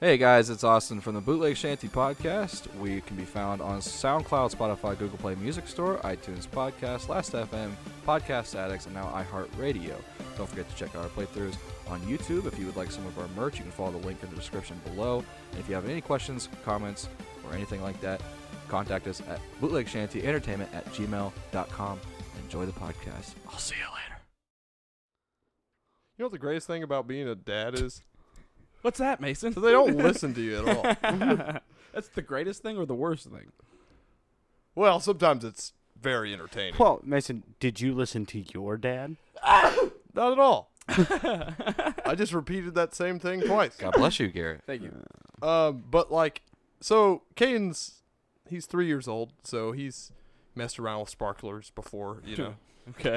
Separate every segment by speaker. Speaker 1: Hey guys, it's Austin from the Bootleg Shanty Podcast. We can be found on SoundCloud, Spotify, Google Play Music Store, iTunes Podcast, Last FM, Podcast Addicts, and now iHeartRadio. Don't forget to check out our playthroughs on YouTube. If you would like some of our merch, you can follow the link in the description below. And if you have any questions, comments, or anything like that, contact us at bootlegshantyentertainment at gmail.com. Enjoy the podcast. I'll see you later.
Speaker 2: You know what the greatest thing about being a dad is?
Speaker 3: What's that, Mason?
Speaker 2: So they don't listen to you at all.
Speaker 3: That's the greatest thing or the worst thing?
Speaker 2: Well, sometimes it's very entertaining.
Speaker 4: Well, Mason, did you listen to your dad?
Speaker 2: Not at all. I just repeated that same thing twice.
Speaker 1: God bless you, Garrett.
Speaker 3: Thank you.
Speaker 2: Um, but like, so Caden's he's three years old, so he's messed around with sparklers before, you know.
Speaker 3: Okay.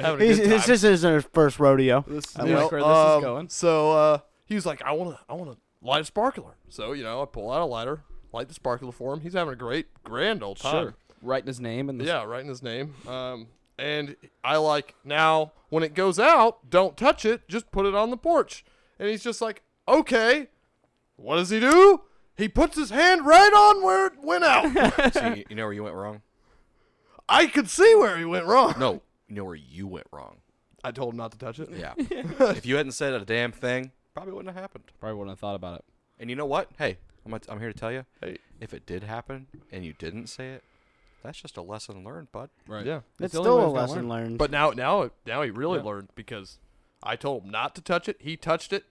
Speaker 2: having a
Speaker 4: He's,
Speaker 2: good
Speaker 4: this
Speaker 2: time.
Speaker 4: this isn't his first rodeo.
Speaker 2: This,
Speaker 3: I
Speaker 2: you
Speaker 3: like
Speaker 2: know,
Speaker 3: where this is
Speaker 2: um,
Speaker 3: going.
Speaker 2: So uh, he was like, I want to, I want to light a sparkler. So you know, I pull out a lighter, light the sparkler for him. He's having a great, grand old time.
Speaker 3: Sure. Writing his name and the
Speaker 2: Yeah, writing his name. Um, and I like now when it goes out, don't touch it. Just put it on the porch. And he's just like, okay. What does he do? He puts his hand right on where it went out.
Speaker 1: So you, you know where you went wrong?
Speaker 2: I could see where he went wrong.
Speaker 1: No, you know where you went wrong.
Speaker 2: I told him not to touch it.
Speaker 1: Yeah. if you hadn't said a damn thing, probably wouldn't have happened.
Speaker 3: probably wouldn't have thought about it.
Speaker 1: And you know what? Hey, I'm, gonna- I'm here to tell you.
Speaker 2: Hey.
Speaker 1: If it did happen and you didn't say it, that's just a lesson learned, bud.
Speaker 3: Right.
Speaker 2: Yeah.
Speaker 4: That's
Speaker 3: the only
Speaker 4: still
Speaker 3: way
Speaker 4: a
Speaker 3: he's gonna
Speaker 4: lesson
Speaker 3: learn.
Speaker 4: learned.
Speaker 2: But now, now, now he really
Speaker 3: Yeah.
Speaker 2: learned because I told him not to touch it. He touched it,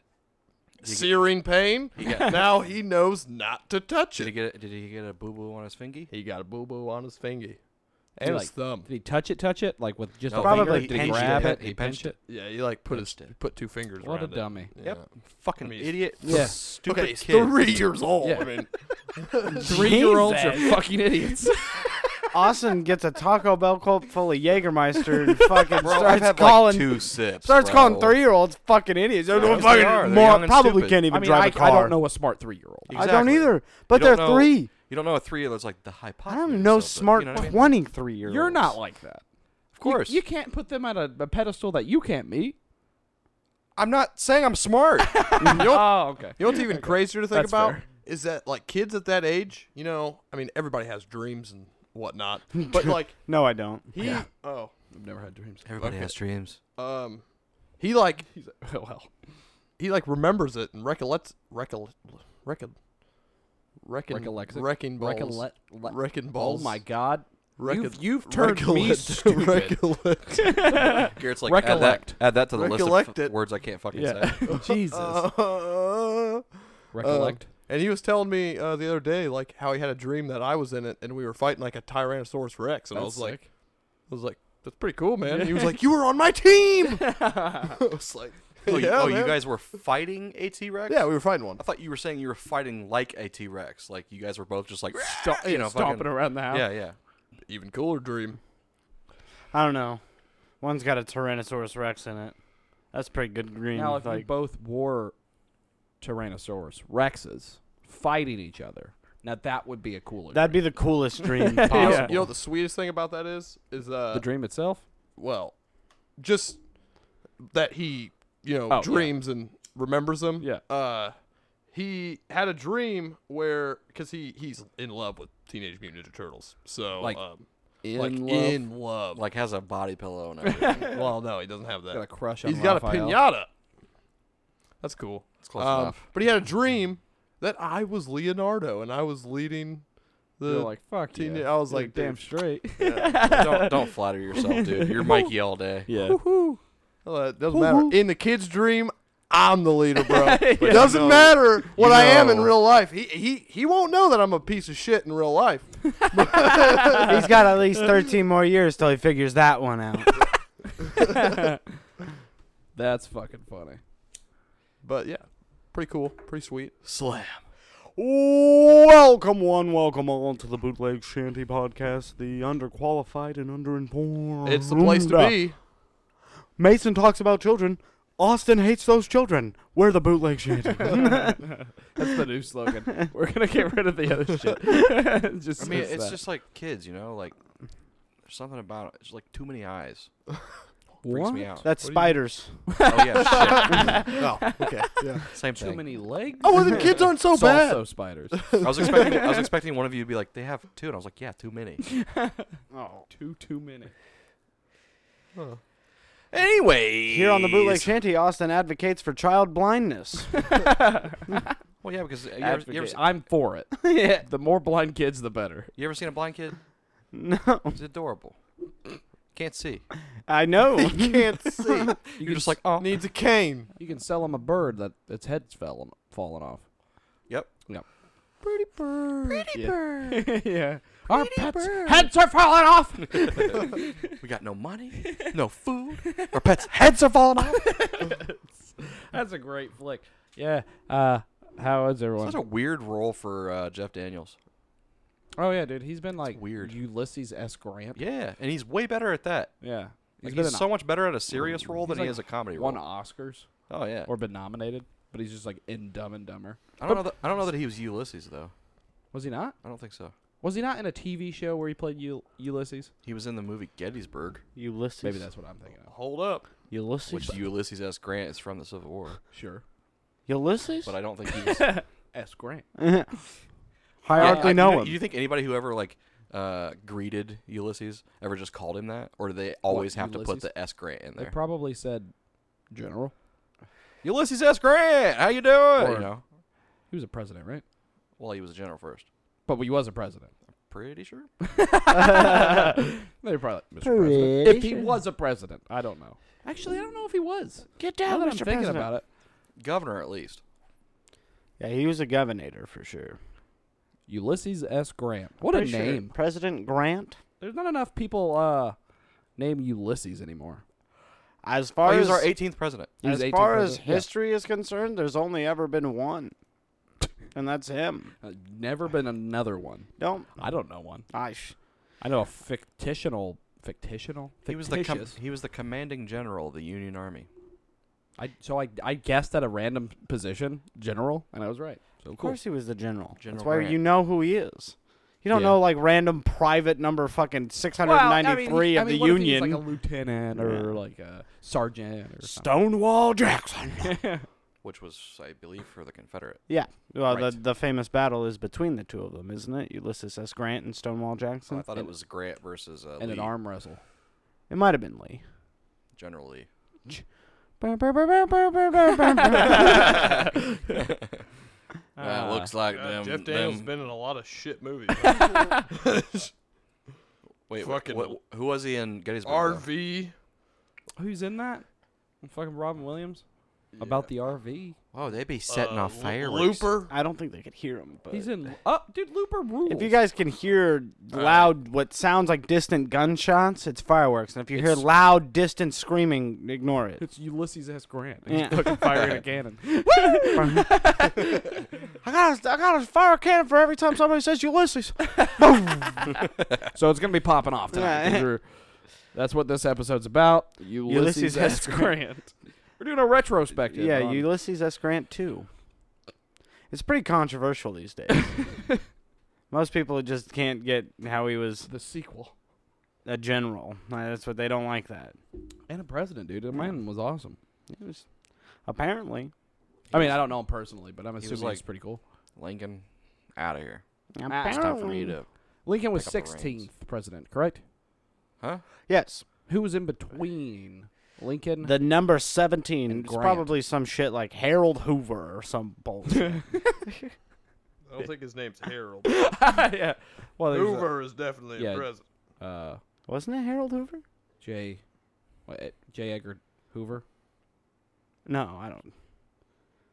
Speaker 2: searing pain. now he knows not to touch
Speaker 1: Did he
Speaker 2: it.
Speaker 1: get a, did he get a boo boo on his fingy?
Speaker 2: He got a boo boo on his finger
Speaker 3: He,
Speaker 2: and his
Speaker 3: like,
Speaker 2: thumb.
Speaker 3: Did he touch it? Touch it? Like with just
Speaker 1: No,
Speaker 3: a finger?
Speaker 4: Probably
Speaker 3: Did he
Speaker 4: pinched
Speaker 3: grab
Speaker 1: it.
Speaker 3: it?
Speaker 1: He
Speaker 3: He
Speaker 1: pinched
Speaker 3: pinched it.
Speaker 2: Yeah, he like put his
Speaker 1: Touched it.
Speaker 2: put two fingers.
Speaker 3: What a
Speaker 2: around it.
Speaker 3: dummy!
Speaker 2: Yeah.
Speaker 1: Yep. Fucking
Speaker 2: I mean,
Speaker 1: idiot.
Speaker 3: Yeah.
Speaker 1: Stupid
Speaker 2: Okay, he's
Speaker 1: kid.
Speaker 2: three years old.
Speaker 3: Yeah.
Speaker 2: I mean,
Speaker 3: Three-year-olds are fucking idiots.
Speaker 4: Austin gets a Taco Bell cup full of Jägermeister and fucking
Speaker 1: Bro, I've
Speaker 4: starts
Speaker 1: had
Speaker 4: calling
Speaker 1: like two sips.
Speaker 4: starts
Speaker 1: bro.
Speaker 4: calling three year olds fucking idiots. They're
Speaker 1: Yes, they
Speaker 4: fucking
Speaker 1: are. They're
Speaker 4: mor-
Speaker 1: young and
Speaker 4: probably
Speaker 1: stupid.
Speaker 4: can't even
Speaker 3: I mean,
Speaker 4: drive
Speaker 3: I,
Speaker 4: a car.
Speaker 3: I don't know a smart three-year-old.
Speaker 4: I don't
Speaker 1: Exactly.
Speaker 4: either. But
Speaker 1: You don't
Speaker 4: they're
Speaker 1: know-
Speaker 4: three.
Speaker 1: You don't know a three year old's like the hypotenuse.
Speaker 4: I don't even
Speaker 1: of
Speaker 4: know
Speaker 1: the-
Speaker 4: smart
Speaker 1: you know what I mean?
Speaker 4: twenty three year olds.
Speaker 3: You're not like that.
Speaker 1: Of course.
Speaker 3: You, you can't put them at a, a pedestal that you can't meet.
Speaker 1: I'm not saying I'm smart.
Speaker 2: you know,
Speaker 3: Oh, okay.
Speaker 2: you know what's even crazier to think
Speaker 3: That's
Speaker 2: about
Speaker 3: fair.
Speaker 2: is that like kids at that age. You know, I mean, everybody has dreams and whatnot, but like
Speaker 4: No, I don't.
Speaker 2: he, oh,
Speaker 3: I've never had dreams.
Speaker 1: Everybody has dreams.
Speaker 2: um, he like
Speaker 3: He's like, well,
Speaker 2: he like remembers it and recollects recollect reckon reckon
Speaker 3: Recollects it?
Speaker 2: wrecking balls
Speaker 3: recollect. le-
Speaker 2: wrecking
Speaker 3: Oh
Speaker 2: balls
Speaker 3: my God!
Speaker 2: Recon-
Speaker 3: You've, you've turned me
Speaker 2: recollect-
Speaker 3: stupid.
Speaker 2: recollect
Speaker 1: Garrett's like,
Speaker 3: Recollect.
Speaker 1: Add, that, add that to the
Speaker 2: Recollect
Speaker 1: list of f-
Speaker 2: it.
Speaker 1: words I can't fucking
Speaker 3: Yeah.
Speaker 1: say.
Speaker 3: Jesus.
Speaker 2: Uh,
Speaker 3: Recollect.
Speaker 2: and he was telling me uh, the other day like how he had a dream that I was in it and we were fighting like a Tyrannosaurus Rex and I was like I was like that's pretty cool man and he was like you were on my team I was like
Speaker 1: Oh, you,
Speaker 2: yeah,
Speaker 1: oh, you
Speaker 2: man.
Speaker 1: guys were fighting a T Rex?
Speaker 2: yeah we were fighting one
Speaker 1: I thought you were saying you were fighting like a T Rex. Like you guys were both just like,
Speaker 3: Stomp-
Speaker 1: you know,
Speaker 3: stomping
Speaker 1: fucking,
Speaker 3: around the house.
Speaker 1: Yeah, yeah.
Speaker 2: even cooler dream
Speaker 4: I don't know. One's got a Tyrannosaurus Rex in it. That's pretty good green.
Speaker 3: Now, if we
Speaker 4: like,
Speaker 3: both wore Tyrannosaurus Rexes fighting each other, now that would be a cooler.
Speaker 4: that'd be the coolest dream
Speaker 2: you know,
Speaker 4: possible.
Speaker 2: you know what the sweetest thing about that is is uh
Speaker 3: the dream itself.
Speaker 2: well, just that he, you know,
Speaker 3: Oh, yeah.
Speaker 2: dreams and remembers them.
Speaker 3: Yeah.
Speaker 2: Uh, he had a dream where, because he he's in love with Teenage Mutant Ninja Turtles, so
Speaker 3: Like,
Speaker 2: um,
Speaker 3: In
Speaker 2: like
Speaker 3: love.
Speaker 2: in love.
Speaker 1: Like has a body pillow and everything.
Speaker 2: well, no, he doesn't have
Speaker 3: got a
Speaker 2: that.
Speaker 3: crush on.
Speaker 2: He's got a
Speaker 3: Raphael.
Speaker 2: pinata. That's cool.
Speaker 1: It's close
Speaker 2: Um,
Speaker 1: enough.
Speaker 2: But he had a dream that I was Leonardo and I was leading the.
Speaker 3: You're like fuck.
Speaker 2: teen-
Speaker 3: yeah.
Speaker 2: I was
Speaker 3: You're
Speaker 2: like,
Speaker 3: damn
Speaker 2: dude.
Speaker 3: straight.
Speaker 1: don't don't flatter yourself, dude. You're Mikey all day.
Speaker 3: yeah.
Speaker 2: Well, it doesn't matter. In the kid's dream, I'm the leader, bro.
Speaker 1: you
Speaker 2: doesn't
Speaker 1: know-
Speaker 2: matter what
Speaker 1: you
Speaker 2: I am in
Speaker 1: know.
Speaker 2: real life. He he he won't know that I'm a piece of shit in real life.
Speaker 4: He's got at least 13 more years till he figures that one out.
Speaker 3: That's fucking funny.
Speaker 2: But yeah, pretty cool, pretty sweet.
Speaker 1: Slam.
Speaker 4: welcome one, welcome all to the Bootleg Shanty Podcast, the underqualified and underinformed.
Speaker 2: It's the place to be.
Speaker 4: Mason talks about children. Austin hates those children. We're the Bootleg Shanty.
Speaker 3: That's the new slogan. We're gonna get rid of the other shit. just
Speaker 1: I mean,
Speaker 3: says
Speaker 1: it's
Speaker 3: that.
Speaker 1: just like kids, you know, like there's something about it. It's like too many eyes. Freaks me
Speaker 3: What?
Speaker 1: out.
Speaker 4: That's
Speaker 2: What do you-
Speaker 4: spiders.
Speaker 1: oh yeah, shit.
Speaker 2: oh, okay. Yeah.
Speaker 4: Same
Speaker 3: Too
Speaker 4: thing.
Speaker 3: many legs.
Speaker 2: Oh, well, the kids aren't so
Speaker 3: It's
Speaker 2: bad.
Speaker 3: Also spiders.
Speaker 1: I was expecting I was expecting one of you to be like, they have two, and I was like, yeah, too many.
Speaker 4: Oh.
Speaker 3: too too many.
Speaker 1: Anyway,
Speaker 4: Here on the bootleg shanty, Austin advocates for child blindness.
Speaker 1: Well, yeah, because uh, you ever, you, ever,
Speaker 3: Advocate. I'm for it.
Speaker 4: yeah.
Speaker 3: The more blind kids, the better.
Speaker 1: you ever seen a blind kid?
Speaker 4: No,
Speaker 1: It's adorable. Can't see.
Speaker 4: I know.
Speaker 2: He can't see.
Speaker 3: You
Speaker 1: You're
Speaker 3: can
Speaker 1: just
Speaker 3: s-
Speaker 1: like, oh,
Speaker 2: Needs a cane.
Speaker 3: you can sell them a bird that its head's fallen fallen off.
Speaker 1: yep.
Speaker 3: Pretty bird. Pretty
Speaker 4: Yeah.
Speaker 3: bird. yeah. Our pets'
Speaker 4: bird.
Speaker 3: heads are falling off.
Speaker 1: We got no money, no food. Our pets' heads are falling off.
Speaker 3: That's a great flick. Yeah. Uh, how is everyone?
Speaker 1: Such a weird role for uh, Jeff Daniels.
Speaker 3: oh yeah, dude. He's been like
Speaker 1: weird.
Speaker 3: Ulysses S. Grant.
Speaker 1: Yeah, and he's way better at that.
Speaker 3: Yeah.
Speaker 1: Like,
Speaker 3: been
Speaker 1: he's
Speaker 3: in
Speaker 1: so much better at a serious role than
Speaker 3: he's
Speaker 1: he
Speaker 3: like
Speaker 1: is a comedy
Speaker 3: won
Speaker 1: role.
Speaker 3: Oscars
Speaker 1: Oh yeah.
Speaker 3: or been nominated, but he's just like in Dumb and Dumber.
Speaker 1: I don't know. That, I don't know that he was Ulysses though.
Speaker 3: Was he not?
Speaker 1: I don't think so.
Speaker 3: Was he not in a TV show where he played U- Ulysses?
Speaker 1: He was in the movie Gettysburg,
Speaker 4: Ulysses.
Speaker 3: Maybe that's what I'm thinking of.
Speaker 2: Hold up.
Speaker 4: Ulysses.
Speaker 1: which Ulysses S. Grant is from the Civil War.
Speaker 3: Sure.
Speaker 4: Ulysses?
Speaker 1: But I don't think he was.
Speaker 3: S. Grant.
Speaker 1: Yeah,
Speaker 4: Hierarchically
Speaker 1: I-
Speaker 4: know
Speaker 1: you
Speaker 4: him.
Speaker 1: You think anybody who ever like uh, greeted Ulysses ever just called him that, or do they always have to put
Speaker 3: Ulysses?
Speaker 1: the S Grant in
Speaker 3: They
Speaker 1: there?
Speaker 3: probably said general.
Speaker 1: Ulysses S Grant, how you doing?
Speaker 3: Or-
Speaker 1: you know,
Speaker 3: He was a president, right?
Speaker 1: well, he was a general first.
Speaker 3: But he was a president.
Speaker 1: Pretty sure.
Speaker 3: They probably like, Mr. President. If he was a president, I don't know. Actually, I don't know if he was.
Speaker 4: Get
Speaker 3: Now
Speaker 4: down,
Speaker 3: that I'm
Speaker 4: Mr.
Speaker 3: thinking
Speaker 4: Oh, President.
Speaker 3: about it,
Speaker 1: Governor, at least.
Speaker 4: Yeah, he was a governor for sure.
Speaker 3: Ulysses S. Grant. What a
Speaker 4: Pretty sure.
Speaker 3: name.
Speaker 4: President Grant.
Speaker 3: There's not enough people uh, named Ulysses anymore.
Speaker 4: As
Speaker 1: Oh,
Speaker 4: far
Speaker 1: he was
Speaker 4: as
Speaker 1: our 18th president.
Speaker 3: He was
Speaker 4: as
Speaker 3: 18th
Speaker 4: far as
Speaker 3: president. Yeah.
Speaker 4: history is concerned, there's only ever been one, and that's him.
Speaker 3: Uh, never been another one.
Speaker 4: Don't
Speaker 3: I don't know one.
Speaker 4: I? Sh-
Speaker 3: I know a fictitional, fictitional.
Speaker 1: He was the com-
Speaker 3: fictitious-
Speaker 1: he was the commanding general of the Union Army.
Speaker 3: I so I I guessed at a random position, general, and I was right. So
Speaker 4: of
Speaker 3: cool.
Speaker 4: course, he was the general.
Speaker 1: General
Speaker 4: that's why
Speaker 1: Grant.
Speaker 4: you know who he is. You don't
Speaker 3: Yeah.
Speaker 4: know like random private number fucking six hundred ninety three
Speaker 3: I
Speaker 4: of
Speaker 3: mean,
Speaker 4: the
Speaker 3: what if he was
Speaker 4: Union.
Speaker 3: like a lieutenant or like a sergeant or something.
Speaker 4: Stonewall Jackson.
Speaker 1: Which was, I believe, for the Confederate.
Speaker 4: yeah. Well,
Speaker 1: Right.
Speaker 4: the the famous battle is between the two of them, isn't it? Ulysses S. Grant and Stonewall
Speaker 1: So
Speaker 4: Jackson.
Speaker 1: I thought it
Speaker 3: And-
Speaker 1: was Grant versus uh,
Speaker 3: and an
Speaker 1: Lee,
Speaker 3: arm wrestle.
Speaker 4: it might have been Lee.
Speaker 1: General Lee.
Speaker 3: Ah,
Speaker 1: Uh, looks like them.
Speaker 2: Jeff Daniels
Speaker 1: them-
Speaker 2: been in a lot of shit movies.
Speaker 1: wait, wh-
Speaker 2: fucking-
Speaker 1: wh- who was he in Gettysburg? though?
Speaker 2: RV.
Speaker 3: Who's in that? Fucking Robin Williams about the RV.
Speaker 1: Oh, they be setting
Speaker 2: uh,
Speaker 1: off fireworks.
Speaker 2: Looper.
Speaker 4: I don't think they could hear him, but
Speaker 3: He's in. Oh, dude, Looper rules.
Speaker 4: If you guys can hear loud, what sounds like distant gunshots, it's fireworks. And if you hear
Speaker 3: It's-
Speaker 4: loud, distant screaming, ignore it.
Speaker 3: it's Ulysses S. Grant.
Speaker 4: He's Yeah.
Speaker 3: fucking firing a cannon.
Speaker 4: I got, a, I got a fire cannon for every time somebody says Ulysses.
Speaker 3: So it's gonna be popping off tonight. 'cause we're- That's what this episode's about. Ulysses,
Speaker 4: Ulysses
Speaker 3: S.
Speaker 4: S.
Speaker 3: Grant. We're doing a retrospective.
Speaker 4: yeah,
Speaker 3: on-
Speaker 4: Ulysses S. Grant too. It's pretty controversial these days. Most people just can't get how he was
Speaker 3: the sequel
Speaker 4: a general. Uh, That's what they don't like. That
Speaker 3: and a president, dude. The man was awesome.
Speaker 4: it was apparently.
Speaker 3: I mean, I don't know him personally, but I'm
Speaker 1: was
Speaker 3: assuming he's
Speaker 1: like-
Speaker 3: pretty cool.
Speaker 1: Lincoln, out of here.
Speaker 4: apparently.
Speaker 1: It's time for me to.
Speaker 3: Lincoln was
Speaker 1: Pick up the reins.
Speaker 3: 16th president, correct?
Speaker 1: Huh?
Speaker 4: Yes,
Speaker 3: Who was in between Lincoln?
Speaker 4: the number seventeen
Speaker 3: And
Speaker 4: is
Speaker 3: Grant.
Speaker 4: probably some shit like Harold Hoover or some bullshit.
Speaker 2: I don't think his name's Harold.
Speaker 3: yeah. Well, there's a-
Speaker 2: Hoover is definitely
Speaker 3: yeah.
Speaker 2: a president.
Speaker 3: uh,
Speaker 4: Wasn't it Harold Hoover?
Speaker 3: J. What, eh, J. Edgar Hoover.
Speaker 4: No, I don't.
Speaker 3: Is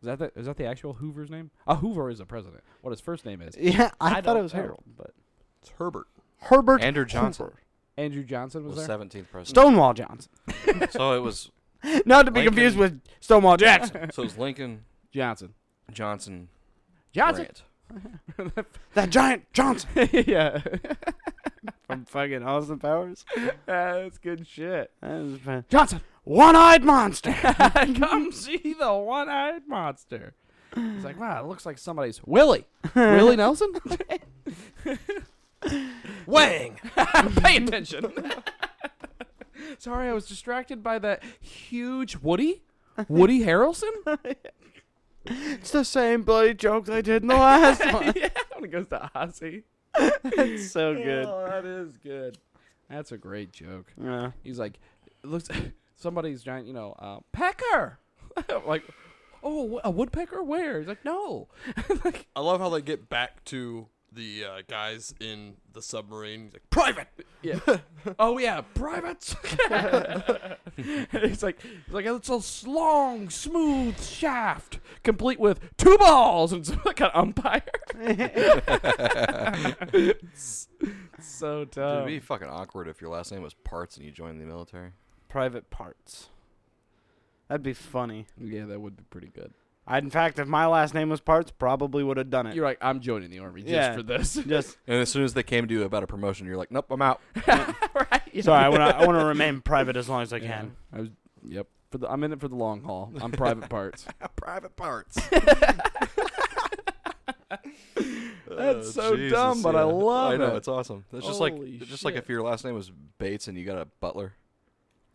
Speaker 3: that the, is that the actual Hoover's name? Uh, Hoover is a president. What his first name is?
Speaker 4: Yeah, I,
Speaker 3: I
Speaker 4: thought
Speaker 3: don't
Speaker 4: it was
Speaker 3: know.
Speaker 4: Harold, but
Speaker 2: It's Herbert.
Speaker 4: Herbert
Speaker 1: Andrew Johnson
Speaker 4: Hoover.
Speaker 3: Andrew Johnson was,
Speaker 1: was
Speaker 3: there.
Speaker 1: seventeenth president.
Speaker 4: Stonewall Johnson.
Speaker 1: so it was.
Speaker 4: Not to be
Speaker 1: Lincoln.
Speaker 4: confused with Stonewall Jackson.
Speaker 1: So it was Lincoln,
Speaker 3: Johnson.
Speaker 1: Johnson,
Speaker 3: Johnson.
Speaker 4: that giant Johnson
Speaker 3: yeah.
Speaker 4: from fucking Austin Powers.
Speaker 3: That's good shit.
Speaker 4: That was fa-
Speaker 3: Johnson.
Speaker 4: One-eyed monster.
Speaker 3: Come see the one-eyed monster. It's like, wow, it looks like somebody's Willie. Willie Nelson?
Speaker 2: Wang.
Speaker 3: Pay attention. Sorry, I was distracted by that huge Woody. Woody Harrelson?
Speaker 4: It's the same bloody joke they did in the last one.
Speaker 3: yeah, when it goes to Ozzy.
Speaker 4: It's so good.
Speaker 3: Oh, that is good. That's a great joke.
Speaker 4: Yeah.
Speaker 3: He's like, it looks somebody's giant, you know, uh, pecker. I'm like, oh, a woodpecker? Where? He's like, no. like,
Speaker 2: I love how they get back to the uh, guys in the submarine. He's like, private.
Speaker 3: yeah. oh yeah, privates. he's like, he's like, it's a s- long, smooth shaft, complete with two balls, and it's like an umpire. It's so
Speaker 1: It'd
Speaker 3: dumb.
Speaker 1: be fucking awkward if your last name was Parts and you joined the military.
Speaker 4: Private parts. That'd be funny.
Speaker 3: Yeah, that would be pretty good.
Speaker 4: I, in fact, if my last name was Parts, probably would have done it.
Speaker 3: You're like, I'm joining the army just
Speaker 4: Yeah.
Speaker 3: for this.
Speaker 4: Just
Speaker 1: And as soon as they came to you about a promotion, you're like, nope, I'm out.
Speaker 3: right? Yeah.
Speaker 4: sorry. I want to. I want to remain private as long as I
Speaker 3: Yeah.
Speaker 4: can.
Speaker 3: I was. Yep. For the, I'm in it for the long haul. I'm private parts.
Speaker 1: Private Parts.
Speaker 2: Oh,
Speaker 3: That's so dumb, but I love
Speaker 1: Oh, I know
Speaker 3: it.
Speaker 1: it's awesome. It's just like
Speaker 3: Holy
Speaker 1: it's just like
Speaker 3: shit.
Speaker 1: if your last name was Bates and you got a butler,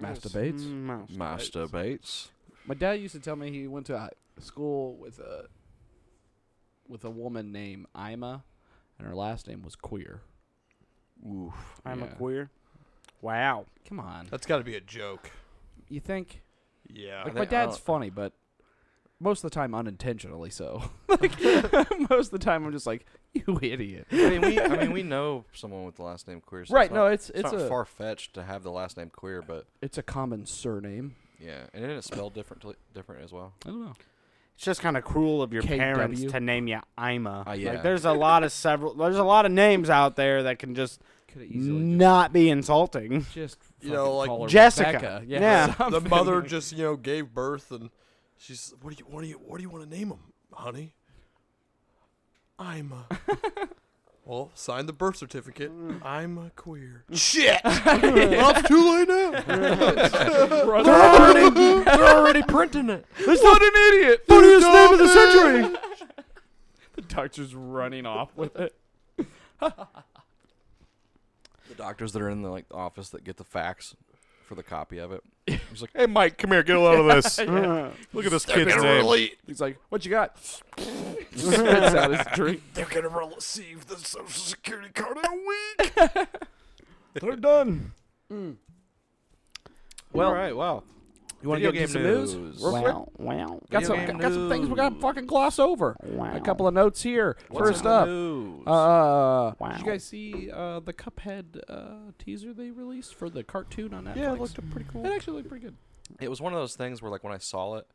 Speaker 3: Masturbates.
Speaker 4: Mm,
Speaker 1: Master Bates.
Speaker 3: My dad used to tell me he went to a school with a with a woman named Ima, and her last name was Queer.
Speaker 1: Oof.
Speaker 4: I'm
Speaker 3: Yeah.
Speaker 4: a queer. Wow.
Speaker 3: Come on,
Speaker 2: That's got to be a joke.
Speaker 3: you think?
Speaker 2: Yeah.
Speaker 3: Like
Speaker 1: I
Speaker 3: my
Speaker 1: think- I
Speaker 3: dad's
Speaker 1: don't-
Speaker 3: funny, but most of the time unintentionally so. like most of the time, I'm just like, you idiot.
Speaker 1: I mean, we I mean we know someone with the last name Queer. So
Speaker 3: right?
Speaker 1: It's
Speaker 3: no,
Speaker 1: not,
Speaker 3: it's it's,
Speaker 1: not
Speaker 3: a
Speaker 1: far fetched to have the last name Queer, but
Speaker 3: it's a common surname.
Speaker 1: yeah, and isn't it spelled different different as well?
Speaker 3: I don't know.
Speaker 4: It's just kind of cruel of your parents
Speaker 3: KW.
Speaker 4: to name you Ima.
Speaker 1: Ah, yeah.
Speaker 4: Like there's a lot of several. There's a lot of names out there that can just
Speaker 3: Could have
Speaker 4: not be insulting.
Speaker 3: just
Speaker 2: You know,
Speaker 3: fucking
Speaker 2: like
Speaker 3: call her
Speaker 4: Jessica.
Speaker 3: Rebecca. Yeah,
Speaker 4: Yeah. The
Speaker 2: the
Speaker 3: something.
Speaker 2: mother just you know gave birth and she's what do you what do you what do you want to name him honey i'm a well sign the birth certificate
Speaker 1: Mm.
Speaker 2: i'm a queer shit well, it's too late now
Speaker 1: They're already printing it.
Speaker 3: what an idiot!
Speaker 2: funniest name of the century
Speaker 3: The doctor's running off with it.
Speaker 1: The doctors that are in the like office that get the fax for the copy of it. He's like,
Speaker 5: Hey, Mike, come here. Get a load of this. Look at this kid's
Speaker 2: gonna
Speaker 5: name.
Speaker 2: really-
Speaker 3: He's like, "What you got?" Spits out his drink.
Speaker 2: they're gonna receive the social security card in a week
Speaker 4: They're done.
Speaker 1: well, Mm. all right, wow.
Speaker 3: You want to
Speaker 1: Video
Speaker 3: go get
Speaker 1: game
Speaker 3: some
Speaker 1: news.
Speaker 3: news? Real quick.
Speaker 4: Wow. Wow.
Speaker 3: Got
Speaker 1: Video
Speaker 3: some,
Speaker 1: game
Speaker 3: got some things we
Speaker 1: news.
Speaker 3: gotta fucking gloss over.
Speaker 4: Wow.
Speaker 3: A couple of notes here.
Speaker 1: What's
Speaker 3: First
Speaker 1: in the
Speaker 3: up,
Speaker 1: news?
Speaker 3: uh, did
Speaker 4: Wow.
Speaker 3: you guys see uh, the Cuphead uh, teaser they released for the cartoon on Netflix?
Speaker 1: yeah, it looked pretty cool.
Speaker 3: It actually looked pretty good.
Speaker 1: It was one of those things where like when I saw it,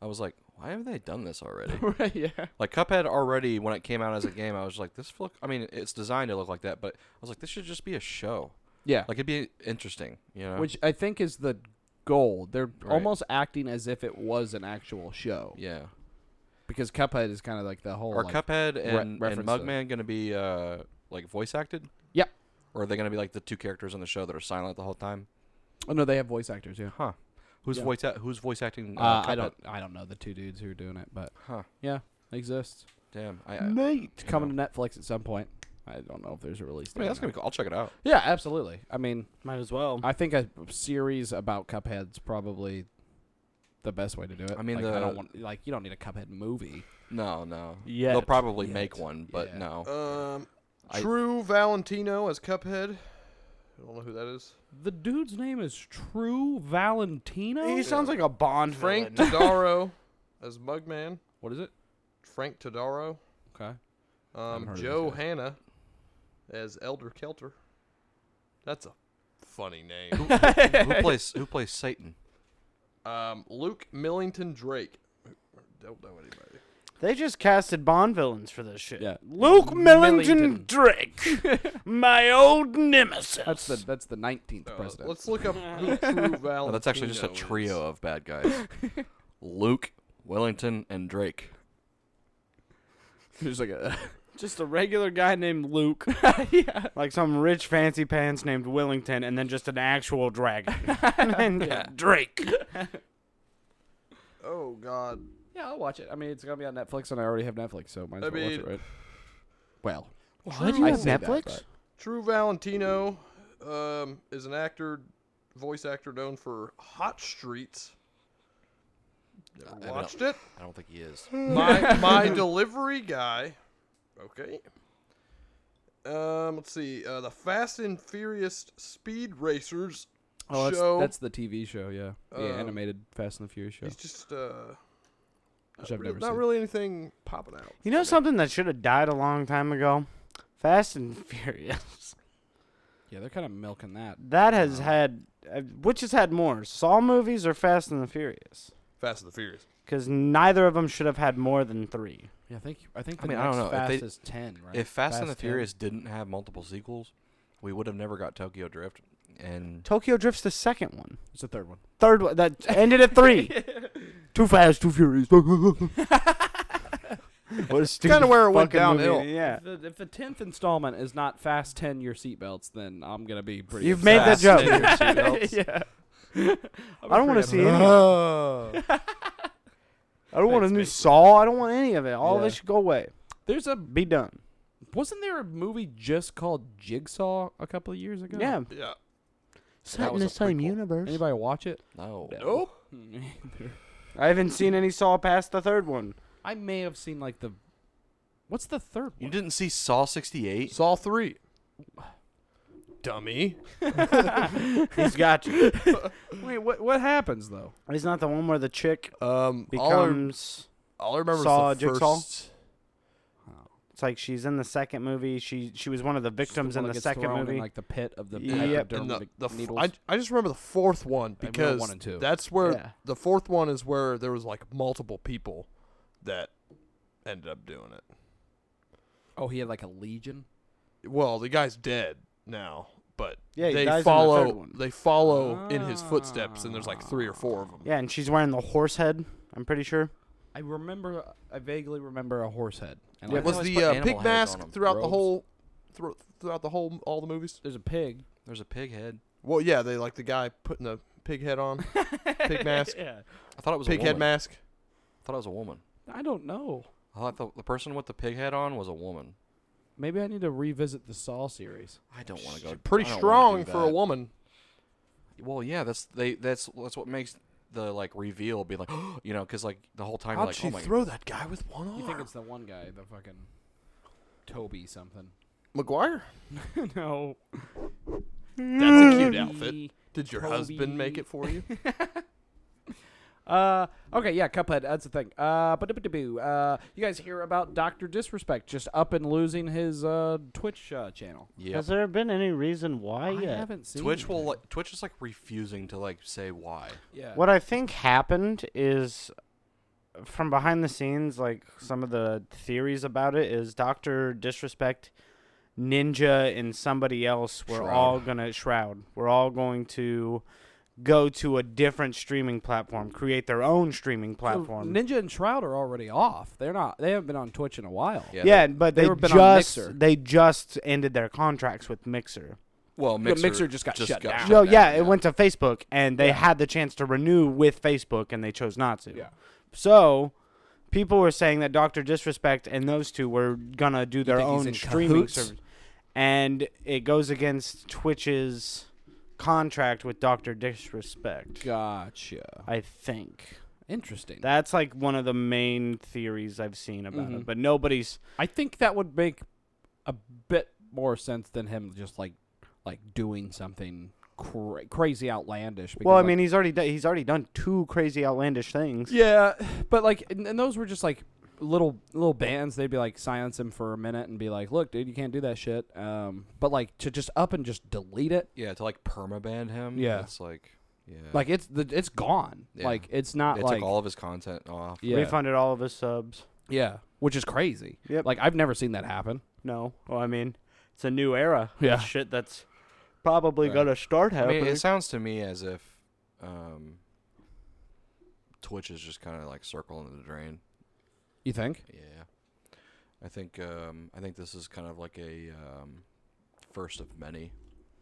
Speaker 1: I was like, why haven't they done this already?
Speaker 3: right? Yeah.
Speaker 1: like Cuphead already when it came out as a game, I was like, this look. I mean, it's designed to look like that, but I was like, this should just be a show.
Speaker 3: Yeah.
Speaker 1: Like it'd be interesting, you know?
Speaker 3: Which I think is the goal. They're
Speaker 1: Right.
Speaker 3: almost acting as if it was an actual show.
Speaker 1: yeah.
Speaker 3: Because Cuphead is kind of like the whole.
Speaker 1: Are
Speaker 3: like,
Speaker 1: Cuphead and, and
Speaker 3: reference to-
Speaker 1: Mugman gonna be uh like voice acted?
Speaker 3: Yep.
Speaker 1: Or are they gonna be like the two characters on the show that are silent the whole time?
Speaker 3: Oh no, they have voice actors. Yeah.
Speaker 1: Huh. Who's
Speaker 3: Yeah.
Speaker 1: voice a- Who's voice acting? Uh,
Speaker 3: Uh, I
Speaker 1: Cuphead?
Speaker 3: don't. I don't know the two dudes who are doing it, but
Speaker 1: Huh.
Speaker 3: yeah, it exists.
Speaker 1: Damn. I, I, I mean,
Speaker 4: Nate.
Speaker 3: It's coming to Netflix at some point. I don't know if there's a release date.
Speaker 1: that's
Speaker 3: on
Speaker 1: gonna be cool. I'll check it out.
Speaker 3: that. Yeah, absolutely. I mean,
Speaker 4: Might as well.
Speaker 3: I think a series about Cuphead's probably the best way to do it.
Speaker 1: I mean,
Speaker 3: like, I
Speaker 1: the-
Speaker 3: don't want like you don't need a Cuphead movie.
Speaker 1: No, no.
Speaker 4: Yet.
Speaker 1: They'll probably make
Speaker 3: Mm. Yet.
Speaker 1: one, but
Speaker 3: Yeah.
Speaker 1: no.
Speaker 2: um
Speaker 1: I-
Speaker 2: true valentino as cuphead i don't know who that is
Speaker 3: The dude's name is True Valentino.
Speaker 4: He sounds like a Bond
Speaker 2: frank
Speaker 4: villain.
Speaker 2: todaro as mugman
Speaker 3: what is it?
Speaker 2: frank todaro
Speaker 3: Okay.
Speaker 2: Um,
Speaker 3: heard of
Speaker 2: Joe
Speaker 3: this guy.
Speaker 2: Hanna as Elder Kelter. That's a funny name.
Speaker 1: who plays Who plays Satan?
Speaker 2: um, Luke Millington Drake. Don't know anybody.
Speaker 4: They just casted Bond villains for this shit.
Speaker 3: Yeah.
Speaker 4: Luke Millington,
Speaker 3: Millington.
Speaker 4: Drake, my old nemesis.
Speaker 3: That's the that's the nineteenth
Speaker 1: Oh,
Speaker 2: Uh,
Speaker 3: president.
Speaker 2: let's look up who True Valentino.
Speaker 1: No, Oh, that's actually just a
Speaker 2: is.
Speaker 1: trio of bad guys. Luke, Wellington, and Drake.
Speaker 3: There's like a
Speaker 4: just a regular guy named Luke,
Speaker 3: yeah.
Speaker 4: like some rich fancy pants named Willington, and then just an actual dragon and Drake.
Speaker 2: Oh God.
Speaker 3: Yeah, I'll watch it. I mean, it's gonna be on Netflix, and I already have Netflix, so might as
Speaker 2: I
Speaker 3: well watch
Speaker 2: mean-
Speaker 3: it, right? Well,
Speaker 4: What?
Speaker 3: I say that, but-
Speaker 2: True Valentino um, is an actor voice actor known for Hot Streets.
Speaker 1: I
Speaker 2: Never
Speaker 1: don't-
Speaker 2: watched it.
Speaker 1: I don't think he is.
Speaker 2: My my delivery guy. Okay. Um, let's see. Uh, the Fast and Furious Speed Racers
Speaker 3: Oh, that's,
Speaker 2: show.
Speaker 3: that's the TV show, yeah. The
Speaker 1: Uh,
Speaker 2: Um,
Speaker 3: animated Fast and the Furious show.
Speaker 2: He's just uh,
Speaker 3: Which
Speaker 2: not,
Speaker 3: I've
Speaker 2: real-
Speaker 3: never
Speaker 2: not
Speaker 3: seen.
Speaker 2: really anything popping out.
Speaker 4: You know something that should have died a long time ago? Fast and Furious.
Speaker 3: Yeah, they're kind of milking that.
Speaker 4: That has
Speaker 3: Wow.
Speaker 4: had, uh, which has had more, Saw movies or Fast and the Furious?
Speaker 2: Fast and the Furious.
Speaker 4: Because neither of them should have had more than three.
Speaker 3: Yeah, I think I think
Speaker 1: I
Speaker 3: the
Speaker 1: mean, I
Speaker 3: next
Speaker 1: don't know, if
Speaker 3: Fast
Speaker 1: they-
Speaker 3: is ten, right?
Speaker 1: If Fast, and the
Speaker 3: Fast 10.
Speaker 1: Furious didn't have multiple sequels, we would have never got Tokyo Drift. And
Speaker 4: Tokyo Drift's the second one.
Speaker 3: it's the third one.
Speaker 4: Third one that ended at three. too fast, too furious. what a stupid
Speaker 2: Kinda where it went
Speaker 4: fucking movie.
Speaker 2: downhill.
Speaker 4: Yeah,
Speaker 3: If the, if the tenth installment is not Fast ten your seatbelts, then I'm gonna be pretty.
Speaker 4: you've made that
Speaker 1: fast
Speaker 4: joke.
Speaker 1: and your
Speaker 3: upset.
Speaker 1: seatbelts.
Speaker 3: yeah.
Speaker 4: I don't want to see any. of it.
Speaker 2: Oh.
Speaker 4: I don't want a
Speaker 2: Thanks,
Speaker 4: new
Speaker 2: Mason.
Speaker 4: Saw. I don't want any of it. All
Speaker 3: Yeah.
Speaker 4: this should go away.
Speaker 3: There's a
Speaker 4: Be done.
Speaker 3: wasn't there a movie just called Jigsaw a couple of years ago?
Speaker 4: Yeah.
Speaker 2: yeah.
Speaker 1: That
Speaker 4: Set in
Speaker 1: was
Speaker 4: the
Speaker 1: a
Speaker 4: same
Speaker 1: prequel.
Speaker 4: universe.
Speaker 3: Anybody watch it?
Speaker 1: No.
Speaker 2: Nope.
Speaker 4: I haven't seen any Saw past the third one.
Speaker 3: I may have seen like the. What's the third
Speaker 1: You
Speaker 3: one?
Speaker 1: didn't see Saw 68?
Speaker 2: Saw three. Dummy.
Speaker 4: He's got you.
Speaker 3: Wait, what what happens though?
Speaker 4: He's not the one where the chick
Speaker 2: Um, all I,
Speaker 4: becomes.
Speaker 2: all I remember
Speaker 4: Saw
Speaker 2: is the
Speaker 4: Jigsaw?
Speaker 2: first.
Speaker 4: It's like she's in the second movie. She she was one of the victims
Speaker 3: one
Speaker 4: in
Speaker 3: that
Speaker 4: the
Speaker 3: gets
Speaker 4: second
Speaker 3: thrown in,
Speaker 4: movie.
Speaker 3: like the pit of the
Speaker 4: Yep.
Speaker 2: And
Speaker 3: hypodermic
Speaker 2: the, the f-
Speaker 3: needles.
Speaker 2: I, I just remember the fourth one
Speaker 3: remember
Speaker 2: because
Speaker 3: one and two.
Speaker 2: that's where
Speaker 4: Yeah.
Speaker 2: the fourth one is where there was like multiple people that ended up doing it.
Speaker 3: oh, he had like a legion.
Speaker 2: Well, the guy's dead now, but
Speaker 4: Yeah, he
Speaker 2: they
Speaker 4: dies in the
Speaker 2: follow
Speaker 4: third one.
Speaker 2: they follow in his
Speaker 1: Ah.
Speaker 2: footsteps, and there's like three or four of them.
Speaker 4: yeah, and she's wearing the horse head. I'm pretty sure.
Speaker 3: I remember. I vaguely remember a horse head. And
Speaker 1: Yeah,
Speaker 3: I
Speaker 1: Why
Speaker 2: was
Speaker 1: do they
Speaker 2: the
Speaker 1: always put
Speaker 2: uh, pig
Speaker 1: animal heads
Speaker 2: mask
Speaker 1: on 'em?
Speaker 2: throughout the
Speaker 3: Robes?
Speaker 2: whole thro- throughout the whole all the movies?
Speaker 3: there's a pig.
Speaker 1: There's a pig head.
Speaker 2: Well, yeah, they like the guy putting the pig head on, pig mask,
Speaker 3: Yeah.
Speaker 1: I thought it was
Speaker 2: pig
Speaker 1: a
Speaker 2: head
Speaker 1: woman.
Speaker 2: mask.
Speaker 1: I thought it was a woman.
Speaker 3: I don't know.
Speaker 1: I thought the, the person with the pig head on was a woman.
Speaker 3: Maybe I need to revisit the Saw series.
Speaker 1: I don't want to go.
Speaker 2: Pretty
Speaker 1: I don't wanna
Speaker 2: strong
Speaker 1: do
Speaker 2: for a
Speaker 1: that.
Speaker 2: woman.
Speaker 1: Well, yeah, that's they. That's that's what makes the like reveal be like, you know, because like the whole time you're
Speaker 2: How'd
Speaker 1: like,
Speaker 2: she
Speaker 1: oh my.
Speaker 2: throw that guy with one
Speaker 3: You think
Speaker 2: arm?
Speaker 3: it's the one guy, the fucking Toby something?
Speaker 2: McGuire?
Speaker 3: no.
Speaker 2: That's a cute
Speaker 3: Mm.
Speaker 2: outfit. Did your husband make
Speaker 3: Toby.
Speaker 2: it for you?
Speaker 3: Uh, okay, yeah, Cuphead. That's the thing. Uh, but uh, you guys hear about Doctor Disrespect just up and losing his uh Twitch uh, channel?
Speaker 1: yeah.
Speaker 4: Has there been any reason why uh,
Speaker 3: I
Speaker 4: yet?
Speaker 3: haven't seen
Speaker 1: Twitch
Speaker 3: it.
Speaker 1: will like Twitch is like refusing to like say why.
Speaker 3: Yeah.
Speaker 4: What I think happened is from behind the scenes, like some of the theories about it is Doctor Disrespect, Ninja, and somebody else were
Speaker 1: Shroud.
Speaker 4: all gonna shroud. We're all going to go to a different streaming platform, create their own streaming
Speaker 3: So
Speaker 4: platform.
Speaker 3: Uh, Ninja and Shroud are already off. They're not. They haven't been on Twitch in a while.
Speaker 1: Yeah.
Speaker 4: yeah, but
Speaker 3: they
Speaker 4: they,
Speaker 3: were been on Mixer.
Speaker 4: just they just ended their contracts with Mixer.
Speaker 1: Well,
Speaker 3: Mixer
Speaker 1: Mixer,
Speaker 3: Mixer just got just shut got down. shut
Speaker 4: No, yeah, it went to Facebook, and they had the chance to renew with Facebook, and they chose not to.
Speaker 3: Yeah.
Speaker 4: So people were saying that Doctor Disrespect and those two were gonna do their
Speaker 3: think he's
Speaker 4: own
Speaker 3: in
Speaker 4: streaming
Speaker 3: cahoots?
Speaker 4: service, and it goes against Twitch's contract with Doctor Disrespect.
Speaker 3: Gotcha.
Speaker 4: I think
Speaker 3: Interesting.
Speaker 4: that's like one of the main theories I've seen about
Speaker 3: Mhm.
Speaker 4: it, but nobody's.
Speaker 3: I think that would make a bit more sense than him just like like doing something cra- crazy outlandish. Because,
Speaker 4: Well, I
Speaker 3: like,
Speaker 4: mean, he's already do- he's already done two crazy outlandish things.
Speaker 3: Yeah, but like, and, and those were just like little little bands. They'd be like silence him for a minute and be like, "Look, dude, you can't do that shit." Um, but like to just up and just delete it,
Speaker 1: Yeah, to like permaban him.
Speaker 3: Yeah.
Speaker 1: it's like yeah,
Speaker 3: like it's the it's gone.
Speaker 1: Yeah.
Speaker 3: Like it's not
Speaker 1: they
Speaker 3: like
Speaker 1: took all of his content off.
Speaker 3: yeah
Speaker 4: Refunded all of his subs.
Speaker 3: yeah, which is crazy.
Speaker 4: Yep.
Speaker 3: Like I've never seen that happen.
Speaker 4: No. Well, I mean, it's a new era. of
Speaker 3: Yeah.
Speaker 4: Shit that's probably
Speaker 1: Right.
Speaker 4: going to start
Speaker 1: I
Speaker 4: happening.
Speaker 1: mean, it sounds to me as if um, Twitch is just kind of like circling the drain.
Speaker 3: You think?
Speaker 1: Yeah, I think um, I think this is kind of like a um, first of many.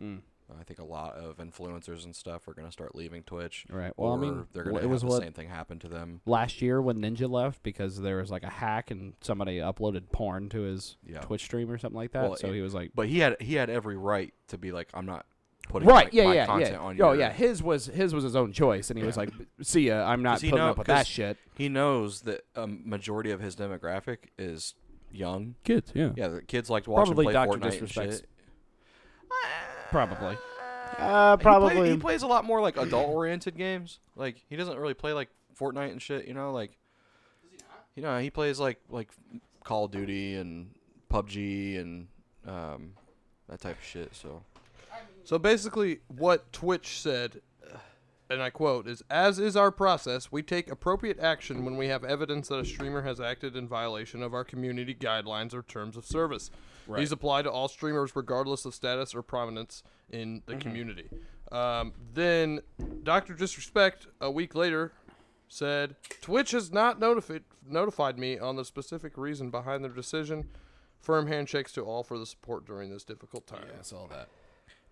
Speaker 3: Mm.
Speaker 1: I think a lot of influencers and stuff are going to start leaving Twitch.
Speaker 3: All right. Well, I
Speaker 1: or
Speaker 3: mean,
Speaker 1: they're going to
Speaker 3: it
Speaker 1: have
Speaker 3: was
Speaker 1: the
Speaker 3: what
Speaker 1: same thing happen to them.
Speaker 3: last year when Ninja left because there was like a hack and somebody uploaded porn to his
Speaker 1: Yeah.
Speaker 3: Twitch stream or something like that.
Speaker 1: Well,
Speaker 3: so
Speaker 1: it-
Speaker 3: he was like,
Speaker 1: But he had he had every right to be like, I'm not putting
Speaker 3: Right?
Speaker 1: like,
Speaker 3: yeah,
Speaker 1: my
Speaker 3: yeah,
Speaker 1: content
Speaker 3: yeah.
Speaker 1: on
Speaker 3: Oh,
Speaker 1: your
Speaker 3: yeah. His was his was his own choice, and he was like, "See ya, I'm not
Speaker 1: Does he
Speaker 3: putting
Speaker 1: know-
Speaker 3: up with that
Speaker 1: 'cause-
Speaker 3: shit."
Speaker 1: He knows that a majority of his demographic is young.
Speaker 3: Kids,
Speaker 1: Yeah, the kids like to watch
Speaker 3: Probably
Speaker 1: him play
Speaker 3: Dr.
Speaker 1: Fortnite and
Speaker 3: Disrespects.
Speaker 1: shit.
Speaker 3: probably.
Speaker 4: Uh,
Speaker 1: He play- He,
Speaker 4: probably.
Speaker 1: plays a lot more like adult-oriented games. Like he doesn't really play like Fortnite and shit. You know, like you know he plays like like Call of Duty and PUBG and um, that type of shit. So
Speaker 2: So basically, what Twitch said, and I quote, is As is our process, we take appropriate action when we have evidence that a streamer has acted in violation of our community guidelines or terms of service. These apply to all streamers, regardless of status or prominence in the community. Um, then Dr. Disrespect, a week later, said Twitch has not notifi- notified me on the specific reason behind their decision. Firm handshakes to all for the support during this difficult time.
Speaker 3: I saw that.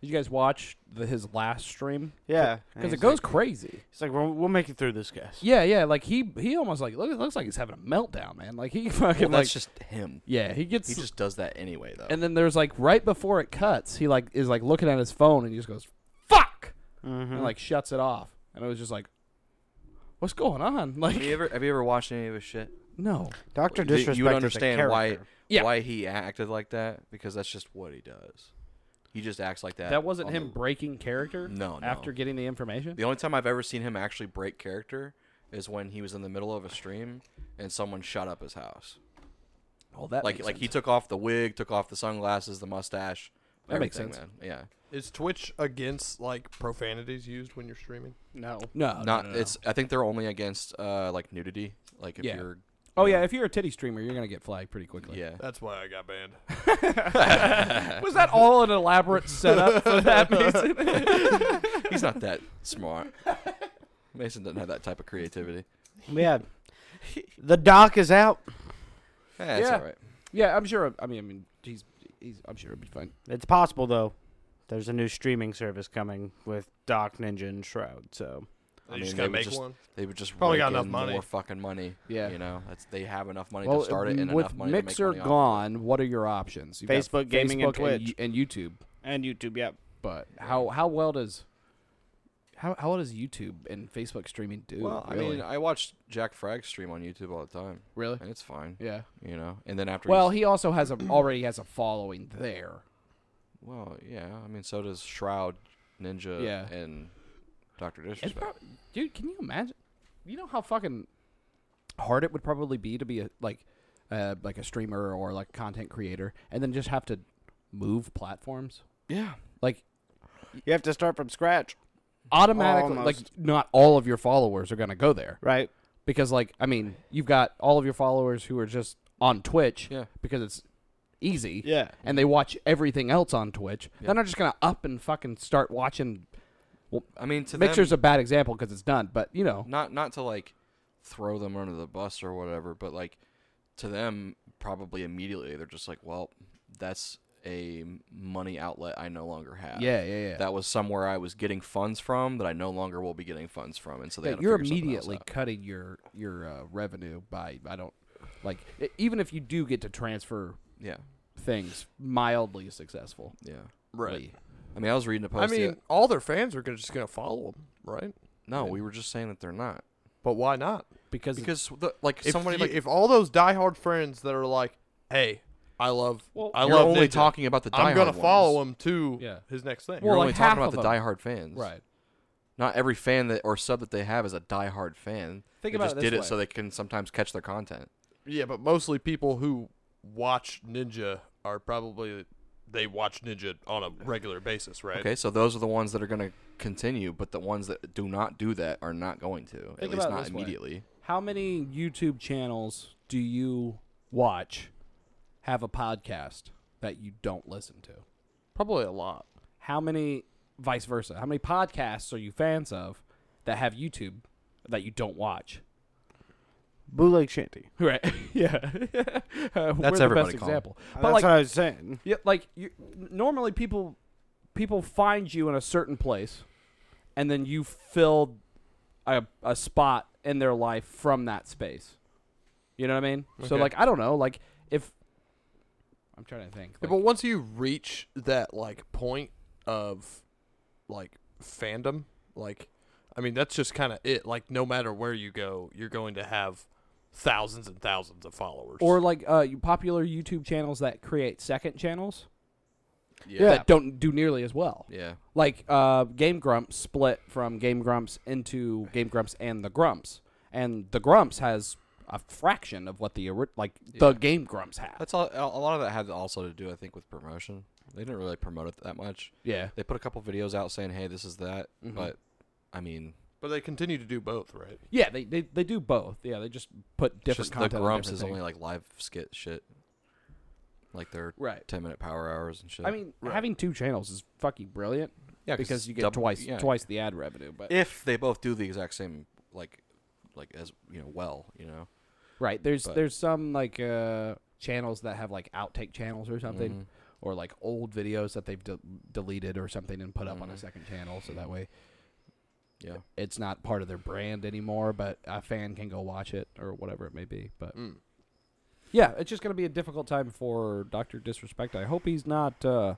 Speaker 3: Did you guys watch the, his last stream?
Speaker 4: yeah, And
Speaker 3: Because it
Speaker 4: he's
Speaker 3: goes crazy.
Speaker 4: Like, he's like, we'll, we'll make it through this, guys.
Speaker 3: Yeah, yeah. Like he he almost like look, looks like he's having a meltdown, man. Like he
Speaker 1: Well,
Speaker 3: fucking like
Speaker 1: that's just him.
Speaker 3: yeah. He gets
Speaker 1: He just does that anyway, though.
Speaker 3: and then there's like right before it cuts, he like is like looking at his phone and he just goes fuck
Speaker 4: Mm-hmm.
Speaker 3: and like shuts it off. And it was just like, what's going on? Like
Speaker 1: have you ever have you ever watched any of his shit?
Speaker 3: no.
Speaker 4: Doctor
Speaker 1: You-
Speaker 4: Disrespect.
Speaker 1: You would understand why
Speaker 3: Yeah.
Speaker 1: why he acted like that because that's just what he does. He just acts like that.
Speaker 3: That wasn't
Speaker 1: on
Speaker 3: him
Speaker 1: The,
Speaker 3: breaking character.
Speaker 1: No, no.
Speaker 3: After getting the information.
Speaker 1: the only time I've ever seen him actually break character is when he was in the middle of a stream and someone shot up his house.
Speaker 3: Oh, that
Speaker 1: like
Speaker 3: makes
Speaker 1: like he
Speaker 3: sense.
Speaker 1: took off the wig, took off the sunglasses, the mustache.
Speaker 3: That makes
Speaker 1: everything,
Speaker 3: sense.
Speaker 1: Man. Yeah.
Speaker 2: Is Twitch against like profanities used when you're streaming?
Speaker 4: No.
Speaker 3: no, no,
Speaker 1: Not
Speaker 3: Oh, no, no.
Speaker 1: it's I think they're only against uh like nudity. Like if
Speaker 3: Yeah.
Speaker 1: you're
Speaker 3: oh yeah. If you're a titty streamer, you're gonna get flagged pretty quickly.
Speaker 1: yeah.
Speaker 2: That's why I got banned.
Speaker 3: Was that all an elaborate setup for that? Mason?
Speaker 1: He's not that smart. Mason doesn't have that type of creativity.
Speaker 4: Yeah. the doc is out.
Speaker 1: Yeah, it's
Speaker 3: Yeah.
Speaker 1: all right.
Speaker 3: yeah, I'm sure. I mean, I mean, he's he's. I'm sure it'll be fine.
Speaker 4: It's possible though. There's a new streaming service coming with Doc Ninja and Shroud. So
Speaker 1: I
Speaker 2: you
Speaker 1: mean, they
Speaker 2: just gotta
Speaker 1: would
Speaker 2: make
Speaker 1: just-
Speaker 2: one.
Speaker 1: They would just
Speaker 2: Probably
Speaker 1: rake
Speaker 2: got enough
Speaker 1: in
Speaker 2: money.
Speaker 1: more fucking money.
Speaker 3: Yeah.
Speaker 1: you know that's they have enough money
Speaker 3: well,
Speaker 1: to start it and
Speaker 3: with
Speaker 1: enough money
Speaker 3: Mixer
Speaker 1: to make money off.
Speaker 3: gone, what are your options? You've got
Speaker 4: Facebook, gaming, and
Speaker 3: Facebook
Speaker 4: Twitch.
Speaker 3: and, y- and YouTube.
Speaker 4: and YouTube. Yep.
Speaker 3: But how how well does how how well does YouTube and Facebook streaming do?
Speaker 1: Well, I
Speaker 3: really?
Speaker 1: mean, I watch Jack Frag stream on YouTube all the time,
Speaker 3: really,
Speaker 1: and it's fine.
Speaker 3: yeah.
Speaker 1: You know, and then after
Speaker 3: Well,
Speaker 1: he's-
Speaker 3: he also has a already has a following there.
Speaker 1: well, yeah. I mean, so does Shroud, Ninja,
Speaker 3: Yeah.
Speaker 1: and Doctor
Speaker 3: It's
Speaker 1: Disrespect.
Speaker 3: prob- dude, can you imagine? You know how fucking hard it would probably be to be a like uh, like a streamer or like content creator, and then just have to move platforms.
Speaker 1: yeah,
Speaker 3: Like
Speaker 4: You have to start from scratch.
Speaker 3: automatically, like
Speaker 4: Almost.
Speaker 3: not all of your followers are gonna go there
Speaker 4: Right.
Speaker 3: because, like, I mean, you've got all of your followers who are just on Twitch
Speaker 1: Yeah.
Speaker 3: because it's easy,
Speaker 4: Yeah.
Speaker 3: and they watch everything else on Twitch. They're not just gonna up and fucking start watching.
Speaker 1: I mean, to
Speaker 3: Mixer's
Speaker 1: them,
Speaker 3: a bad example because it's done, but you know,
Speaker 1: not not to like throw them under the bus or whatever, but like to them, probably immediately they're just like, well, that's a money outlet I no longer have.
Speaker 3: yeah, yeah, yeah.
Speaker 1: that was somewhere I was getting funds from that I no longer will be getting funds from, and so they
Speaker 3: Yeah,
Speaker 1: had to
Speaker 3: you're
Speaker 1: figure something else
Speaker 3: immediately
Speaker 1: out.
Speaker 3: cutting your your uh, revenue by I don't like e- even if you do get to transfer
Speaker 1: yeah,
Speaker 3: things mildly successful.
Speaker 1: yeah, I mean, I was reading a
Speaker 2: I
Speaker 1: post. the-
Speaker 2: mean, all their fans are gonna, just going to follow them, right?
Speaker 1: no, we were just saying that they're not
Speaker 2: But why not?
Speaker 3: Because,
Speaker 1: because the, like
Speaker 2: If
Speaker 1: somebody
Speaker 2: you-
Speaker 1: like
Speaker 2: if all those diehard friends that are like, "Hey, I love, I
Speaker 1: you're
Speaker 2: love
Speaker 1: only
Speaker 2: Ninja.
Speaker 1: talking about the diehard
Speaker 2: I'm gonna
Speaker 1: ones.
Speaker 2: follow him to
Speaker 3: Yeah.
Speaker 2: his next thing."
Speaker 1: You're
Speaker 3: Well,
Speaker 1: only
Speaker 3: like, half
Speaker 1: talking about
Speaker 3: of
Speaker 1: the
Speaker 3: them.
Speaker 1: diehard fans,
Speaker 3: right.
Speaker 1: Not every fan that or sub that they have is a diehard fan.
Speaker 3: Think
Speaker 1: they
Speaker 3: about
Speaker 1: just
Speaker 3: it this
Speaker 1: did
Speaker 3: way.
Speaker 1: it so they can sometimes catch their content.
Speaker 2: yeah, but mostly people who watch Ninja are probably they watch Ninja on a regular basis, right?
Speaker 1: Okay, so those are the ones that are going to continue, but the ones that do not do that are not going to. at
Speaker 3: Think
Speaker 1: least
Speaker 3: about it
Speaker 1: not
Speaker 3: this way.
Speaker 1: immediately.
Speaker 3: How many YouTube channels do you watch have a podcast that you don't listen to?
Speaker 2: Probably a lot.
Speaker 3: How many vice versa? How many podcasts are you fans of that have YouTube that you don't watch?
Speaker 4: Bootleg shanty.
Speaker 3: Right. yeah. Uh, we're the best
Speaker 1: everybody, Colin.
Speaker 3: example.
Speaker 4: But
Speaker 3: But
Speaker 4: That's
Speaker 3: like
Speaker 4: what I was saying.
Speaker 3: Yeah, like you, normally people people find you in a certain place, and then you fill a a spot in their life from that space. You know what I mean? So
Speaker 2: Okay.
Speaker 3: like I don't know, like if I'm trying to think.
Speaker 2: Yeah,
Speaker 3: like-
Speaker 2: but once you reach that like point of like fandom. Like, I mean, that's just kind of it. Like, no matter where you go, you're going to have thousands and thousands of followers.
Speaker 3: or like uh, you- popular YouTube channels that create second channels
Speaker 1: Yeah.
Speaker 3: that don't do nearly as well.
Speaker 1: Yeah.
Speaker 3: Like uh, Game Grumps split from Game Grumps into Game Grumps and the Grumps, and the Grumps has a fraction of what the ori- like the Game Grumps had.
Speaker 1: That's all. A a lot of that had also to do, I think, with promotion. They didn't really promote it that much.
Speaker 3: yeah,
Speaker 1: They put a couple videos out saying, "Hey, this is that,"
Speaker 3: Mhm.
Speaker 1: but I mean,
Speaker 2: but they continue to do both, right?
Speaker 3: yeah, they, they they do both. Yeah, they just put
Speaker 1: it's
Speaker 3: different
Speaker 1: just the
Speaker 3: content. on
Speaker 1: Grumps is
Speaker 3: everything.
Speaker 1: only like live skit shit, like their
Speaker 3: right.
Speaker 1: ten minute power hours and shit.
Speaker 3: I mean, having two channels is fucking brilliant
Speaker 1: yeah,
Speaker 3: because
Speaker 1: it's
Speaker 3: you get
Speaker 1: double-
Speaker 3: twice
Speaker 1: yeah.
Speaker 3: twice the ad revenue. But
Speaker 1: If they both do the exact same, like, like as you know, well, you know,
Speaker 3: Right. There's
Speaker 1: But-
Speaker 3: there's some like uh channels that have like outtake channels or something
Speaker 1: Mhm.
Speaker 3: or like old videos that they've de- deleted or something and put up on a
Speaker 1: Mhm.
Speaker 3: second channel so that way
Speaker 1: yeah.
Speaker 3: it's not part of their brand anymore but a fan can go watch it or whatever it may be. But
Speaker 2: Mm.
Speaker 3: yeah, it's just going to be a difficult time for Dr. Disrespect. I hope he's not uh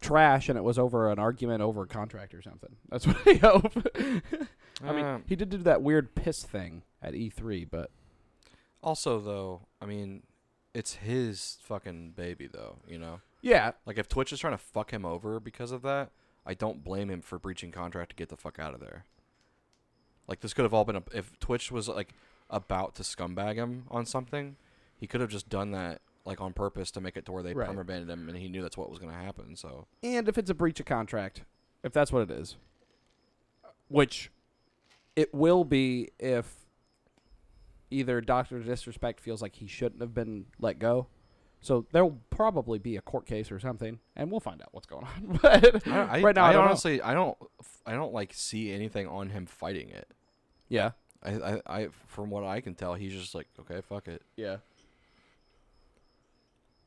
Speaker 3: trash and it was over an argument over a contract or something. That's what I hope. I mean,
Speaker 1: Um,
Speaker 3: he did do that weird piss thing at E3, but
Speaker 1: Also, though, I mean, it's his fucking baby, though. You know,
Speaker 3: yeah,
Speaker 1: like if Twitch is trying to fuck him over because of that, I don't blame him for breaching contract to get the fuck out of there. Like this could have all been a, if Twitch was like about to scumbag him on something, he could have just done that like on purpose to make it to where they
Speaker 3: Right.
Speaker 1: permabanned him, and he knew that's what was going to happen. So
Speaker 3: and if it's a breach of contract, if that's what it is, which it will be if either Doctor Disrespect feels like he shouldn't have been let go. So there'll probably be a court case or something, and we'll find out what's going on. but
Speaker 1: I, I,
Speaker 3: right now, I,
Speaker 1: I
Speaker 3: don't know.
Speaker 1: honestly, I don't, I don't like see anything on him fighting it.
Speaker 3: yeah,
Speaker 1: I, I, I, from what I can tell, he's just like, okay, fuck it.
Speaker 3: yeah,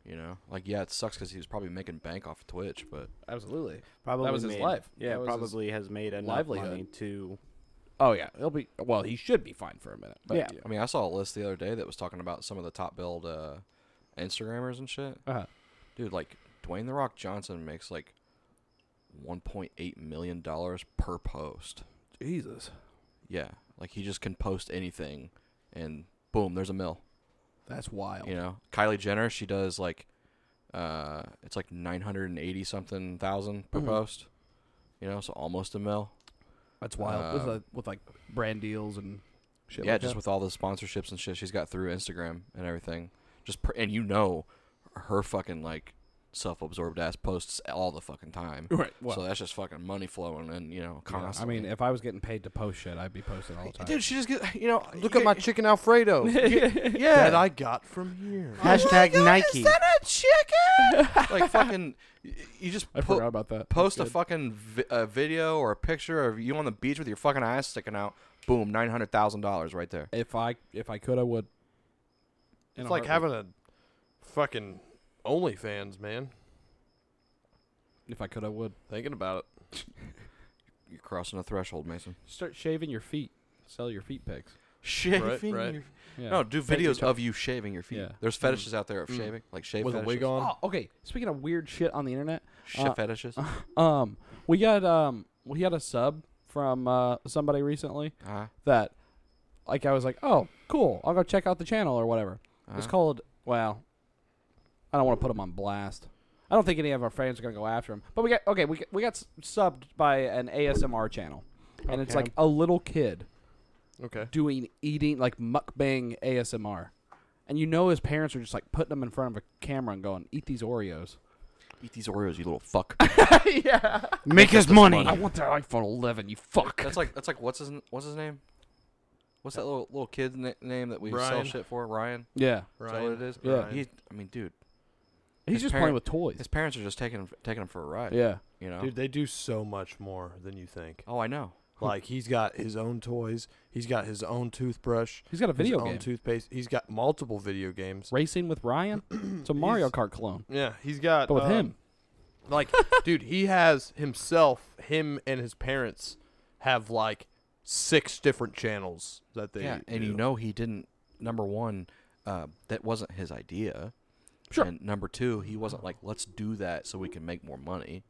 Speaker 1: You know, like yeah, it sucks because he was probably making bank off of Twitch, but
Speaker 3: absolutely.
Speaker 4: Probably
Speaker 3: was his
Speaker 4: made-
Speaker 3: life.
Speaker 4: Yeah,
Speaker 3: That was his
Speaker 4: probably has made enough
Speaker 3: livelihood.
Speaker 4: money to.
Speaker 3: Oh yeah, he'll be well. He should be fine for a minute. But
Speaker 4: Yeah.
Speaker 1: I mean, I saw a list the other day that was talking about some of the top billed uh, Instagrammers and shit.
Speaker 3: Uh-huh.
Speaker 1: Dude, like Dwayne the Rock Johnson makes like 1.8 million dollars per post.
Speaker 3: Jesus,
Speaker 1: Yeah, like he just can post anything, and boom, there's a mill.
Speaker 3: that's wild.
Speaker 1: You know, Kylie Jenner, she does like, uh, it's like 980 something thousand per
Speaker 3: Mhm.
Speaker 1: post. You know, so almost a mill.
Speaker 3: That's wild with
Speaker 1: Uh,
Speaker 3: uh, with like brand deals and shit.
Speaker 1: yeah,
Speaker 3: like
Speaker 1: just
Speaker 3: that.
Speaker 1: with all the sponsorships and shit she's got through Instagram and everything. Just per- and you know, her fucking like self-absorbed ass posts all the fucking time.
Speaker 3: right. Well,
Speaker 1: so that's just fucking money flowing and you know
Speaker 3: yeah, I
Speaker 1: constantly.
Speaker 3: mean, if I was getting paid to post shit, I'd be posting all the time.
Speaker 1: dude, she just get you know.
Speaker 2: Look
Speaker 1: you
Speaker 2: at my
Speaker 1: get-
Speaker 2: chicken Alfredo.
Speaker 1: yeah.
Speaker 2: That I got from
Speaker 1: oh
Speaker 2: here.
Speaker 4: Hashtag Nike.
Speaker 1: like fucking, y- you just
Speaker 3: I
Speaker 1: po-
Speaker 3: forgot about that. That's
Speaker 1: post a
Speaker 3: good.
Speaker 1: fucking vi- a video or a picture of you on the beach with your fucking eyes sticking out. Boom, nine hundred thousand dollars right there.
Speaker 3: If I if I could, I would. In
Speaker 2: It's
Speaker 3: a
Speaker 2: like having
Speaker 3: heartbeat.
Speaker 2: a fucking OnlyFans, man.
Speaker 3: If I could, I would
Speaker 2: Thinking about it.
Speaker 1: You're crossing a threshold, Mason.
Speaker 3: start shaving your feet. Sell your feet pics.
Speaker 1: Shaving
Speaker 2: right.
Speaker 1: your
Speaker 3: Yeah.
Speaker 1: No, do
Speaker 3: Fake your
Speaker 1: videos of you shaving your feet.
Speaker 3: Yeah.
Speaker 1: There's fetishes out there of
Speaker 2: Mm.
Speaker 1: shaving, like shave
Speaker 2: With a
Speaker 1: fetishes.
Speaker 2: wig on.
Speaker 3: Oh, okay. Speaking of weird shit on the internet,
Speaker 1: Shit
Speaker 3: Uh,
Speaker 1: fetishes.
Speaker 3: um, we got um, we had a sub from uh somebody recently
Speaker 1: Uh-huh.
Speaker 3: that, like, I was like, oh, cool, I'll go check out the channel or whatever. It's
Speaker 1: Uh-huh.
Speaker 3: called. Well, I don't want to put him on blast. I don't think any of our fans are gonna go after him. But we got okay. We got- we got s- subbed by an ASMR channel, and it's
Speaker 4: Okay.
Speaker 3: like a little kid
Speaker 2: Okay.
Speaker 3: doing eating like mukbang ASMR, and you know his parents are just like putting him in front of a camera and going, "Eat these Oreos."
Speaker 1: Eat these Oreos, you little fuck.
Speaker 3: yeah.
Speaker 4: Make us money.
Speaker 3: I want that iPhone 11. You fuck.
Speaker 1: that's like that's like what's his what's his name? What's that little little kid's na- name that we sell
Speaker 2: Ryan.
Speaker 1: shit for? Ryan.
Speaker 3: yeah.
Speaker 1: Is that what it is?
Speaker 3: Yeah.
Speaker 2: Ryan.
Speaker 1: He, I mean, dude,
Speaker 3: He's
Speaker 1: His
Speaker 3: just
Speaker 1: parent-
Speaker 3: playing with toys.
Speaker 1: his parents are just taking him, taking him for a ride.
Speaker 3: yeah.
Speaker 1: You know.
Speaker 2: Dude, they do so much more than you think.
Speaker 1: Oh, I know.
Speaker 2: Like he's got his own toys. He's got his own toothbrush.
Speaker 3: He's got a video
Speaker 2: his
Speaker 3: game.
Speaker 2: own toothpaste. He's got multiple video games.
Speaker 3: Racing with Ryan. It's a Mario
Speaker 2: He's-
Speaker 3: Kart clone,
Speaker 2: Yeah, he's got.
Speaker 3: but with
Speaker 2: um,
Speaker 3: him.
Speaker 2: like, dude, he has himself. Him and his parents have like six different channels that they.
Speaker 1: yeah, and
Speaker 2: do.
Speaker 1: you know he didn't. Number one, uh, that wasn't his idea.
Speaker 3: Sure.
Speaker 1: And number two, he wasn't like, let's do that so we can make more money.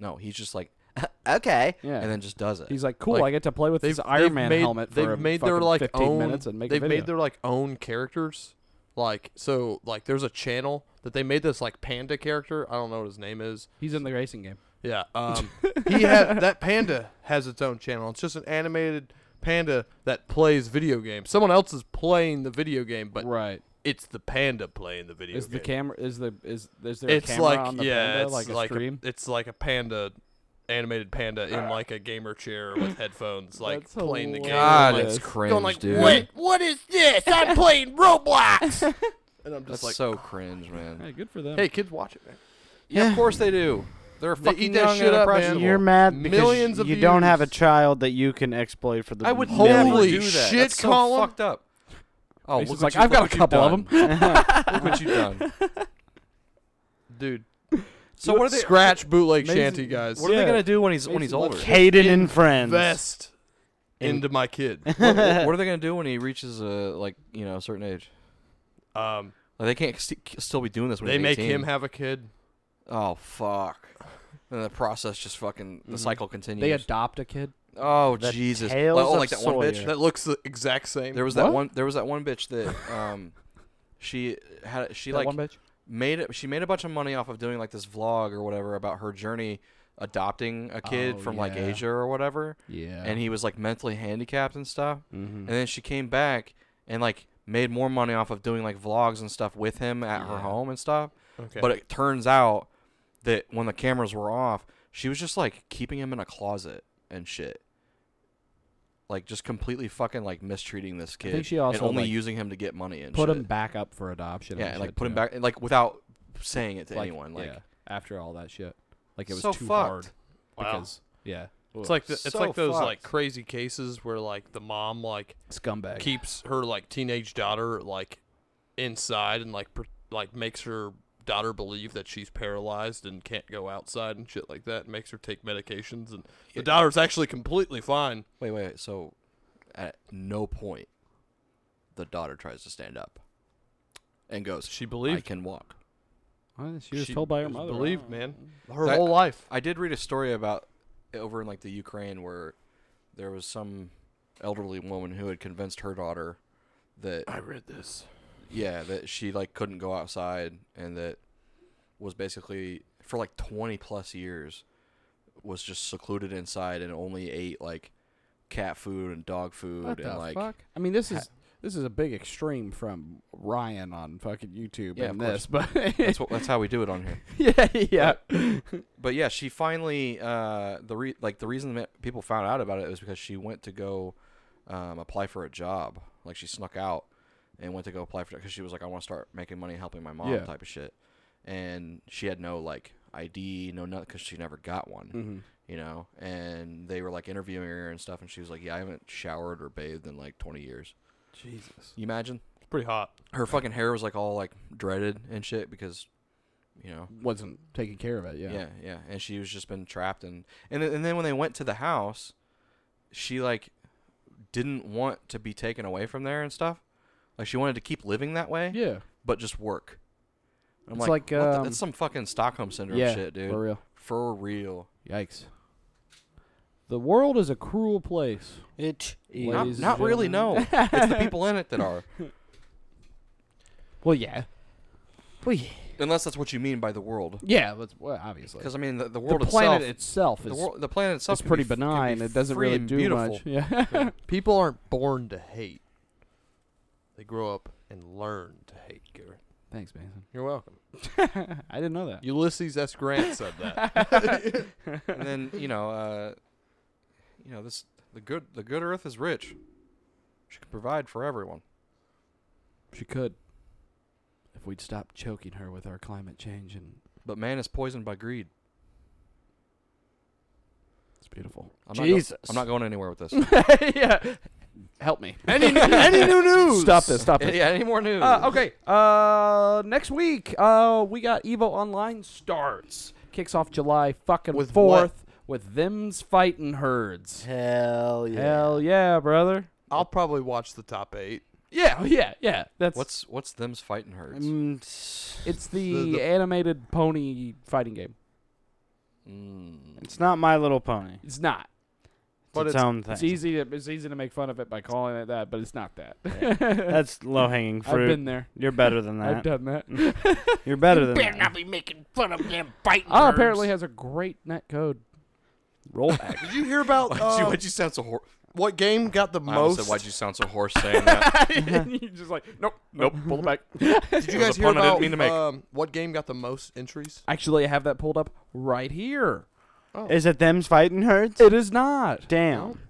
Speaker 1: No, he's just like, okay.
Speaker 3: Yeah.
Speaker 1: And then just does it.
Speaker 3: He's like, cool.
Speaker 2: Like,
Speaker 3: I get to play with
Speaker 2: They've-
Speaker 3: this Iron
Speaker 2: they've
Speaker 3: Man
Speaker 2: made-
Speaker 3: helmet for
Speaker 2: they've
Speaker 3: a
Speaker 2: made their
Speaker 3: fucking
Speaker 2: like
Speaker 3: 15
Speaker 2: own,
Speaker 3: minutes and make a
Speaker 2: They've
Speaker 3: video.
Speaker 2: made their like own characters. Like so, like there's a channel that they made this like panda character. I don't know what his name is.
Speaker 3: He's in the racing game.
Speaker 2: Yeah. Um, he had that panda has its own channel. It's just an animated panda that plays video games. Someone else is playing the video game, but
Speaker 3: right.
Speaker 2: it's the panda playing the video
Speaker 3: Is
Speaker 2: game.
Speaker 3: the camera? Is the is is there a
Speaker 2: it's
Speaker 3: camera
Speaker 2: like
Speaker 3: on the
Speaker 2: yeah,
Speaker 3: panda,
Speaker 2: it's
Speaker 3: like a stream?
Speaker 2: it's like a panda, animated panda in like a gamer chair with headphones, like
Speaker 3: Ah. That's
Speaker 2: playing the game.
Speaker 1: God,
Speaker 2: like,
Speaker 1: it's
Speaker 3: Yes.
Speaker 1: cringe,
Speaker 2: going like,
Speaker 1: dude.
Speaker 2: what? What is this? I'm playing Roblox. And I'm just
Speaker 1: That's
Speaker 2: like,
Speaker 1: so cringe, man.
Speaker 3: hey, good for them.
Speaker 2: hey, kids, watch it, man.
Speaker 1: Yeah, of course they do. They're
Speaker 2: They eat
Speaker 1: fucking
Speaker 2: that
Speaker 1: young
Speaker 2: shit
Speaker 1: and
Speaker 2: up, man.
Speaker 1: impressionable.
Speaker 4: You're mad because
Speaker 2: Millions of
Speaker 4: you don't have a
Speaker 2: views.
Speaker 4: child that you can exploit for the.
Speaker 1: I would
Speaker 2: Holy
Speaker 1: never
Speaker 4: millions.
Speaker 1: do that.
Speaker 2: shit,
Speaker 1: That's so
Speaker 2: Colin.
Speaker 1: fucked up. Oh,
Speaker 3: He's
Speaker 1: look what
Speaker 3: just like,
Speaker 1: you-
Speaker 3: I've got
Speaker 1: look
Speaker 3: a
Speaker 1: what
Speaker 3: couple of
Speaker 1: you've
Speaker 3: them.
Speaker 1: done. look what you've done.
Speaker 2: Dude,
Speaker 1: So what are they?
Speaker 2: scratch bootleg
Speaker 3: Amazing-
Speaker 2: shanty guys.
Speaker 1: What are they
Speaker 3: Yeah.
Speaker 1: gonna do when he's when he's
Speaker 3: Basically,
Speaker 1: older?
Speaker 3: like-
Speaker 4: Caden and friends.
Speaker 2: Invest
Speaker 4: In-
Speaker 2: into my kid.
Speaker 1: what, what- what are they gonna do when he reaches a like you know a certain age?
Speaker 2: Um,
Speaker 1: Like they can't st- still be doing this when
Speaker 2: they
Speaker 1: he's
Speaker 2: make
Speaker 1: 18.
Speaker 2: him have a kid.
Speaker 1: Oh fuck! And the process just fucking the cycle continues.
Speaker 3: Mm-hmm. they adopt a kid.
Speaker 1: oh
Speaker 4: The
Speaker 1: Jesus!
Speaker 4: tales
Speaker 1: Like- oh,
Speaker 4: of
Speaker 1: like that one bitch.
Speaker 4: Sawyer.
Speaker 1: That,
Speaker 2: That looks the exact same.
Speaker 1: there was that
Speaker 3: What?
Speaker 1: one. There was that one bitch that um, she had she
Speaker 3: that
Speaker 1: like
Speaker 3: one bitch.
Speaker 1: made it. She made a bunch of money off of doing like this vlog or whatever about her journey adopting a kid
Speaker 3: Oh,
Speaker 1: from like
Speaker 3: yeah.
Speaker 1: Asia or whatever,
Speaker 3: Yeah.
Speaker 1: and he was like mentally handicapped and stuff.
Speaker 3: mm-hmm.
Speaker 1: And then she came back and like made more money off of doing like vlogs and stuff with him at her
Speaker 3: Yeah.
Speaker 1: home and stuff.
Speaker 2: Okay.
Speaker 1: But it turns out that when the cameras were off, she was just like keeping him in a closet and shit. Like just completely fucking like mistreating this kid
Speaker 3: think she
Speaker 1: and
Speaker 3: also,
Speaker 1: only
Speaker 3: like,
Speaker 1: using him to get money and
Speaker 3: put
Speaker 1: shit.
Speaker 3: him back up for adoption.
Speaker 1: yeah,
Speaker 3: and
Speaker 1: and, like
Speaker 3: shit,
Speaker 1: put him
Speaker 3: too.
Speaker 1: back and, like without saying it to
Speaker 3: Like,
Speaker 1: anyone. Like
Speaker 3: yeah, after all that shit, like it was
Speaker 1: So
Speaker 3: too
Speaker 1: fucked.
Speaker 3: hard.
Speaker 2: Wow.
Speaker 3: Because yeah,
Speaker 2: it's like the, it's
Speaker 1: so
Speaker 2: like those like
Speaker 1: fucked.
Speaker 2: crazy cases where like the mom like
Speaker 3: scumbag.
Speaker 2: keeps her like teenage daughter like inside and like pr- like makes her daughter believe that she's paralyzed and can't go outside and shit like that and makes her take medications and the daughter's actually completely fine
Speaker 1: Wait, wait, wait. So at no point the daughter tries to stand up and goes,
Speaker 2: she
Speaker 1: I
Speaker 2: believed
Speaker 1: can walk.
Speaker 3: Well, she was
Speaker 2: She
Speaker 3: told by her
Speaker 2: was
Speaker 3: mother.
Speaker 2: believed,
Speaker 3: Oh.
Speaker 2: man. her
Speaker 1: That-
Speaker 2: whole life
Speaker 1: I did read a story about over in like the Ukraine where there was some elderly woman who had convinced her daughter that
Speaker 2: i read this
Speaker 1: yeah that she like couldn't go outside and that was basically for like 20 plus years was just secluded inside and only ate like cat food and dog food
Speaker 3: What
Speaker 1: and
Speaker 3: the
Speaker 1: like
Speaker 3: fuck? I mean, this is this is a big extreme from Ryan on fucking YouTube
Speaker 1: Yeah,
Speaker 3: and
Speaker 1: of course.
Speaker 3: this, but
Speaker 1: that's what that's how we do it on here
Speaker 3: yeah,
Speaker 1: Uh,
Speaker 3: yeah.
Speaker 1: but yeah, she finally uh, the re- like the reason that people found out about it was because she went to go um, apply for a job. Like she snuck out and went to go apply for because she was like, I want to start making money helping my mom
Speaker 3: Yeah.
Speaker 1: type of shit. And she had no like ID, no nothing because she never got one,
Speaker 3: Mhm.
Speaker 1: you know. And they were like interviewing her and stuff, and she was like, Yeah, I haven't showered or bathed in like 20 years.
Speaker 3: Jesus.
Speaker 1: You imagine
Speaker 2: it's pretty hot
Speaker 1: her fucking hair was like all like dreaded and shit because, you know,
Speaker 3: Wasn't taking care of it. Yeah.
Speaker 1: yeah, yeah. And she was just been trapped and and then, and then when they went to the house, she like didn't want to be taken away from there and stuff. Like she wanted to keep living that way,
Speaker 3: Yeah.
Speaker 1: but just work. I'm
Speaker 3: It's
Speaker 1: like,
Speaker 3: like,
Speaker 1: what the-
Speaker 3: um,
Speaker 1: that's some fucking Stockholm syndrome
Speaker 3: yeah,
Speaker 1: shit, dude.
Speaker 3: For
Speaker 1: For, real.
Speaker 3: real. Yikes. The world is a cruel place.
Speaker 4: It
Speaker 3: Ladies
Speaker 1: Not,
Speaker 3: and
Speaker 1: not really. No,
Speaker 3: gentlemen.
Speaker 1: it's the people in it that are.
Speaker 3: Well, yeah. Well, yeah.
Speaker 1: Unless that's what you mean by the world,
Speaker 3: Yeah, that's well, obviously.
Speaker 1: because I mean the, the
Speaker 3: The
Speaker 1: world
Speaker 3: planet
Speaker 1: itself.
Speaker 3: itself
Speaker 1: the,
Speaker 3: is
Speaker 1: wor- the planet itself
Speaker 3: it's
Speaker 1: can be
Speaker 3: pretty
Speaker 1: f- can be
Speaker 3: benign. It doesn't
Speaker 1: free
Speaker 3: really
Speaker 1: and
Speaker 3: do
Speaker 1: beautiful.
Speaker 3: much. Yeah.
Speaker 2: people aren't born to hate they grow up and learn to hate garrett
Speaker 3: Thanks, Mason.
Speaker 2: you're welcome
Speaker 3: I didn't know that.
Speaker 2: ulysses s grant said that
Speaker 1: and then you know, uh, you know this the good the good earth is rich. She can provide for everyone.
Speaker 3: She could. If we'd stop choking her with our climate change and
Speaker 1: But man is poisoned by greed.
Speaker 3: it's beautiful.
Speaker 1: I'm
Speaker 4: Jesus.
Speaker 1: Not go- I'm not going anywhere with this.
Speaker 3: yeah. Help me.
Speaker 2: any, any new news
Speaker 3: Stop this. Stop this.
Speaker 1: yeah, any more news?
Speaker 3: Uh, okay. Uh, next week, uh, we got Evo Online starts. Kicks off July fucking
Speaker 2: With what?
Speaker 3: fourth with them's fighting herds.
Speaker 4: Hell yeah.
Speaker 3: Hell yeah, brother.
Speaker 2: i'll probably watch the top eight
Speaker 3: Yeah, yeah, yeah. That's
Speaker 1: What's what's them's fighting herds?
Speaker 4: Mm, s-
Speaker 3: it's the,
Speaker 2: the- the-
Speaker 3: animated pony fighting game.
Speaker 6: Mm.
Speaker 4: It's not My Little Pony. It's
Speaker 3: It's not.
Speaker 2: But
Speaker 4: its,
Speaker 2: it's-
Speaker 4: own thing.
Speaker 3: It's easy. To, it's easy to make fun of it by calling it that, but it's not that.
Speaker 4: That's low hanging
Speaker 3: I've
Speaker 4: fruit.
Speaker 3: been there.
Speaker 4: You're better than
Speaker 3: I've
Speaker 4: that.
Speaker 3: done that.
Speaker 4: You're better than that.
Speaker 7: be making fun of them biting.
Speaker 3: Ah, apparently has a great net code.
Speaker 4: Rollback.
Speaker 2: Did you hear about
Speaker 6: Why'd, you,
Speaker 2: uh,
Speaker 6: why'd you sound so hoarse?
Speaker 2: what game got the
Speaker 6: I almost
Speaker 2: most?
Speaker 6: said, why'd you sound so hoarse saying that?
Speaker 3: You're just like, nope, nope, pull it back.
Speaker 2: Did you
Speaker 7: It was
Speaker 2: guys
Speaker 7: a
Speaker 2: hear
Speaker 7: pun I didn't
Speaker 2: about
Speaker 7: mean to make.
Speaker 2: um, what game got the most entries?
Speaker 3: Actually, I have that pulled up right here.
Speaker 4: Is it them's fighting herds?
Speaker 3: It is not.
Speaker 4: Damn.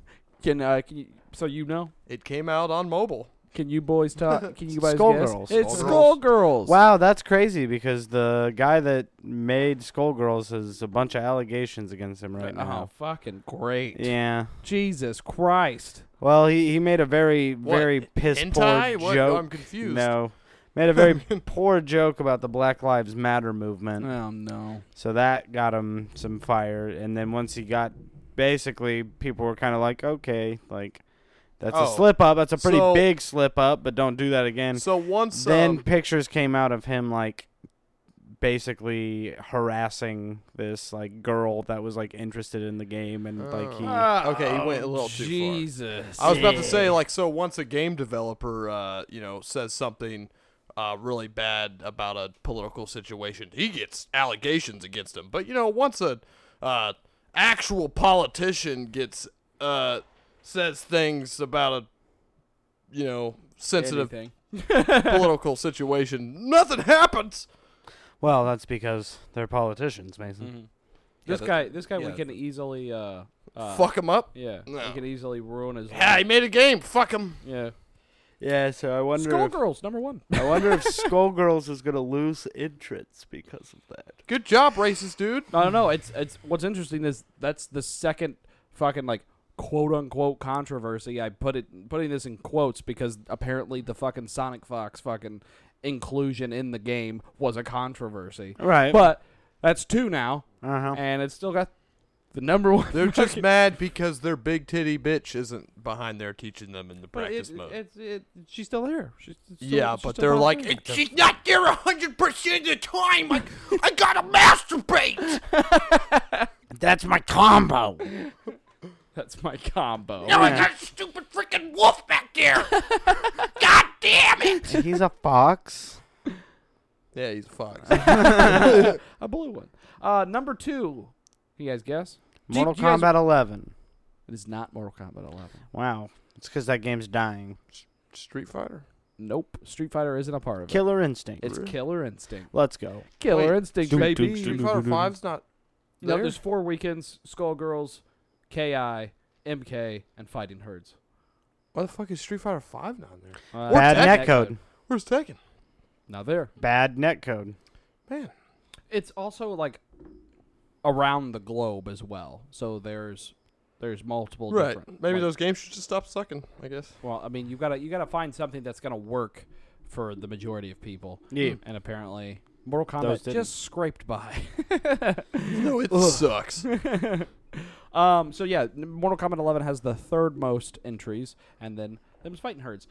Speaker 3: Can uh, can you, so you know?
Speaker 2: It came out on mobile.
Speaker 3: Can you boys talk? Can you guys
Speaker 4: Skullgirls.
Speaker 3: guess? It's
Speaker 2: Skullgirls.
Speaker 3: Skullgirls.
Speaker 4: Wow, that's crazy because the guy that made Skullgirls has a bunch of allegations against him right
Speaker 3: oh,
Speaker 4: now.
Speaker 3: fucking great.
Speaker 4: Yeah.
Speaker 3: Jesus Christ.
Speaker 4: Well, he, he made a very,
Speaker 2: What,
Speaker 4: very piss
Speaker 2: Hentai?
Speaker 4: poor
Speaker 2: What? No, I'm
Speaker 4: joke.
Speaker 2: confused.
Speaker 4: No. Made a very poor joke about the Black Lives Matter movement.
Speaker 3: Oh no.
Speaker 4: So that got him some fire. And then once he got, basically, people were kind of like, okay, like, that's
Speaker 2: Oh.
Speaker 4: a slip up. That's a pretty
Speaker 2: So-
Speaker 4: big slip up, but don't do that again.
Speaker 2: So once
Speaker 4: then
Speaker 2: um,
Speaker 4: pictures came out of him, like, basically harassing this, like, girl that was, like, interested in the game. And, like, he.
Speaker 2: Ah, okay, he went a little too far.
Speaker 3: Jesus.
Speaker 2: I was about to say, like, so once a game developer, uh, you know, says something uh, really bad about a political situation, he gets allegations against him. But you know, once a uh, actual politician gets uh, says things about a you know sensitive
Speaker 3: Anything.
Speaker 2: political situation, nothing happens.
Speaker 4: Well, that's because they're politicians, Mason.
Speaker 3: Mm-hmm. This
Speaker 6: that-
Speaker 3: guy. This guy. We
Speaker 6: yeah.
Speaker 3: can easily. Uh, uh,
Speaker 2: Fuck him up.
Speaker 3: Yeah.
Speaker 2: No.
Speaker 3: We can easily ruin his.
Speaker 2: Yeah, he
Speaker 3: life.
Speaker 2: made a game. Fuck him.
Speaker 3: Yeah.
Speaker 2: Mm-hmm.
Speaker 4: Yeah, so I wonder
Speaker 3: Skullgirls number one.
Speaker 4: I wonder if Skullgirls is going to lose entrance because of that.
Speaker 2: Good job, racist dude.
Speaker 3: I don't know. It's it's what's interesting is that's the second fucking like quote unquote controversy. I put it putting this in quotes because apparently the fucking Sonic Fox fucking inclusion in the game was a controversy.
Speaker 4: Right.
Speaker 3: But that's two now,
Speaker 4: uh-huh.
Speaker 3: and it's still got the number one.
Speaker 2: They're just mad because their big titty bitch isn't behind there teaching them in the
Speaker 3: But
Speaker 2: practice
Speaker 3: it,
Speaker 2: mode.
Speaker 3: It's it, she's still there. She's, it's still-
Speaker 2: yeah,
Speaker 3: she's
Speaker 2: but
Speaker 3: still
Speaker 2: they're
Speaker 3: not
Speaker 2: like,
Speaker 3: there.
Speaker 2: "It- she's not there hundred percent of the time. I, I gotta masturbate.
Speaker 4: That's my combo.
Speaker 3: that's my combo.
Speaker 2: No, I got a stupid freaking wolf back there. God damn it.
Speaker 4: He's a fox.
Speaker 2: Yeah, he's a fox.
Speaker 3: A blue one. Uh, number two. You guys guess? Do you-
Speaker 4: Mortal
Speaker 3: do you guys-
Speaker 4: Kombat 11.
Speaker 3: It is not Mortal Kombat 11.
Speaker 4: Wow. It's because that game's dying.
Speaker 2: Street Fighter.
Speaker 3: Nope. Street Fighter isn't a part of it.
Speaker 4: Killer Instinct.
Speaker 3: It's Killer Instinct.
Speaker 4: Let's go.
Speaker 3: Killer
Speaker 2: Wait,
Speaker 3: Instinct,
Speaker 7: Doom,
Speaker 3: baby.
Speaker 7: doom,
Speaker 2: Street
Speaker 7: doom.
Speaker 2: Fighter Five's not.
Speaker 3: No,
Speaker 2: there?
Speaker 3: there's four weekends: Skullgirls, KI, MK, and Fighting Herds.
Speaker 2: Why the fuck is Street Fighter Five not there?
Speaker 3: Uh,
Speaker 4: Bad
Speaker 2: Tekken.
Speaker 4: net code.
Speaker 2: Where's Tekken?
Speaker 3: Now there.
Speaker 4: Bad net code.
Speaker 2: Man,
Speaker 3: It's also like around the globe as well. So there's there's multiple
Speaker 2: right?
Speaker 3: different.
Speaker 2: Maybe
Speaker 3: like-
Speaker 2: those games should just stop sucking. I guess.
Speaker 3: Well, I mean, you gotta you gotta find something that's gonna work for the majority of people.
Speaker 4: Yeah.
Speaker 6: Mm.
Speaker 3: And apparently, Mortal
Speaker 4: Those
Speaker 3: Kombat
Speaker 4: didn't.
Speaker 3: just scraped by.
Speaker 2: No, it sucks.
Speaker 3: Um, so yeah, n- Mortal Kombat 11 has the third most entries, and then them's fighting herds.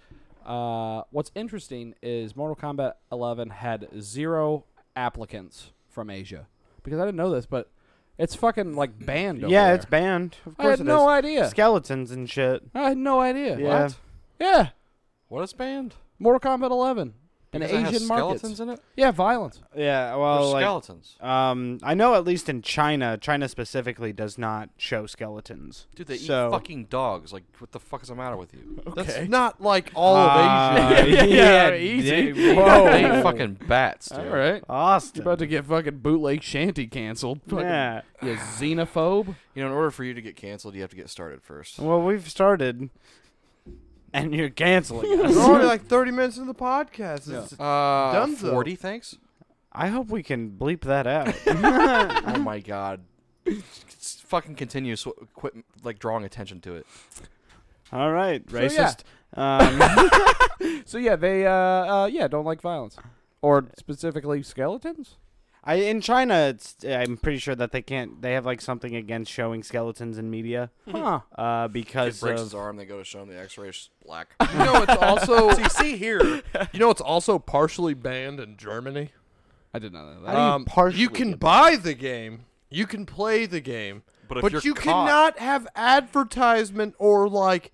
Speaker 3: Uh, what's interesting is Mortal Kombat 11 had zero applicants from Asia because I didn't know this, but it's fucking like banned. over
Speaker 4: yeah, it's
Speaker 3: there.
Speaker 4: banned. Of
Speaker 3: I
Speaker 4: course
Speaker 3: had
Speaker 4: it
Speaker 3: no
Speaker 4: is.
Speaker 3: idea.
Speaker 4: Skeletons and shit.
Speaker 3: I had no idea.
Speaker 4: Yeah.
Speaker 3: What? Yeah,
Speaker 6: what is banned?
Speaker 3: Mortal Kombat 11, an
Speaker 6: Because it has
Speaker 3: Asian
Speaker 6: skeletons
Speaker 3: market.
Speaker 6: in it?
Speaker 3: Yeah, violence.
Speaker 4: Yeah,
Speaker 6: Or
Speaker 4: well, Oh, like,
Speaker 6: skeletons.
Speaker 4: um, I know at least in China, China specifically does not show skeletons.
Speaker 6: Dude, they
Speaker 4: so-
Speaker 6: eat fucking dogs. Like, what the fuck is the matter with you?
Speaker 2: That's not like all of Asia.
Speaker 4: Uh,
Speaker 3: Yeah, yeah, easy.
Speaker 4: they-
Speaker 6: They
Speaker 4: Whoa.
Speaker 6: eat fucking bats, dude.
Speaker 3: All right.
Speaker 4: Austin.
Speaker 3: You're about to get fucking bootleg shanty canceled. Fucking,
Speaker 4: yeah.
Speaker 3: You xenophobe.
Speaker 6: You know, in order for you to get canceled, you have to get started first.
Speaker 4: Well, we've started, and you're canceling us.
Speaker 2: We're already like 30 minutes into the podcast.
Speaker 3: Yeah.
Speaker 2: It's
Speaker 6: Uh,
Speaker 2: Dunzo.
Speaker 6: 40, thanks?
Speaker 4: I hope we can bleep that out.
Speaker 6: oh my god. It's fucking continuous. Quit, like, drawing attention to it.
Speaker 4: All right,
Speaker 3: So,
Speaker 4: racist. Um,
Speaker 3: So yeah, they uh, uh yeah don't like violence, or specifically skeletons.
Speaker 4: I in China, it's, I'm pretty sure that they can't. They have like something against showing skeletons in media
Speaker 3: Huh.
Speaker 4: uh,
Speaker 6: Kid
Speaker 4: because
Speaker 6: breaks
Speaker 4: of
Speaker 6: his arm, they go to show him the x ray, it's black.
Speaker 2: You know, it's also
Speaker 6: see, see here.
Speaker 2: you know, it's also partially banned in Germany.
Speaker 3: I did not know
Speaker 4: How do you partially
Speaker 2: Um, can
Speaker 4: get
Speaker 2: buy the game, You can play the game,
Speaker 1: But if
Speaker 2: but
Speaker 1: you're
Speaker 2: you
Speaker 1: caught-
Speaker 2: cannot have advertisement or like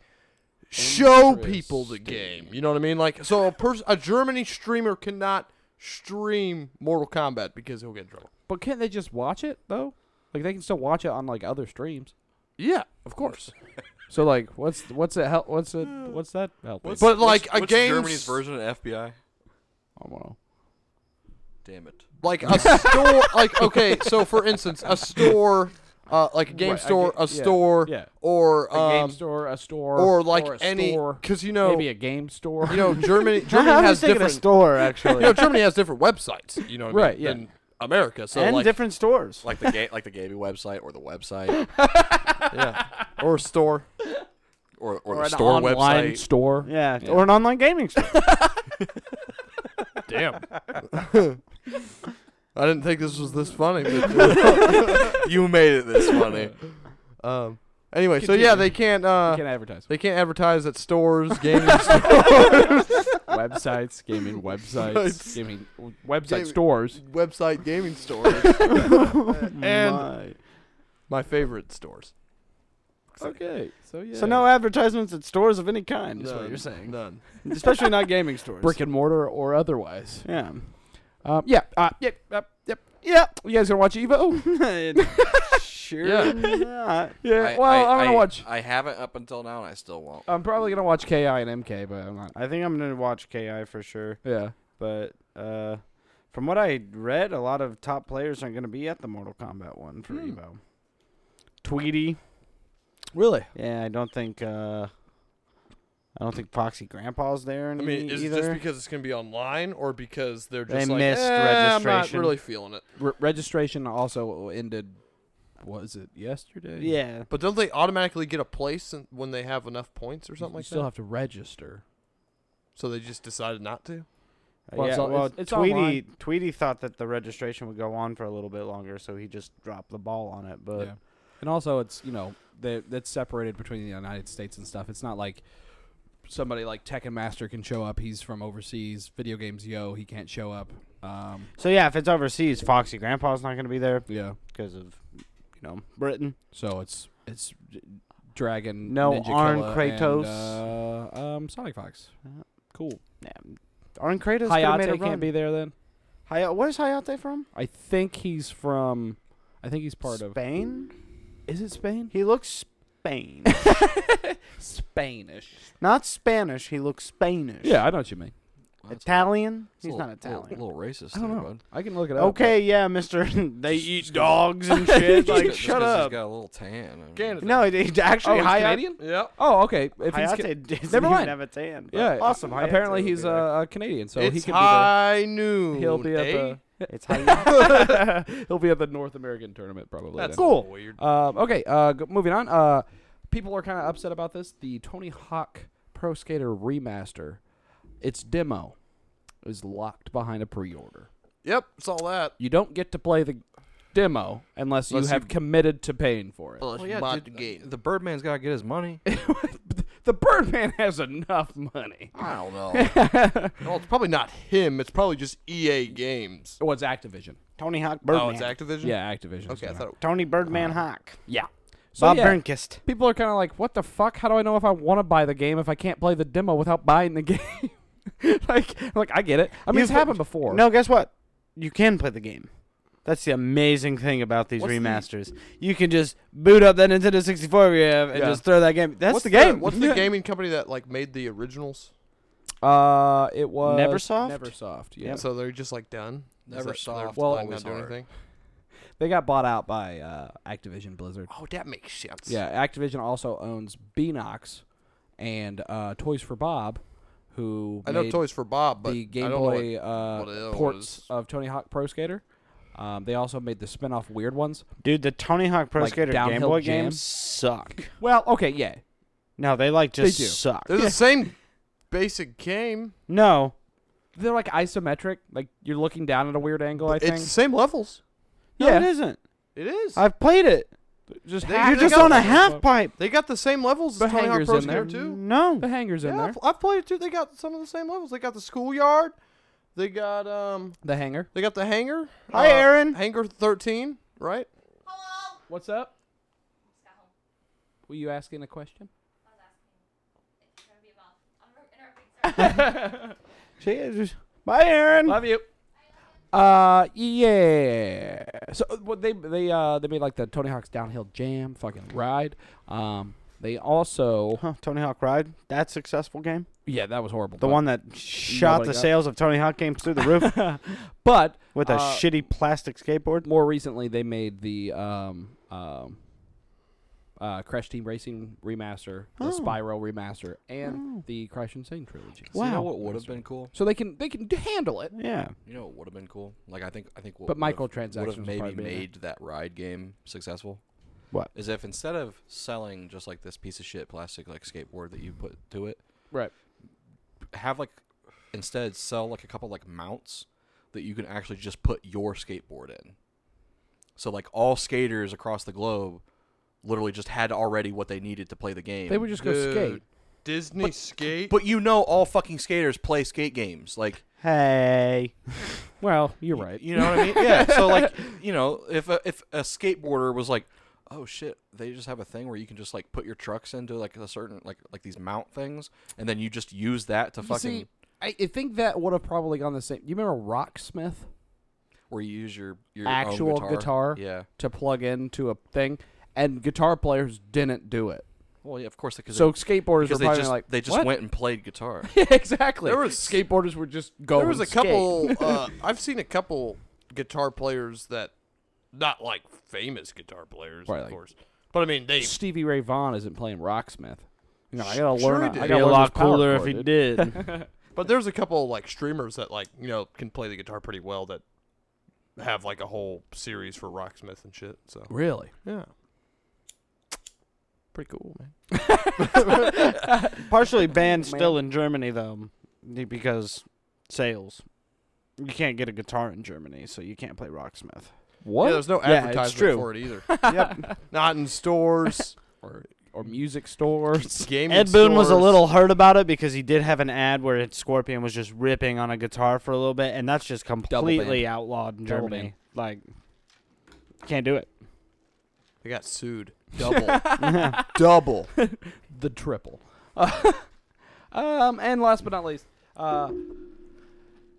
Speaker 2: show people the
Speaker 6: Interesting.
Speaker 2: game. You know what I mean? Like so a person a Germany streamer cannot stream Mortal Kombat because he'll get in trouble.
Speaker 3: But can't they just watch it though? Like they can still watch it on like other streams.
Speaker 2: Yeah, of course.
Speaker 3: So like, what's what's it help? What's it? What's that helping?
Speaker 1: What's-
Speaker 2: But, like,
Speaker 1: what's,
Speaker 2: a
Speaker 1: what's
Speaker 2: game's-
Speaker 1: Germany's version of FBI.
Speaker 3: I don't know.
Speaker 1: Damn it.
Speaker 2: like a store like okay so for instance a store uh, like a game
Speaker 3: Right, a
Speaker 2: store
Speaker 3: ga-
Speaker 2: a,
Speaker 3: yeah,
Speaker 2: store
Speaker 3: yeah.
Speaker 2: or
Speaker 3: A
Speaker 2: um,
Speaker 3: game store, a store,
Speaker 2: or like
Speaker 3: a
Speaker 2: any
Speaker 3: store,
Speaker 2: because you know
Speaker 3: maybe a game store.
Speaker 2: you know germany germany
Speaker 4: I was
Speaker 2: has
Speaker 4: thinking
Speaker 2: different
Speaker 4: a store
Speaker 2: you
Speaker 4: actually,
Speaker 2: know germany has different websites you know what I mean,
Speaker 3: Right, yeah.
Speaker 2: than america so
Speaker 4: and
Speaker 2: like,
Speaker 4: different stores.
Speaker 1: Like the ga- like the gaming website or the website
Speaker 2: yeah or a store
Speaker 1: or, or,
Speaker 3: or
Speaker 1: the
Speaker 3: an
Speaker 1: store
Speaker 3: online
Speaker 1: website.
Speaker 3: store.
Speaker 4: Yeah, or an online gaming store.
Speaker 2: damn i didn't think this was this funny but
Speaker 1: you made it this funny.
Speaker 2: uh, um anyway so yeah they can't uh
Speaker 3: Can't advertise
Speaker 2: they can't advertise at stores gaming stores
Speaker 3: websites, gaming websites, gaming website
Speaker 2: Gaming-
Speaker 3: stores.
Speaker 2: website gaming stores and
Speaker 4: My.
Speaker 2: my favorite stores
Speaker 3: Okay, so yeah.
Speaker 4: So no advertisements at stores of any kind is what
Speaker 2: None.
Speaker 4: you're saying,
Speaker 2: None.
Speaker 4: especially not gaming stores.
Speaker 3: brick and mortar or otherwise.
Speaker 4: yeah.
Speaker 3: Um, yeah, uh, yep, yep, yep, yep. You guys gonna watch Evo?
Speaker 4: sure.
Speaker 2: Yeah.
Speaker 4: Not.
Speaker 3: yeah. well, I, am gonna
Speaker 1: I,
Speaker 3: watch.
Speaker 1: I haven't up until now, and I still won't.
Speaker 3: I'm probably gonna watch Ki and MK, but I'm not.
Speaker 4: I think I'm gonna watch Ki for sure,
Speaker 3: Yeah.
Speaker 4: but uh, from what I read, a lot of top players aren't gonna be at the Mortal Kombat one for
Speaker 3: Hmm.
Speaker 4: Evo. Tweety.
Speaker 3: Really?
Speaker 4: Yeah, I don't think. Uh, I don't think Foxy Grandpa's there.
Speaker 2: I mean, is
Speaker 4: either.
Speaker 2: it just because it's gonna be online, or because they're just
Speaker 4: They
Speaker 2: like,
Speaker 4: missed
Speaker 2: "Eh, I'm
Speaker 4: registration."
Speaker 2: not really feeling it.
Speaker 3: Re- registration also ended. Was it yesterday?
Speaker 4: yeah.
Speaker 2: But don't they automatically get a place in- when they have enough points or something
Speaker 3: you
Speaker 2: like
Speaker 3: still
Speaker 2: that?
Speaker 3: have to register.
Speaker 2: so they just decided not to.
Speaker 3: Well,
Speaker 4: yeah,
Speaker 3: it's all-
Speaker 4: well,
Speaker 3: it's- it's
Speaker 4: Tweety
Speaker 3: online.
Speaker 4: Tweety thought that the registration would go on for a little bit longer, so he just dropped the ball on it. But
Speaker 3: yeah. And also, it's you know they- that's separated between the United States and stuff. It's not like somebody like Tekken Master can show up. He's from overseas. Video games, yo, he can't show up. Um,
Speaker 4: so yeah, if it's overseas, Foxy Grandpa's not going to be there
Speaker 3: yeah.
Speaker 4: because of you know Britain.
Speaker 3: So it's it's d- Dragon.
Speaker 4: No
Speaker 3: Ninja
Speaker 4: Arn
Speaker 3: Killa,
Speaker 4: Kratos.
Speaker 3: And, uh, um, Sonic Fox. Cool.
Speaker 4: Yeah. Aren't Kratos gonna made a
Speaker 3: Hayate
Speaker 4: run?
Speaker 3: can't be there then.
Speaker 4: Haya- where's Hayate from?
Speaker 3: I think he's from. I think he's part of.
Speaker 4: Spain.
Speaker 3: Is it Spain?
Speaker 4: He looks Spain,
Speaker 3: Spanish.
Speaker 4: not Spanish. He looks Spanish.
Speaker 3: Yeah, I know what you mean.
Speaker 4: Italian.
Speaker 1: It's a
Speaker 4: He's
Speaker 1: little-
Speaker 4: not
Speaker 1: little-
Speaker 4: Italian.
Speaker 1: little racist,
Speaker 3: I don't
Speaker 1: there,
Speaker 3: know.
Speaker 1: bud.
Speaker 3: I can look it up.
Speaker 4: Okay, yeah, Mister. they
Speaker 1: Just-
Speaker 4: eat
Speaker 1: just 'cause-
Speaker 4: dogs and shit.
Speaker 1: Just
Speaker 4: like,
Speaker 1: 'cause- just
Speaker 4: shut
Speaker 1: 'cause He's
Speaker 4: up.
Speaker 1: got a little tan. and-
Speaker 2: Canada.
Speaker 4: No, it, it actually
Speaker 3: Oh, he's
Speaker 4: Hayate.
Speaker 3: Canadian.
Speaker 2: Yep.
Speaker 3: Oh, okay. If he's Ca-
Speaker 4: Hayate doesn't
Speaker 3: never
Speaker 4: even
Speaker 3: mind.
Speaker 4: have a tan. but
Speaker 3: yeah,
Speaker 4: awesome. Hayate
Speaker 3: Apparently
Speaker 4: would
Speaker 3: he's
Speaker 4: be there.
Speaker 3: uh, a Canadian, so he
Speaker 2: it's
Speaker 3: could
Speaker 2: high
Speaker 3: be
Speaker 2: noon.
Speaker 3: the. He'll be at
Speaker 2: eh?
Speaker 3: the.
Speaker 4: It's Hayate.
Speaker 3: he'll be at the North American tournament probably.
Speaker 2: That's
Speaker 3: then.
Speaker 2: cool. Weird.
Speaker 3: Um, okay, uh, g- moving on. Uh, people are kind of upset about this. The Tony Hawk Pro Skater Remaster, its demo, is locked behind a pre-order.
Speaker 2: Yep. Saw that.
Speaker 3: You don't get to play the demo unless,
Speaker 2: Unless
Speaker 3: you have
Speaker 2: you-
Speaker 3: committed to paying for it.
Speaker 2: Well,
Speaker 1: Well, yeah, dude,
Speaker 2: uh,
Speaker 1: The Birdman's gotta get his money.
Speaker 3: the Birdman has enough money.
Speaker 1: I don't know.
Speaker 2: Well, Oh, it's probably not him. It's probably just EA Games.
Speaker 3: Oh, it's Activision.
Speaker 4: Tony Hawk Birdman.
Speaker 2: Oh, it's Activision.
Speaker 3: Yeah, Activision.
Speaker 2: Okay, I thought. It,
Speaker 4: Tony Birdman Hawk.
Speaker 3: yeah. So
Speaker 4: Bob
Speaker 3: yeah,
Speaker 4: Burnquist.
Speaker 3: people are kind of like, "What the fuck? How do I know if I want to buy the game if I can't play the demo without buying the game?" like, like I get it. I mean,
Speaker 4: You
Speaker 3: it's
Speaker 4: could-
Speaker 3: happened before.
Speaker 4: No, guess what? You can play the game. That's the amazing thing about these
Speaker 2: What's the-
Speaker 4: remasters. You can just boot up that Nintendo 64 we have and
Speaker 3: Yeah.
Speaker 4: just throw that game. That's
Speaker 2: what's
Speaker 4: the game.
Speaker 2: What's the gaming company that like made the originals?
Speaker 3: Uh, it was
Speaker 4: Neversoft?
Speaker 3: Neversoft. Yeah.
Speaker 2: So they're just like done. Is that-
Speaker 1: Neversoft,
Speaker 2: they're,
Speaker 3: well,
Speaker 2: like,
Speaker 3: it
Speaker 2: not
Speaker 3: was
Speaker 2: doing
Speaker 3: hard.
Speaker 2: anything.
Speaker 3: They got bought out by uh, Activision Blizzard.
Speaker 2: Oh, that makes sense.
Speaker 3: Yeah, Activision also owns Beanox and uh, Toys for Bob, who
Speaker 2: I know
Speaker 3: made
Speaker 2: Toys for Bob, but
Speaker 3: the
Speaker 2: I
Speaker 3: Game
Speaker 2: don't know what-
Speaker 3: Boy uh,
Speaker 2: what it
Speaker 3: ports
Speaker 2: was.
Speaker 3: of Tony Hawk Pro Skater. Um, they also made the spin-off weird ones.
Speaker 4: Dude, the Tony Hawk Pro
Speaker 3: Like
Speaker 4: Skater Game
Speaker 3: Downhill
Speaker 4: Boy
Speaker 3: Jam?
Speaker 4: games suck.
Speaker 3: Well, okay, yeah,
Speaker 4: No, they like just
Speaker 3: do.
Speaker 4: suck.
Speaker 2: They're the same basic game.
Speaker 4: No,
Speaker 3: they're like isometric. Like you're looking down at a weird angle. I think.
Speaker 2: It's the same levels.
Speaker 4: no,
Speaker 3: Yeah.
Speaker 4: it isn't.
Speaker 2: It is.
Speaker 4: I've played it.
Speaker 3: just
Speaker 2: They-
Speaker 3: hack-
Speaker 4: You're
Speaker 2: they
Speaker 4: just
Speaker 2: got
Speaker 4: on a
Speaker 2: levels,
Speaker 4: half pipe.
Speaker 2: they got the same levels
Speaker 3: The
Speaker 2: as Tony Hawk
Speaker 3: hangers
Speaker 2: Pro
Speaker 3: in there.
Speaker 2: Skater too.
Speaker 4: No.
Speaker 3: the hangers
Speaker 2: Yeah,
Speaker 3: in there.
Speaker 2: I've, I've played it too. They got some of the same levels. They got the schoolyard. They got um.
Speaker 3: The hanger.
Speaker 2: They got the hangar.
Speaker 4: Hi, Aaron.
Speaker 2: Hangar thirteen, right?
Speaker 3: What's up? Were you asking a question?
Speaker 4: She is just, bye, Aaron.
Speaker 3: Love you. Uh yeah. So uh, what they they uh they made like the Tony Hawk's downhill jam fucking ride. Um they also
Speaker 4: Huh, Tony Hawk Ride, that successful game,
Speaker 3: yeah that was horrible.
Speaker 4: the
Speaker 3: but-
Speaker 4: one that shot
Speaker 3: Nobody
Speaker 4: the
Speaker 3: got-
Speaker 4: sales of Tony Hawk games through the roof
Speaker 3: but
Speaker 4: with a
Speaker 3: Uh,
Speaker 4: shitty plastic skateboard.
Speaker 3: more recently they made the um um uh Crash Team Racing remaster,
Speaker 4: Oh.
Speaker 3: the Spiral remaster, and the Crash Insane trilogy.
Speaker 1: So you know
Speaker 4: Wow.
Speaker 1: what would have been cool?
Speaker 3: So they can they can d- handle it.
Speaker 4: Yeah,
Speaker 1: You know what would have been cool? Like I think I think what
Speaker 3: But
Speaker 1: would've-
Speaker 3: microtransactions
Speaker 1: would've
Speaker 3: would
Speaker 1: maybe
Speaker 3: probably be in there.
Speaker 1: made that ride game successful.
Speaker 4: What?
Speaker 1: is if instead of selling just like this piece of shit plastic like skateboard that you put to it,
Speaker 3: Right.
Speaker 1: have like instead sell like a couple like mounts that you can actually just put your skateboard in. So like all skaters across the globe literally just had already what they needed to play the game.
Speaker 3: They would just go
Speaker 2: Dude,
Speaker 3: skate.
Speaker 2: Disney skate.
Speaker 1: but you know all fucking skaters play skate games. Like
Speaker 4: hey,
Speaker 3: Well, you're right.
Speaker 1: You know what I mean? Yeah. So like, you know, if a, if a skateboarder was like, oh shit, they just have a thing where you can just like put your trucks into like a certain like like these mount things, and then you just use that to
Speaker 3: You
Speaker 1: fucking
Speaker 3: see, I, I think that would have probably gone the same. You remember Rocksmith
Speaker 1: where you use your your own
Speaker 3: actual guitar,
Speaker 1: Yeah.
Speaker 3: to plug into a thing, and guitar players didn't do it.
Speaker 1: Well, yeah, of course, because
Speaker 3: So
Speaker 1: they,
Speaker 3: skateboarders were
Speaker 1: because they
Speaker 3: probably
Speaker 1: just
Speaker 3: like
Speaker 1: they just
Speaker 3: "What?"
Speaker 1: went and played guitar.
Speaker 3: Yeah, exactly.
Speaker 2: There was-
Speaker 3: skateboarders were just going.
Speaker 2: there was a couple. uh, I've seen a couple guitar players that, not like famous guitar players,
Speaker 3: Right,
Speaker 2: of
Speaker 3: like-
Speaker 2: course. But I mean, they
Speaker 3: Stevie Ray Vaughan isn't playing Rocksmith. You know, I gotta
Speaker 2: Sure
Speaker 3: learn.
Speaker 2: he
Speaker 3: I
Speaker 2: did.
Speaker 3: gotta
Speaker 4: be a
Speaker 3: learn
Speaker 4: lot
Speaker 3: this power
Speaker 4: cooler if
Speaker 3: chord,
Speaker 4: he
Speaker 3: dude.
Speaker 4: did.
Speaker 2: But there's a couple like streamers that like you know can play the guitar pretty well that have like a whole series for rocksmith and shit. So
Speaker 3: Really?
Speaker 2: yeah, pretty cool, man.
Speaker 4: Partially banned still in Germany though, because sales. You can't get a guitar in Germany, so you can't play Rocksmith.
Speaker 3: What?
Speaker 2: Yeah, there's no
Speaker 4: Yeah, it's
Speaker 2: advertisement
Speaker 4: true.
Speaker 2: for it either.
Speaker 4: yep.
Speaker 2: Not in stores.
Speaker 3: or or music stores.
Speaker 2: gaming
Speaker 4: Ed Boone was a
Speaker 2: stores.
Speaker 4: little hurt about it because he did have an ad where it- Scorpion was just ripping on a guitar for a little bit, and that's just completely outlawed in
Speaker 3: Double
Speaker 4: Germany. Like, can't do it.
Speaker 2: They got sued. Double. Double.
Speaker 3: the triple. um, and last but not least, uh,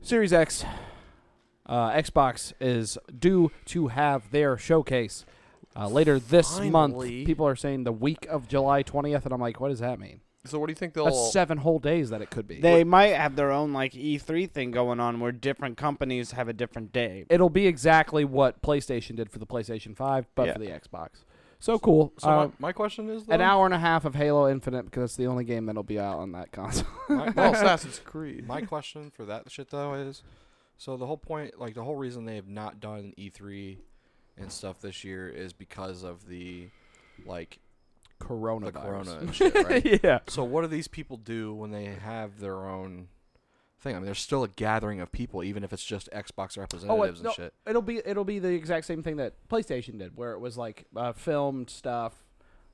Speaker 3: Series X. Uh, Xbox is due to have their showcase uh, later this month.
Speaker 2: Finally.
Speaker 3: People are saying the week of July 20th, and I'm like, what does that mean?
Speaker 2: So what do you think they'll?
Speaker 3: That's seven whole days that it could be.
Speaker 4: They might have their own like E3 thing going on where different companies have a different day.
Speaker 3: It'll be exactly what PlayStation did for the PlayStation 5, but for the Xbox. So cool.
Speaker 1: So
Speaker 3: Uh,
Speaker 1: my, my question is, though,
Speaker 3: an hour and a half of Halo Infinite because it's the only game that'll be out on that console.
Speaker 1: my, oh,
Speaker 2: well, Assassin's Creed.
Speaker 1: my question for that shit though is, so the whole point, like the whole reason they have not done E3 and stuff this year is because of the like
Speaker 3: Coronavirus.
Speaker 1: the corona and shit, right?
Speaker 3: yeah.
Speaker 1: So what do these people do when they have their own thing? I mean, there's still a gathering of people, even if it's just Xbox representatives
Speaker 3: Oh,
Speaker 1: and
Speaker 3: no,
Speaker 1: shit.
Speaker 3: it'll be it'll be the exact same thing that PlayStation did, where it was like uh, filmed stuff,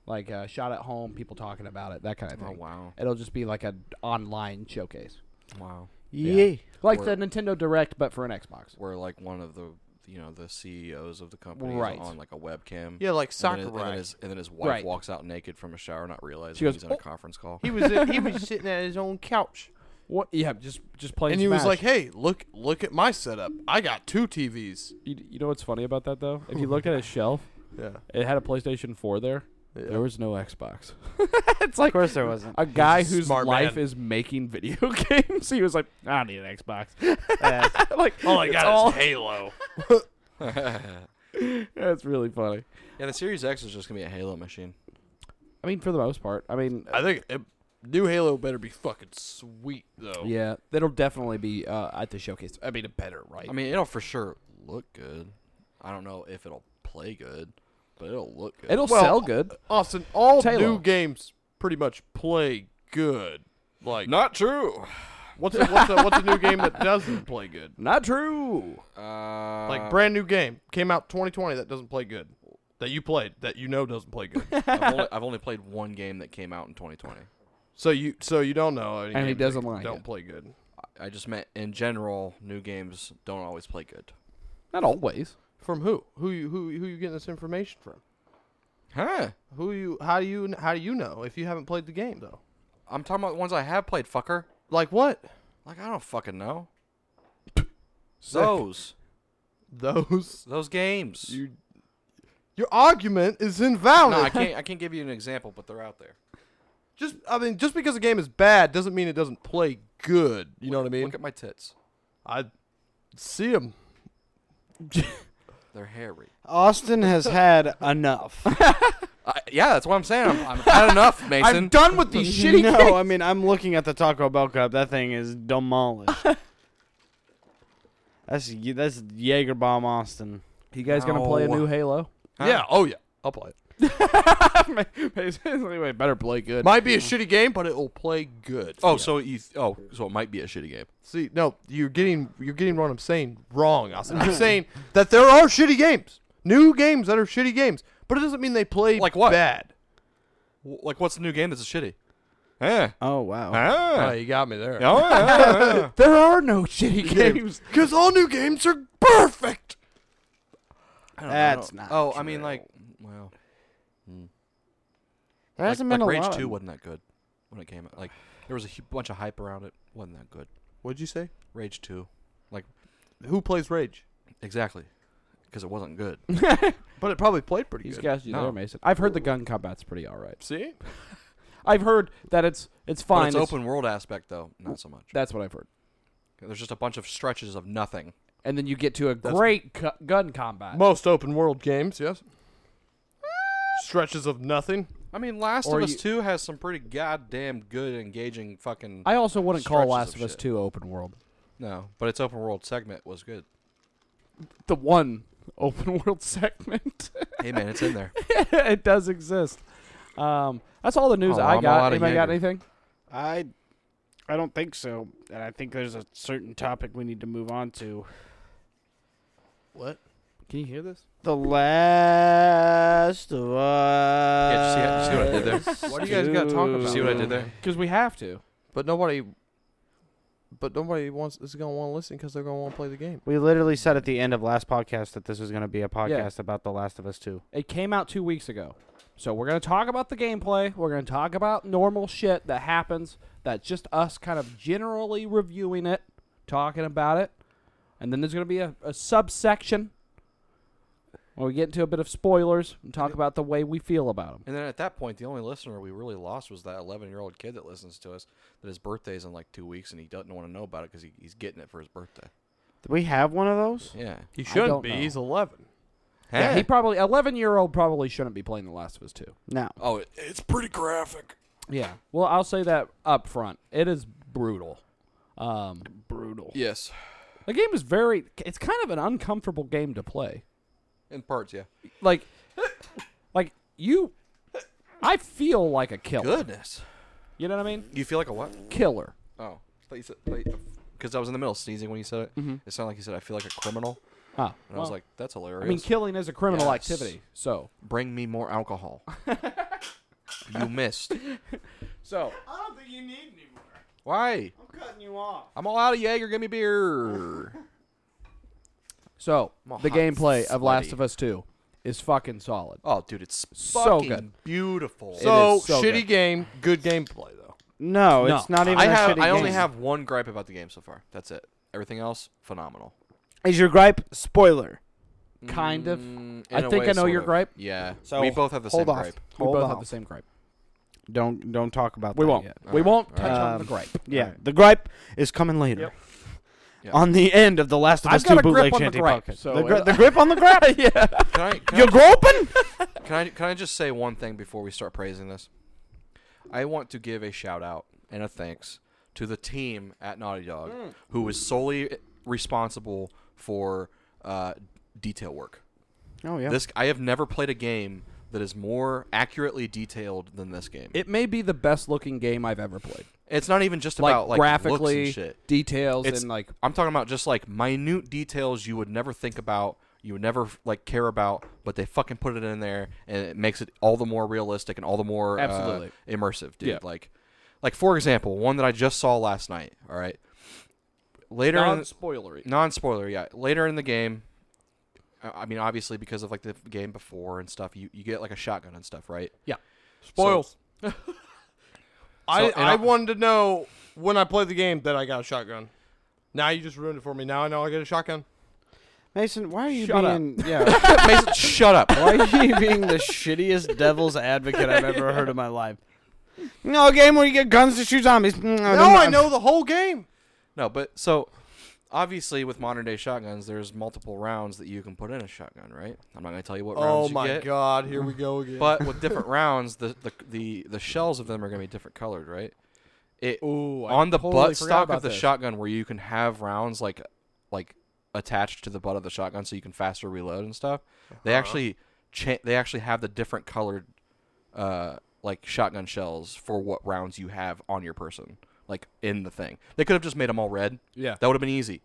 Speaker 3: like uh, shot at home, people talking about it, that kind of thing.
Speaker 1: Oh wow,
Speaker 3: It'll just be like an online showcase,
Speaker 1: wow.
Speaker 4: Yeah.
Speaker 3: like
Speaker 1: Or-
Speaker 3: the Nintendo Direct, but for an Xbox.
Speaker 1: Where like one of the you know the CEOs of the company
Speaker 3: Right.
Speaker 1: is on like a webcam.
Speaker 2: Yeah, like
Speaker 1: And then, his,
Speaker 2: soccer.
Speaker 1: and, then his, and then his wife
Speaker 3: Right.
Speaker 1: walks out naked from a shower, not realizing
Speaker 3: She goes,
Speaker 1: he's on a
Speaker 3: "Oh."
Speaker 1: conference call.
Speaker 2: He was he was sitting at his own couch.
Speaker 3: What? Yeah, just just playing.
Speaker 2: and he was like, "Hey, look, look at my setup. I got two TVs."
Speaker 3: you, you know what's funny about that though? If you look at his shelf,
Speaker 2: Yeah,
Speaker 3: it had a PlayStation 4 there.
Speaker 2: yeah.
Speaker 3: There was no Xbox. it's like
Speaker 4: Of course there wasn't.
Speaker 3: a guy
Speaker 2: He's a
Speaker 3: whose
Speaker 2: smart
Speaker 3: life
Speaker 2: man.
Speaker 3: is making video games. He was like, I need an Xbox.
Speaker 4: Yeah.
Speaker 3: like,
Speaker 2: all I
Speaker 3: it's
Speaker 2: got
Speaker 3: all-
Speaker 2: is Halo.
Speaker 3: That's really funny.
Speaker 1: yeah, the Series X is just gonna be a Halo machine.
Speaker 3: I mean, for the most part. I mean,
Speaker 2: I think it, new Halo better be fucking sweet though.
Speaker 3: yeah, that'll definitely be uh, at the showcase. I mean, better, right?
Speaker 1: I mean, it'll for sure look good. I don't know if it'll play good, but it'll look good.
Speaker 3: it'll
Speaker 2: well,
Speaker 3: sell good.
Speaker 2: Austin, all
Speaker 3: Halo.
Speaker 2: new games pretty much play good. Like,
Speaker 1: not true.
Speaker 2: what's a, what's a, what's a new game that doesn't play good?
Speaker 3: Not true.
Speaker 1: Uh,
Speaker 2: Like, brand new game came out 2020 that doesn't play good. That you played that you know doesn't play good.
Speaker 1: I've, only, I've only played one game that came out in 2020.
Speaker 2: so you so you don't know. Any
Speaker 3: And he
Speaker 2: games that
Speaker 3: doesn't like
Speaker 2: Don't
Speaker 3: it.
Speaker 2: play good.
Speaker 1: I just meant in general, new games don't always play good.
Speaker 3: Not always.
Speaker 2: From who? Who you who who you getting this information from?
Speaker 1: Huh?
Speaker 2: Who you? How do you? How do you know if you haven't played the game though?
Speaker 1: I'm talking about ones I have played, fucker.
Speaker 2: Like what?
Speaker 1: Like I don't fucking know.
Speaker 2: Sick.
Speaker 1: Those.
Speaker 2: Those.
Speaker 1: Those games.
Speaker 2: You. Your argument is invalid.
Speaker 1: no, I can't I can't give you an example, but they're out there.
Speaker 2: Just I mean, just because a game is bad doesn't mean it doesn't play good. You know what I mean?
Speaker 1: Look at my tits.
Speaker 2: I see him.
Speaker 1: They're hairy.
Speaker 4: Austin has had enough.
Speaker 1: I, yeah, that's what I'm saying. I'm, I'm had enough, Mason.
Speaker 3: I'm done with these shitty.
Speaker 4: no,
Speaker 3: games.
Speaker 4: I mean I'm looking at the Taco Bell cup. That thing is demolished. that's Ye- that's Jaeger bomb Austin.
Speaker 3: You guys gonna play a
Speaker 1: No.
Speaker 3: new Halo?
Speaker 1: Huh?
Speaker 2: Yeah. Oh yeah. I'll play it.
Speaker 3: anyway, better play good.
Speaker 2: Might be a shitty game, but it will play good.
Speaker 1: Oh, so you th- oh, so it might be a shitty game.
Speaker 2: see, no, you're getting you're getting what I'm saying wrong. Austin. I'm saying that there are shitty games, new games that are shitty games, but it doesn't mean they play
Speaker 1: Like what?
Speaker 2: bad.
Speaker 1: W- Like, what's the new game that's a shitty? Yeah.
Speaker 4: Oh wow.
Speaker 2: Oh,
Speaker 1: Ah.
Speaker 2: you got me there.
Speaker 1: Oh, yeah.
Speaker 3: there are no shitty games.
Speaker 2: Because all new games are perfect.
Speaker 1: I don't know, I
Speaker 4: That's
Speaker 1: don't-
Speaker 4: not
Speaker 1: Oh, I mean,
Speaker 4: true.
Speaker 1: like, well,
Speaker 4: There
Speaker 1: like,
Speaker 4: hasn't
Speaker 1: Hmm. like
Speaker 4: been a
Speaker 1: Rage
Speaker 4: lot.
Speaker 1: Two wasn't that good when it came out. Like, there was a hu- bunch of hype around it. wasn't that good.
Speaker 2: What'd you say?
Speaker 1: Rage Two,
Speaker 2: Who plays Rage?
Speaker 1: exactly, because it wasn't good.
Speaker 2: But it probably played pretty
Speaker 3: He's
Speaker 2: good.
Speaker 3: got you
Speaker 1: No.
Speaker 3: there, Mason. I've heard the gun combat's pretty all right.
Speaker 2: see,
Speaker 3: I've heard that it's it's
Speaker 1: But
Speaker 3: fine.
Speaker 1: its
Speaker 3: it's-
Speaker 1: open world aspect though, not so much.
Speaker 3: That's what I've heard.
Speaker 1: There's just a bunch of stretches of nothing.
Speaker 3: And then you get to a great cu- gun combat.
Speaker 2: most open world games, yes. Stretches of nothing.
Speaker 1: I mean, Last
Speaker 3: Or
Speaker 1: of Us
Speaker 3: you-
Speaker 1: Two has some pretty goddamn good, engaging fucking.
Speaker 3: I also wouldn't call
Speaker 1: Stretches
Speaker 3: Last
Speaker 1: of
Speaker 3: of Us
Speaker 1: shit.
Speaker 3: Two open world.
Speaker 1: no, but its open world segment was good.
Speaker 3: The one open world segment.
Speaker 1: hey man, it's in there.
Speaker 3: it does exist. Um, that's all the news
Speaker 1: Oh,
Speaker 3: I
Speaker 1: I'm all
Speaker 3: got.
Speaker 1: outta
Speaker 3: Anybody got
Speaker 1: Jaeger.
Speaker 3: anything?
Speaker 4: I I don't think so. And I think there's a certain topic we need to move on to.
Speaker 2: What?
Speaker 3: Can you hear this?
Speaker 4: The Last of
Speaker 1: Yeah, did you see- did
Speaker 4: Us.
Speaker 1: you see what I did there?
Speaker 2: What do you guys got to talk
Speaker 4: Dude.
Speaker 2: about?
Speaker 1: See what I did there?
Speaker 3: Because we have to.
Speaker 2: But nobody. But nobody wants is gonna want to listen because they're gonna want to play the game.
Speaker 4: We literally said at the end of last podcast that this was going to be a podcast about The Last of Us 2.
Speaker 3: It came out two weeks ago. So we're gonna talk about the gameplay. We're gonna talk about normal shit that happens. That's just us kind of generally reviewing it, talking about it, and then there's gonna be a, a subsection where we get into a bit of spoilers and talk about the way we feel about them.
Speaker 1: And then at that point, the only listener we really lost was that 11 year old kid that listens to us. That his birthday's in like two weeks, and he doesn't want to know about it because he, he's getting it for his birthday.
Speaker 4: Do we have one of those?
Speaker 1: Yeah.
Speaker 2: He
Speaker 3: don't
Speaker 2: shouldn't be.
Speaker 3: know.
Speaker 2: He's eleven.
Speaker 3: Yeah, he probably eleven year old probably shouldn't be playing The Last of Us two.
Speaker 4: No.
Speaker 1: oh, it, it's pretty graphic.
Speaker 3: Yeah. Well, I'll say that up front. It is brutal. Um,
Speaker 4: Brutal.
Speaker 1: Yes,
Speaker 3: the game is very. It's kind of an uncomfortable game to play.
Speaker 1: in parts. Yeah.
Speaker 3: Like, like you, I feel like a killer.
Speaker 1: Goodness.
Speaker 3: You know what I mean?
Speaker 1: You feel like a what?
Speaker 3: Killer.
Speaker 1: Oh, because I was in the middle of sneezing when you said it. It sounded like you said, "I feel like a criminal,"
Speaker 3: Ah.
Speaker 1: and Mm-hmm. I was like, "That's hilarious."
Speaker 3: I mean, killing is a criminal
Speaker 1: Yes.
Speaker 3: activity. So,
Speaker 1: Bring me more alcohol. you missed.
Speaker 3: so
Speaker 4: I don't think you need any more.
Speaker 1: Why?
Speaker 4: I'm cutting you off.
Speaker 1: I'm all out of Jaeger. Give me beer.
Speaker 3: so
Speaker 1: I'm all
Speaker 3: the
Speaker 1: hot and
Speaker 3: gameplay of Last
Speaker 1: sweaty.
Speaker 3: of Us two is fucking solid.
Speaker 1: Oh, dude, it's
Speaker 3: So
Speaker 1: fucking
Speaker 3: good.
Speaker 1: beautiful.
Speaker 3: It
Speaker 2: So,
Speaker 3: is so
Speaker 2: shitty
Speaker 3: good.
Speaker 2: game, good gameplay though.
Speaker 4: No,
Speaker 3: No.
Speaker 4: it's not even
Speaker 1: I
Speaker 4: a
Speaker 1: have.
Speaker 4: shitty
Speaker 1: I only
Speaker 4: game.
Speaker 1: have one gripe about the game so far. That's it. Everything else, phenomenal.
Speaker 4: Is your gripe spoiler?
Speaker 3: Kind of.
Speaker 1: Mm,
Speaker 3: I
Speaker 1: in a
Speaker 3: think
Speaker 1: way,
Speaker 3: I know
Speaker 1: sort
Speaker 3: your
Speaker 1: of.
Speaker 3: gripe.
Speaker 1: Yeah.
Speaker 4: So,
Speaker 1: we both have the
Speaker 4: hold
Speaker 1: same
Speaker 4: off.
Speaker 1: gripe.
Speaker 3: We
Speaker 4: Hold
Speaker 3: both
Speaker 4: on.
Speaker 3: have the same gripe.
Speaker 4: Don't don't talk about
Speaker 3: We
Speaker 4: that
Speaker 3: won't.
Speaker 4: yet.
Speaker 3: We
Speaker 1: Alright,
Speaker 3: won't touch on
Speaker 4: alright.
Speaker 3: the gripe.
Speaker 4: Yeah, the gripe is coming later.
Speaker 1: Yeah.
Speaker 4: On the end of the Last of
Speaker 3: I've
Speaker 4: Us
Speaker 3: got
Speaker 4: 2
Speaker 3: a grip
Speaker 4: bootleg
Speaker 3: on the
Speaker 4: shanty
Speaker 3: gripe,
Speaker 4: podcast.
Speaker 3: so
Speaker 4: the, gri-
Speaker 3: it-
Speaker 4: the grip on the gripe.
Speaker 3: yeah.
Speaker 1: Can I? Can I
Speaker 4: You're groping.
Speaker 1: Can I can I just say one thing before we start praising this? I want to give a shout out and a thanks to the team at Naughty Dog who was solely responsible for uh, detail work.
Speaker 4: Oh yeah.
Speaker 1: This I have never played a game that is more accurately detailed than this game.
Speaker 3: It may be the best looking game I've ever played.
Speaker 1: it's not even just
Speaker 3: like,
Speaker 1: about like looks
Speaker 3: graphically
Speaker 1: and shit.
Speaker 3: details
Speaker 1: It's-
Speaker 3: and like
Speaker 1: I'm talking about just like minute details you would never think about, you would never like care about, but they fucking put it in there, and it makes it all the more realistic and all the more uh,
Speaker 3: Absolutely.
Speaker 1: immersive, dude.
Speaker 3: Yeah.
Speaker 1: Like, like for example, one that I just saw last night. All right, later in
Speaker 3: spoilery.
Speaker 1: non spoiler, yeah. Later in the game, I I mean, obviously because of like the game before and stuff, you, you get like a shotgun and stuff, right?
Speaker 2: Spoils. I
Speaker 1: So, and
Speaker 2: I
Speaker 1: I-
Speaker 2: wanted to know when I played the game that I got a shotgun. Now you just ruined it for me. Now I know I get a shotgun.
Speaker 4: Mason, why are you
Speaker 3: Shut up.
Speaker 4: being yeah?
Speaker 1: Mason, shut up.
Speaker 4: Why are you being the shittiest devil's advocate I've ever heard in my life? No a game where you get guns to shoot zombies. Mm, No,
Speaker 2: Now I know the whole game.
Speaker 1: No, but so obviously with modern day shotguns, there's multiple rounds that you can put in a shotgun, right? I'm not gonna tell you what rounds
Speaker 2: Oh
Speaker 1: you
Speaker 2: my
Speaker 1: get,
Speaker 2: god, here we go again.
Speaker 1: but with different rounds, the, the the the shells of them are gonna be different colored, right? It
Speaker 3: Ooh, I
Speaker 1: on the
Speaker 3: totally
Speaker 1: butt
Speaker 3: forgot
Speaker 1: stock
Speaker 3: about
Speaker 1: of the
Speaker 3: this.
Speaker 1: shotgun where you can have rounds like like attached to the butt of the shotgun so you can faster reload and stuff.
Speaker 3: Uh-huh.
Speaker 1: They actually cha- they actually have the different colored uh like shotgun shells for what rounds you have on your person like in the thing. They could have just made them all red.
Speaker 3: Yeah.
Speaker 1: That would have been easy.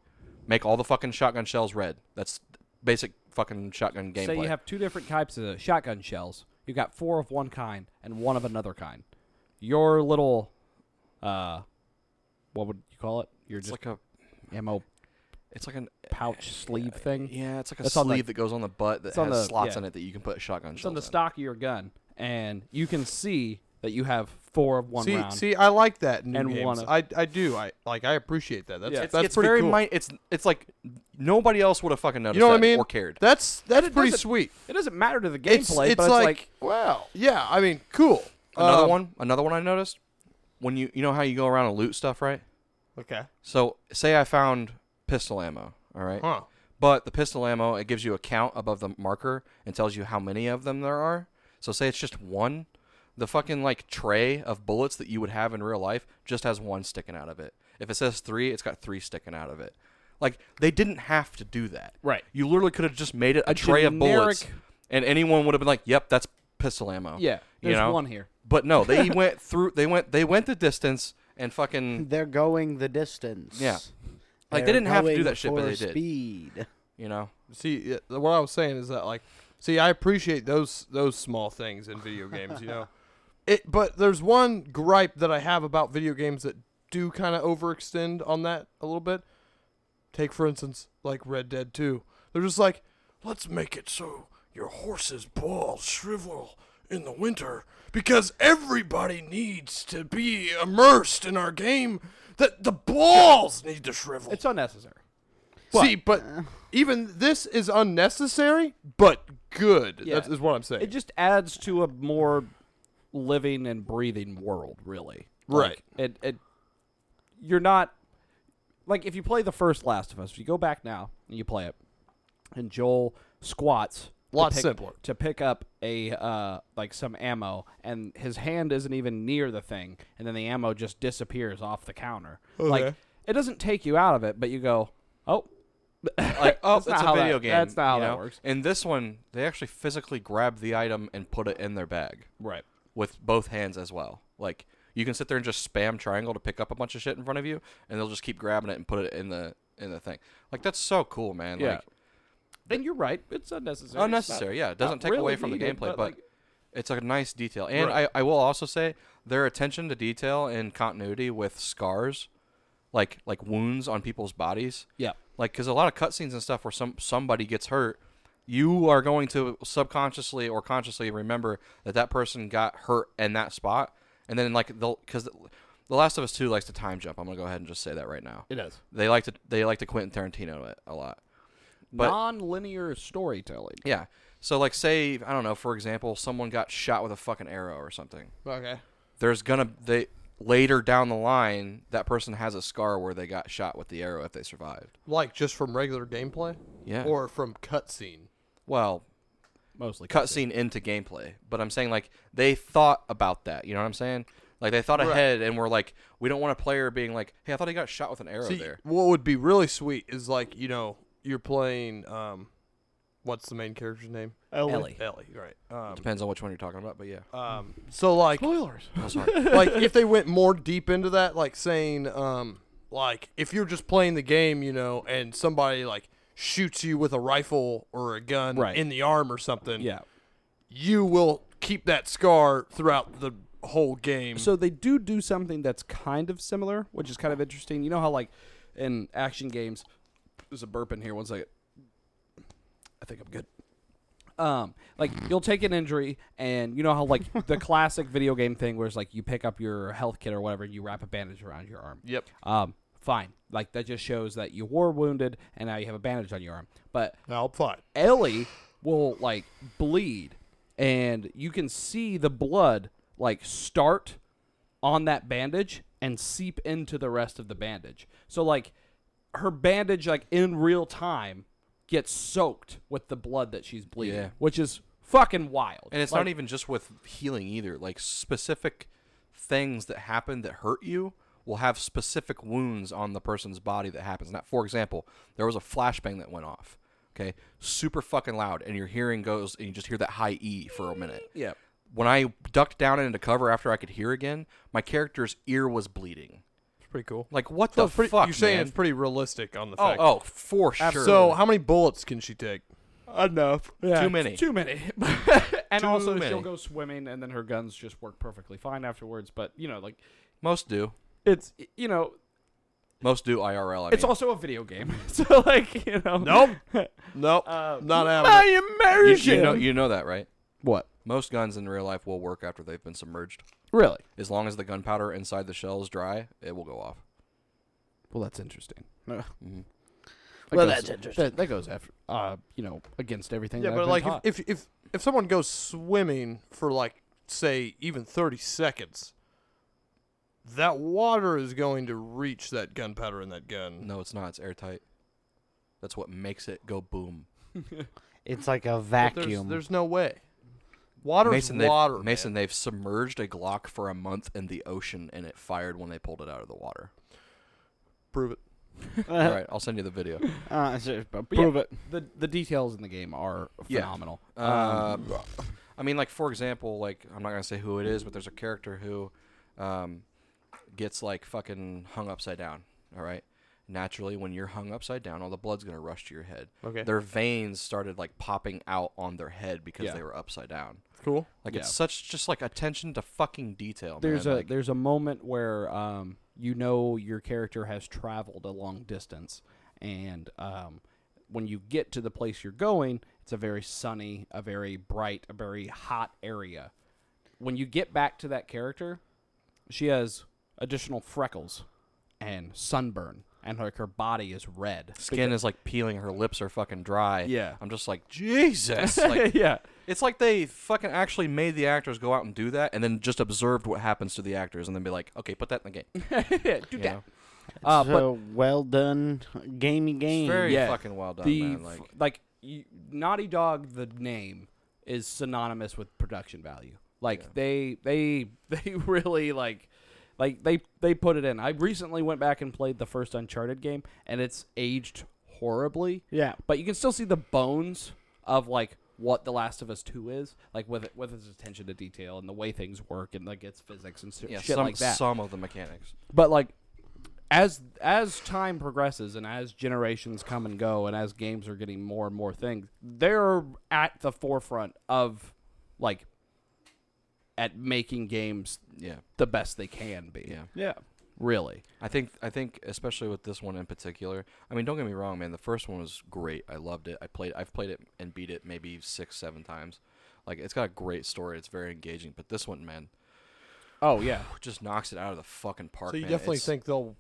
Speaker 1: Make all the fucking shotgun shells red. That's basic fucking shotgun gameplay.
Speaker 3: Say you have two different types of shotgun shells. You've got four of one kind and one of another kind. Your little, uh, what would you call it? Your
Speaker 1: it's like
Speaker 3: just
Speaker 1: a
Speaker 3: ammo
Speaker 1: it's like an
Speaker 3: pouch sleeve thing.
Speaker 1: yeah, it's like a
Speaker 3: It's on
Speaker 1: sleeve that
Speaker 3: the-
Speaker 1: goes on the butt that
Speaker 3: it's on
Speaker 1: has
Speaker 3: the-
Speaker 1: slots
Speaker 3: yeah.
Speaker 1: in it that you can put shotgun
Speaker 3: It's
Speaker 1: shells
Speaker 3: on the
Speaker 1: in.
Speaker 3: stock of your gun, and you can see that you have four of one
Speaker 2: see,
Speaker 3: round.
Speaker 2: see, I like that in new
Speaker 3: And
Speaker 2: games.
Speaker 3: wanna-
Speaker 2: I I do. I like. I appreciate that. That's
Speaker 3: Yeah.
Speaker 2: that's
Speaker 1: It's, it's
Speaker 2: pretty
Speaker 1: very
Speaker 2: cool.
Speaker 1: mi- it's it's like nobody else would have fucking noticed
Speaker 2: you know what I
Speaker 1: that
Speaker 2: mean?
Speaker 1: or cared.
Speaker 2: That's that's
Speaker 3: it
Speaker 2: pretty
Speaker 3: doesn't-
Speaker 2: sweet.
Speaker 3: It doesn't matter to the gameplay,
Speaker 2: It's, it's
Speaker 3: but it's
Speaker 2: like,
Speaker 3: like,
Speaker 2: wow. Yeah, I mean, cool.
Speaker 1: Another
Speaker 2: Um,
Speaker 1: one, another one I noticed when you you know how you go around and loot stuff, right?
Speaker 2: Okay.
Speaker 1: So say I found pistol ammo, all right?
Speaker 2: Huh.
Speaker 1: But the pistol ammo, it gives you a count above the marker and tells you how many of them there are. So say it's just one, the fucking like tray of bullets that you would have in real life just has one sticking out of it. If it says three, it's got three sticking out of it. Like they didn't have to do that.
Speaker 3: Right.
Speaker 1: You literally could have just made it a, tray of bullets,
Speaker 3: generic-
Speaker 1: and anyone would have been like, "Yep, that's pistol ammo."
Speaker 3: yeah,
Speaker 1: You
Speaker 3: there's
Speaker 1: know?
Speaker 3: one here.
Speaker 1: But no, they went through. They went. They went the distance and fucking
Speaker 8: They're going the distance.
Speaker 1: Yeah. Like, they
Speaker 8: They're
Speaker 1: didn't have to do
Speaker 8: going
Speaker 1: that shit, but
Speaker 8: for
Speaker 1: they did.
Speaker 8: Speed.
Speaker 1: you know.
Speaker 2: See, uh, what I was saying is that like, see, I appreciate those those small things in video games, you know. It, but there's one gripe that I have about video games that do kind of overextend on that a little bit. Take for instance, like Red Dead Two. They're just like, let's make it so your horse's balls shrivel in the winter because everybody needs to be immersed in our game. That the balls need to shrivel.
Speaker 3: It's unnecessary.
Speaker 2: See, but even this is unnecessary, but good.
Speaker 3: Yeah.
Speaker 2: That is what I'm saying.
Speaker 3: It just adds to a more living and breathing world, really. Like,
Speaker 2: Right.
Speaker 3: it it you're not like if you play the first Last of Us, if you go back now and you play it, and Joel squats to
Speaker 2: Lot
Speaker 3: pick-
Speaker 2: simpler.
Speaker 3: to pick up a uh like some ammo, and his hand isn't even near the thing, and then the ammo just disappears off the counter. Like
Speaker 2: Okay.
Speaker 3: it doesn't take you out of it, but you go, oh.
Speaker 1: like oh
Speaker 3: That's
Speaker 1: it's
Speaker 3: not
Speaker 1: a
Speaker 3: how
Speaker 1: video
Speaker 3: that-
Speaker 1: game
Speaker 3: that's not how
Speaker 1: you
Speaker 3: that
Speaker 1: know?
Speaker 3: works.
Speaker 1: in this one they actually physically grab the item and put it in their bag
Speaker 3: Right.
Speaker 1: with both hands as well like you can sit there and just spam triangle to pick up a bunch of shit in front of you and they'll just keep grabbing it and put it in the in the thing like that's so cool man
Speaker 3: Yeah.
Speaker 1: like
Speaker 3: And you're right. It's unnecessary. It's not-
Speaker 1: unnecessary yeah it doesn't
Speaker 3: not
Speaker 1: take away
Speaker 3: really
Speaker 1: from the
Speaker 3: needed,
Speaker 1: gameplay but,
Speaker 3: like,
Speaker 1: it's a nice detail and I, I will also say their attention to detail and continuity with scars like like wounds on people's bodies
Speaker 3: yeah.
Speaker 1: like because a lot of cutscenes and stuff where some somebody gets hurt you are going to subconsciously or consciously remember that that person got hurt in that spot and then like they'll because the, the last of us 2 likes to time jump i'm gonna go ahead and just say that right now
Speaker 3: It does.
Speaker 1: they like to they like to quentin tarantino it a lot But-
Speaker 3: Non-linear storytelling.
Speaker 1: yeah so like say i don't know for example someone got shot with a fucking arrow or something
Speaker 2: okay.
Speaker 1: there's gonna they later down the line that person has a scar where they got shot with the arrow if they survived
Speaker 2: Like just from regular gameplay?
Speaker 1: Yeah.
Speaker 2: Or from cutscene.
Speaker 1: well
Speaker 3: Mostly
Speaker 1: cutscene into gameplay. But I'm saying like they thought about that. You know what I'm saying? Like they thought ahead and were like, we don't want a player being like, hey, I thought he got shot with an arrow
Speaker 2: See,
Speaker 1: there.
Speaker 2: what would be really sweet is like, you know, you're playing um what's the main character's name?
Speaker 3: Ellie.
Speaker 2: Ellie, right. Um,
Speaker 1: Depends on which one you're talking about, but yeah.
Speaker 2: um so like
Speaker 3: spoilers.
Speaker 1: I'm sorry.
Speaker 2: like if they went more deep into that, like saying, um, like if you're just playing the game, you know, and somebody like shoots you with a rifle or a gun
Speaker 3: Right.
Speaker 2: in the arm or something,
Speaker 3: Yeah.
Speaker 2: you will keep that scar throughout the whole game.
Speaker 3: So they do do something that's kind of similar, which is kind of interesting. You know how like in action games, there's a burp in here. One second. I think I'm good. Um, like you'll take an injury, and you know how like the classic video game thing where it's like you pick up your health kit or whatever, and you wrap a bandage around your arm.
Speaker 2: Yep.
Speaker 3: Um, fine. Like that just shows that you were wounded, and now you have a bandage on your arm. But
Speaker 2: Now I'm fine.
Speaker 3: Ellie will like bleed, and you can see the blood like start on that bandage and seep into the rest of the bandage. So like her bandage like in real time gets soaked with the blood that she's bleeding,
Speaker 1: Yeah.
Speaker 3: which is fucking wild.
Speaker 1: And it's
Speaker 3: Like,
Speaker 1: not even just with healing either. Like specific things that happen that hurt you will have specific wounds on the person's body that happens. Now, for example, there was a flashbang that went off. Okay, super fucking loud, and your hearing goes, and you just hear that high E for a minute.
Speaker 3: yeah.
Speaker 1: When I ducked down into cover after I could hear again, my character's ear was bleeding.
Speaker 2: It's pretty cool.
Speaker 1: Like what the fuck?
Speaker 2: You're saying
Speaker 1: man?
Speaker 2: it's pretty realistic on the
Speaker 1: Oh,
Speaker 2: fact.
Speaker 1: oh, for sure.
Speaker 2: So how many bullets can she take?
Speaker 3: Enough. Yeah,
Speaker 1: Too many.
Speaker 3: Too many. and
Speaker 1: Too
Speaker 3: also
Speaker 1: many.
Speaker 3: she'll go swimming and then her guns just work perfectly fine afterwards. But you know, like
Speaker 1: most do,
Speaker 3: it's you know,
Speaker 1: most do IRL. I
Speaker 3: it's
Speaker 1: mean.
Speaker 3: also a video game. so like, you know
Speaker 2: Nope. Nope. not having it.
Speaker 3: am married.
Speaker 1: you, you know, you know that, right?
Speaker 3: what?
Speaker 1: Most guns in real life will work after they've been submerged.
Speaker 3: Really?
Speaker 1: As long as the gunpowder inside the shell is dry, it will go off.
Speaker 3: Well, that's interesting. That
Speaker 8: Well,
Speaker 3: goes-
Speaker 8: that's interesting.
Speaker 3: That, that goes after, uh, you know, against everything.
Speaker 2: Yeah,
Speaker 3: that
Speaker 2: but
Speaker 3: I've been
Speaker 2: like
Speaker 3: taught.
Speaker 2: if, if if if someone goes swimming for like say even 30 seconds, that water is going to reach that gunpowder in that gun.
Speaker 1: No, it's not. It's airtight. That's what makes it go boom.
Speaker 4: It's like a
Speaker 2: But there's-
Speaker 4: vacuum.
Speaker 2: There's, no way. Water's
Speaker 1: Mason, they've,
Speaker 2: water. man.
Speaker 1: Mason, they've submerged a Glock for a month in the ocean, and it fired when they pulled it out of the water.
Speaker 2: prove it. Um,
Speaker 1: All right, I'll send you the video.
Speaker 4: Uh, so- but
Speaker 3: But yeah,
Speaker 4: prove it.
Speaker 3: the the details in the game are
Speaker 1: Yeah.
Speaker 3: phenomenal.
Speaker 1: Uh, I mean, like for example, like I'm not gonna say who it is, but there's a character who um, gets like fucking hung upside down. All right. Naturally, when you're hung upside down, all the blood's gonna rush to your head.
Speaker 2: Okay.
Speaker 1: Their veins started like popping out on their head because
Speaker 3: Yeah.
Speaker 1: they were upside down.
Speaker 2: Cool.
Speaker 1: Like
Speaker 3: Yeah.
Speaker 1: it's such just like attention to fucking detail.
Speaker 3: there's
Speaker 1: Oh, man.
Speaker 3: a
Speaker 1: like,
Speaker 3: there's a moment where um you know your character has traveled a long distance, and um when you get to the place you're going, it's a very sunny, a very bright, a very hot area. When you get back to that character, she has additional freckles and sunburn, and like her body is red.
Speaker 1: skin is like peeling. Her lips are fucking dry.
Speaker 3: Yeah.
Speaker 1: I'm just like Jesus. Like
Speaker 3: yeah.
Speaker 1: It's like they fucking actually made the actors go out and do that, and then just observed what happens to the actors, and then be like, okay, put that in the game.
Speaker 3: yeah,
Speaker 1: You
Speaker 3: do that.
Speaker 1: know?
Speaker 3: Uh,
Speaker 4: so well done, gamey game.
Speaker 1: It's very
Speaker 3: Yeah.
Speaker 1: fucking well done,
Speaker 3: the
Speaker 1: man.
Speaker 3: like,
Speaker 1: Like,
Speaker 3: like you, Naughty Dog, the name is synonymous with production value. Like they they they really like like they they put it in. I recently went back and played the first Uncharted game, and it's aged horribly.
Speaker 4: yeah.
Speaker 3: But you can still see the bones of like what The Last of Us Two is like with it, with its attention to detail and the way things work and like its physics and s-
Speaker 1: yeah,
Speaker 3: shit
Speaker 1: some
Speaker 3: like that.
Speaker 1: some of the mechanics.
Speaker 3: But like as as time progresses and as generations come and go and as games are getting more and more things, they're at the forefront of like at making games
Speaker 1: Yeah,
Speaker 3: the best they can be.
Speaker 1: yeah.
Speaker 4: Yeah.
Speaker 3: Really.
Speaker 1: I think I think especially with this one in particular. I mean, don't get me wrong, man. The first one was great. I loved it. I played. I've played it and beat it maybe six, seven times. Like, it's got a great story. It's very engaging. But this one, man,
Speaker 3: Oh yeah.
Speaker 1: just knocks it out of the fucking park.
Speaker 2: So you
Speaker 1: man.
Speaker 2: definitely
Speaker 1: It's-
Speaker 2: think they'll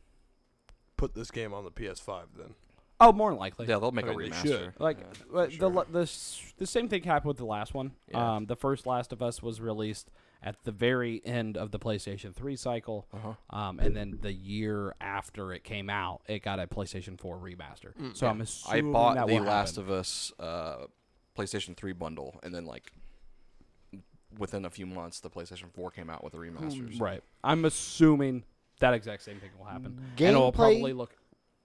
Speaker 2: put this game on the PS5 then?
Speaker 3: Oh, more than likely.
Speaker 1: Yeah, they'll make
Speaker 2: I mean,
Speaker 1: a
Speaker 2: they
Speaker 1: remaster.
Speaker 2: should.
Speaker 3: Like
Speaker 1: Yeah, for
Speaker 3: uh, the
Speaker 1: sure.
Speaker 3: the the s- the same thing happened with the last one.
Speaker 1: Yeah.
Speaker 3: Um, the first Last of Us was released at the very end of the PlayStation 3 cycle,
Speaker 1: Uh-huh.
Speaker 3: um, and then the year after it came out, it got a PlayStation 4 remaster. So I'm
Speaker 1: Mm, I
Speaker 3: assuming
Speaker 1: bought
Speaker 3: that
Speaker 1: the
Speaker 3: will
Speaker 1: Last
Speaker 3: happen.
Speaker 1: of Us uh, PlayStation 3 bundle, and then like within a few months, the PlayStation 4 came out with the
Speaker 2: Hmm,
Speaker 1: remasters.
Speaker 3: right. I'm assuming that exact same thing will happen, and it'll
Speaker 8: Gameplay-
Speaker 3: probably look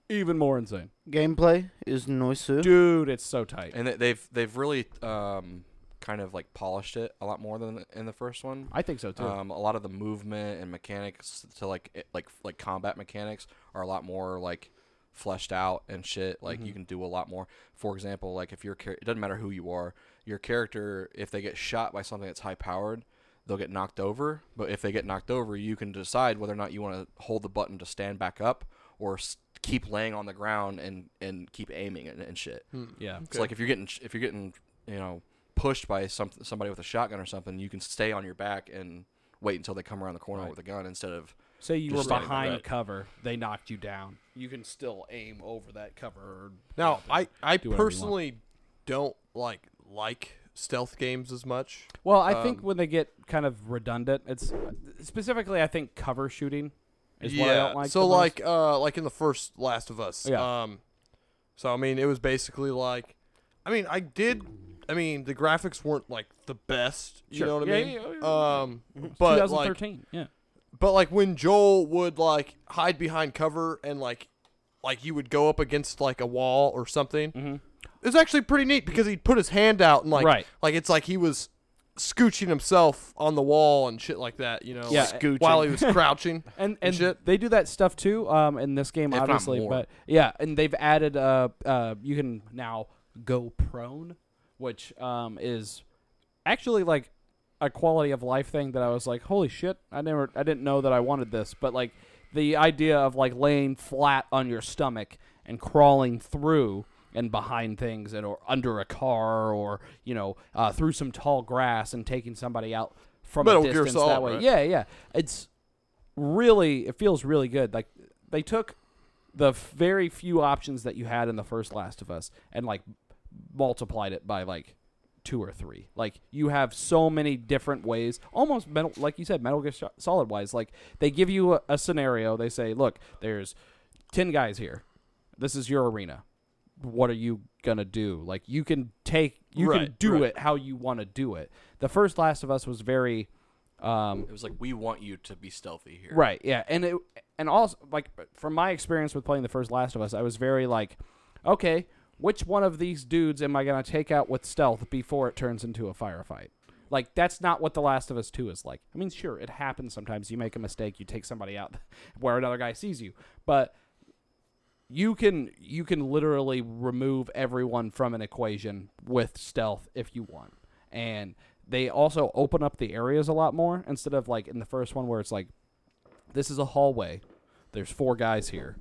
Speaker 3: even more insane,
Speaker 8: Gameplay is noisy.
Speaker 3: dude. It's so tight.
Speaker 1: And they- they've they've really um, kind of like polished it a lot more than in the first one.
Speaker 3: I think so too.
Speaker 1: Um, a lot of the movement and mechanics to like it, like like combat mechanics are a lot more like fleshed out and shit. Like
Speaker 3: Mm-hmm.
Speaker 1: you can do a lot more. For example, like if your char- it doesn't matter who you are, your character if they get shot by something that's high powered, they'll get knocked over. But if they get knocked over, you can decide whether or not you want to hold the button to stand back up or s- keep laying on the ground and and keep aiming and, and shit.
Speaker 3: Yeah.
Speaker 1: It's like if you're getting if you're getting you know pushed by some somebody with a shotgun or something, you can stay on your back and wait until they come around the corner with a gun instead of
Speaker 3: Say you
Speaker 1: Just
Speaker 3: were
Speaker 1: like
Speaker 3: behind
Speaker 1: that.
Speaker 3: cover, they knocked you down. You can still aim over that cover. Or
Speaker 2: Now, I I
Speaker 3: Do whatever you want.
Speaker 2: personally don't like like stealth games as much.
Speaker 3: Well, I think
Speaker 2: Um,
Speaker 3: when they get kind of redundant, it's specifically I think cover shooting is
Speaker 2: yeah.
Speaker 3: what I don't like.
Speaker 2: so
Speaker 3: the most.
Speaker 2: like uh like in the first Last of Us.
Speaker 3: Yeah.
Speaker 2: Um so I mean it was basically like I mean I did I mean the graphics weren't like the best, you
Speaker 3: Sure.
Speaker 2: know
Speaker 3: Mm-hmm.
Speaker 2: what
Speaker 3: Yeah,
Speaker 2: I mean?
Speaker 3: yeah, yeah,
Speaker 2: Um but like
Speaker 3: 2013, yeah.
Speaker 2: but like when Joel would like hide behind cover and like like you would go up against like a wall or something. Mm-hmm. It was actually pretty neat because he'd put his hand out and like
Speaker 3: Right.
Speaker 2: like it's like he was scooching himself on the wall and shit like that, you know,
Speaker 3: Yeah,
Speaker 2: like, while he was crouching.
Speaker 3: And and
Speaker 2: shit.
Speaker 3: they do that stuff too um, in this game,
Speaker 1: not
Speaker 3: obviously.
Speaker 1: more.
Speaker 3: But yeah, and they've added uh, uh, you can now go prone, which um, is actually like a quality of life thing that I was like, holy shit, I never, I didn't know that I wanted this. But like the idea of like laying flat on your stomach and crawling through and behind things and or under a car or you know uh, through some tall grass and taking somebody out from
Speaker 2: Metal
Speaker 3: a
Speaker 2: Gear
Speaker 3: distance that
Speaker 2: Solid,
Speaker 3: way.
Speaker 2: right?
Speaker 3: Yeah, yeah, it's really it feels really good. Like they took the very few options that you had in the first Last of Us and like multiplied it by like two or three. Like you have so many different ways, almost metal, like you said, Metal Gear Sol- Solid wise. Like they give you a, a scenario, they say, look, there's ten guys here. This is your arena. What are you gonna do? Like you can take, you can
Speaker 2: Right,
Speaker 3: do
Speaker 2: right.
Speaker 3: it how you want to do it. The first Last of Us was very. Um,
Speaker 1: it was like we want you to be stealthy here.
Speaker 3: Right. Yeah. And it and also like from my experience with playing the first Last of Us, I was very like, okay, which one of these dudes am I gonna take out with stealth before it turns into a firefight? Like that's not what The Last of Us Two is like. I mean, sure, it happens sometimes. You make a mistake, you take somebody out where another guy sees you, but you can you can literally remove everyone from an equation with stealth if you want and they also open up the areas a lot more instead of like in the first one where it's like this is a hallway there's four guys here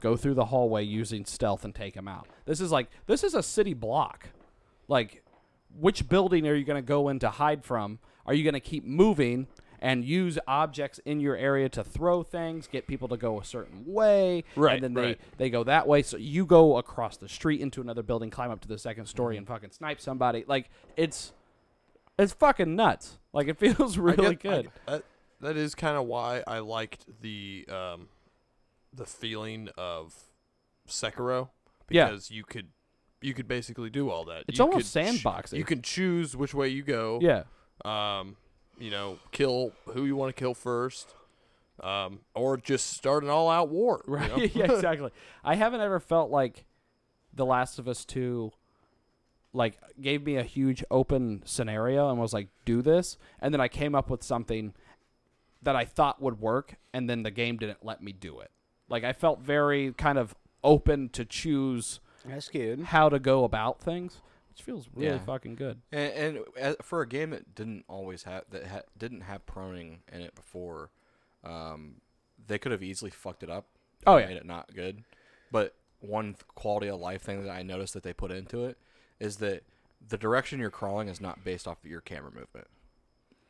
Speaker 3: go through the hallway using stealth and take them out this is like this is a city block like which building are you going to go in to hide from are you going to keep moving and use objects in your area to throw things get people to go a certain way
Speaker 2: Right,
Speaker 3: and then they
Speaker 2: right.
Speaker 3: they go that way so you go across the street into another building climb up to the second
Speaker 2: Mm-hmm.
Speaker 3: story and fucking snipe somebody like it's it's fucking nuts like it feels really
Speaker 2: I get- I
Speaker 3: good
Speaker 2: get- that, that is kind of why I liked the um, the feeling of Sekiro
Speaker 3: Yeah.
Speaker 2: because you could you could basically do all that.
Speaker 3: It's
Speaker 2: You
Speaker 3: almost
Speaker 2: could
Speaker 3: sandboxing.
Speaker 2: you can choose which way you go.
Speaker 3: yeah
Speaker 2: Um, you know, kill who you want to kill first. Um, or just start an all-out war. you
Speaker 3: Right.
Speaker 2: know?
Speaker 3: yeah, exactly. I haven't ever felt like The Last of Us 2 like gave me a huge open scenario and was like do this and then I came up with something that I thought would work and then the game didn't let me do it. Like I felt very kind of open to choose
Speaker 4: That's good.
Speaker 3: how to go about things, which feels really
Speaker 1: Yeah.
Speaker 3: fucking good.
Speaker 1: And, and as, for a game that didn't always have that ha, didn't have proning in it before, um, they could have easily fucked it up.
Speaker 3: Oh,
Speaker 1: and
Speaker 3: yeah.
Speaker 1: made it not good. But one th- quality of life thing that I noticed that they put into it is that the direction you're crawling is not based off of your camera movement.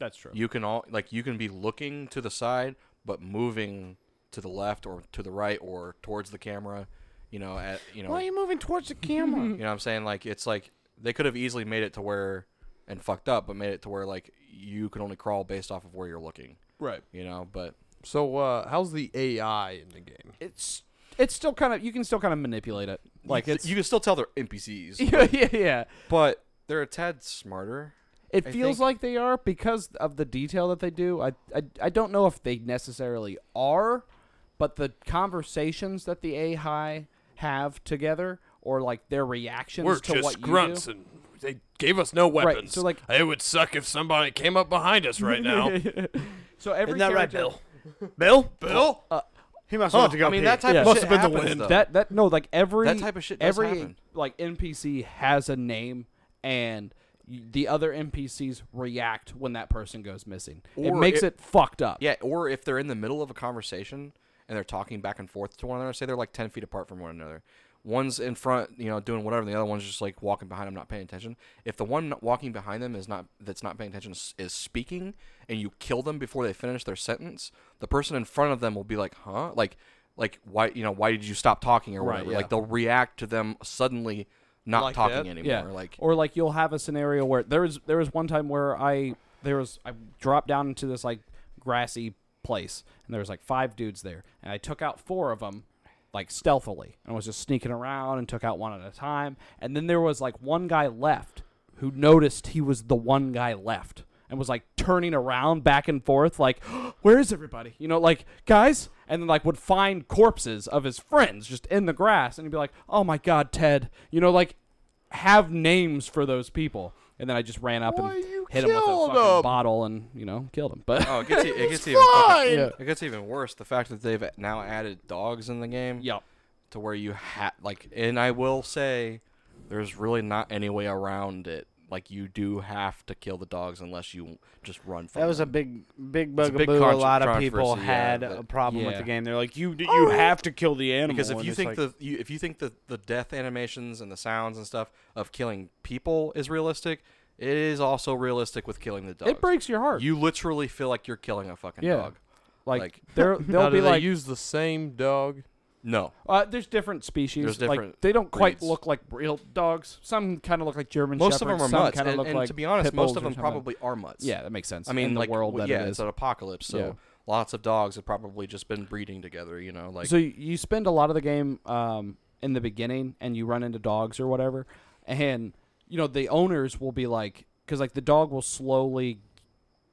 Speaker 3: That's true.
Speaker 1: You can all like you can be looking to the side but moving to the left or to the right or towards the camera. You know, at you know,
Speaker 8: Why are you moving towards the camera?
Speaker 1: you know what I'm saying? Like it's like they could have easily made it to where and fucked up, but made it to where like you can only crawl based off of where you're looking.
Speaker 2: Right.
Speaker 1: You know, but
Speaker 2: So, uh, how's the AI in the game?
Speaker 3: It's it's still kind of you can still kind of manipulate it. Like
Speaker 1: you,
Speaker 3: it's
Speaker 1: you can still tell they're NPCs,
Speaker 3: yeah, yeah, yeah.
Speaker 1: but they're a tad smarter.
Speaker 3: It
Speaker 1: I
Speaker 3: feels
Speaker 1: think-
Speaker 3: like they are because of the detail that they do. I, I I don't know if they necessarily are, but the conversations that the AI have together or like their reactions
Speaker 2: We're
Speaker 3: to
Speaker 2: just
Speaker 3: what
Speaker 2: grunts,
Speaker 3: you
Speaker 2: and they gave us no weapons.
Speaker 3: so, like-
Speaker 2: it would suck if somebody came up behind us right now.
Speaker 3: do. So every
Speaker 8: Isn't that right,
Speaker 3: character-
Speaker 8: Bill?
Speaker 2: Bill, Bill,
Speaker 3: Oh,
Speaker 8: He must
Speaker 4: Oh,
Speaker 8: want to go.
Speaker 1: I mean, that type
Speaker 3: Yeah.
Speaker 1: of
Speaker 3: Must
Speaker 8: have
Speaker 1: shit
Speaker 8: been the
Speaker 1: happens,
Speaker 8: wind.
Speaker 1: though.
Speaker 3: That that no like every
Speaker 1: That type of shit does
Speaker 3: every
Speaker 1: happen.
Speaker 3: like NPC has a name and y- the other NPCs react when that person goes missing. it
Speaker 1: Or
Speaker 3: makes it,
Speaker 1: it-
Speaker 3: fucked up.
Speaker 1: yeah, or if they're in the middle of a conversation and they're talking back and forth to one another. Say they're like ten feet apart from one another. One's in front, you know, doing whatever, and the other one's just like walking behind them, not paying attention. If the one not- walking behind them is not that's not paying attention is, is speaking, and you kill them before they finish their sentence, the person in front of them will be like, "Huh?" Like, like why you know why did you stop talking or
Speaker 3: Right,
Speaker 1: whatever?
Speaker 3: yeah.
Speaker 1: Like they'll react to them suddenly not
Speaker 2: Like
Speaker 1: talking
Speaker 2: that?
Speaker 1: anymore.
Speaker 3: yeah.
Speaker 1: Like
Speaker 3: or like you'll have a scenario where there was there was one time where I there was I dropped down into this like grassy place and there was like five dudes there and I took out four of them like stealthily and was just sneaking around and took out one at a time and then there was like one guy left who noticed he was the one guy left and was like turning around back and forth like where is everybody you know like guys and then like would find corpses of his friends just in the grass and he'd be like oh my god ted you know like have names for those people. And then I just ran up
Speaker 2: Why
Speaker 3: and
Speaker 2: you
Speaker 3: hit him with a
Speaker 2: killed
Speaker 3: fucking
Speaker 2: him?
Speaker 3: bottle and, you know, killed him. But
Speaker 1: Oh, it gets, e- it gets even fucking- it gets even worse. The fact that they've now added dogs in the game
Speaker 3: yeah.
Speaker 1: to where you ha like, and I will say, there's really not any way around it. Like you do have to kill the dogs unless you just run from.
Speaker 4: That was a
Speaker 1: them.
Speaker 4: big, big
Speaker 1: It's a
Speaker 4: bugaboo.
Speaker 1: big
Speaker 4: a,
Speaker 1: contro-
Speaker 4: lot of people
Speaker 1: controversy, yeah,
Speaker 4: had
Speaker 1: but-
Speaker 4: a problem with
Speaker 3: Yeah.
Speaker 4: the game. They're like, you, you have to kill the animal.
Speaker 1: because if
Speaker 4: and
Speaker 1: you
Speaker 4: it's
Speaker 1: think
Speaker 4: like,
Speaker 1: the you, if you think that the death animations and the sounds and stuff of killing people is realistic, it is also realistic with killing the dogs.
Speaker 3: It breaks your heart.
Speaker 1: You literally feel like you're killing a fucking
Speaker 3: Yeah.
Speaker 1: dog.
Speaker 3: like,
Speaker 1: like-
Speaker 3: there
Speaker 2: Now,
Speaker 3: they'll
Speaker 2: do
Speaker 3: be
Speaker 2: they
Speaker 3: like
Speaker 2: use the same dog?
Speaker 1: No,
Speaker 3: uh, there's different species.
Speaker 1: There's
Speaker 3: like
Speaker 1: different
Speaker 3: they don't quite
Speaker 1: breeds.
Speaker 3: look like real dogs. Some kind of look like German
Speaker 1: most of
Speaker 3: shepherds.
Speaker 1: them are
Speaker 3: some
Speaker 1: mutts,
Speaker 3: kind of
Speaker 1: and,
Speaker 3: look
Speaker 1: and
Speaker 3: like
Speaker 1: to be honest,
Speaker 3: pit
Speaker 1: most
Speaker 3: bulls
Speaker 1: of
Speaker 3: or
Speaker 1: them
Speaker 3: something.
Speaker 1: probably are mutts.
Speaker 3: Yeah, that makes sense.
Speaker 1: I mean,
Speaker 3: in
Speaker 1: like,
Speaker 3: the world
Speaker 1: w-
Speaker 3: that
Speaker 1: yeah,
Speaker 3: it
Speaker 1: it's
Speaker 3: is.
Speaker 1: an apocalypse, so
Speaker 3: Yeah.
Speaker 1: lots of dogs have probably just been breeding together. You know, like
Speaker 3: so you- you spend a lot of the game um, in the beginning and you run into dogs or whatever and you know the owners will be like because like the dog will slowly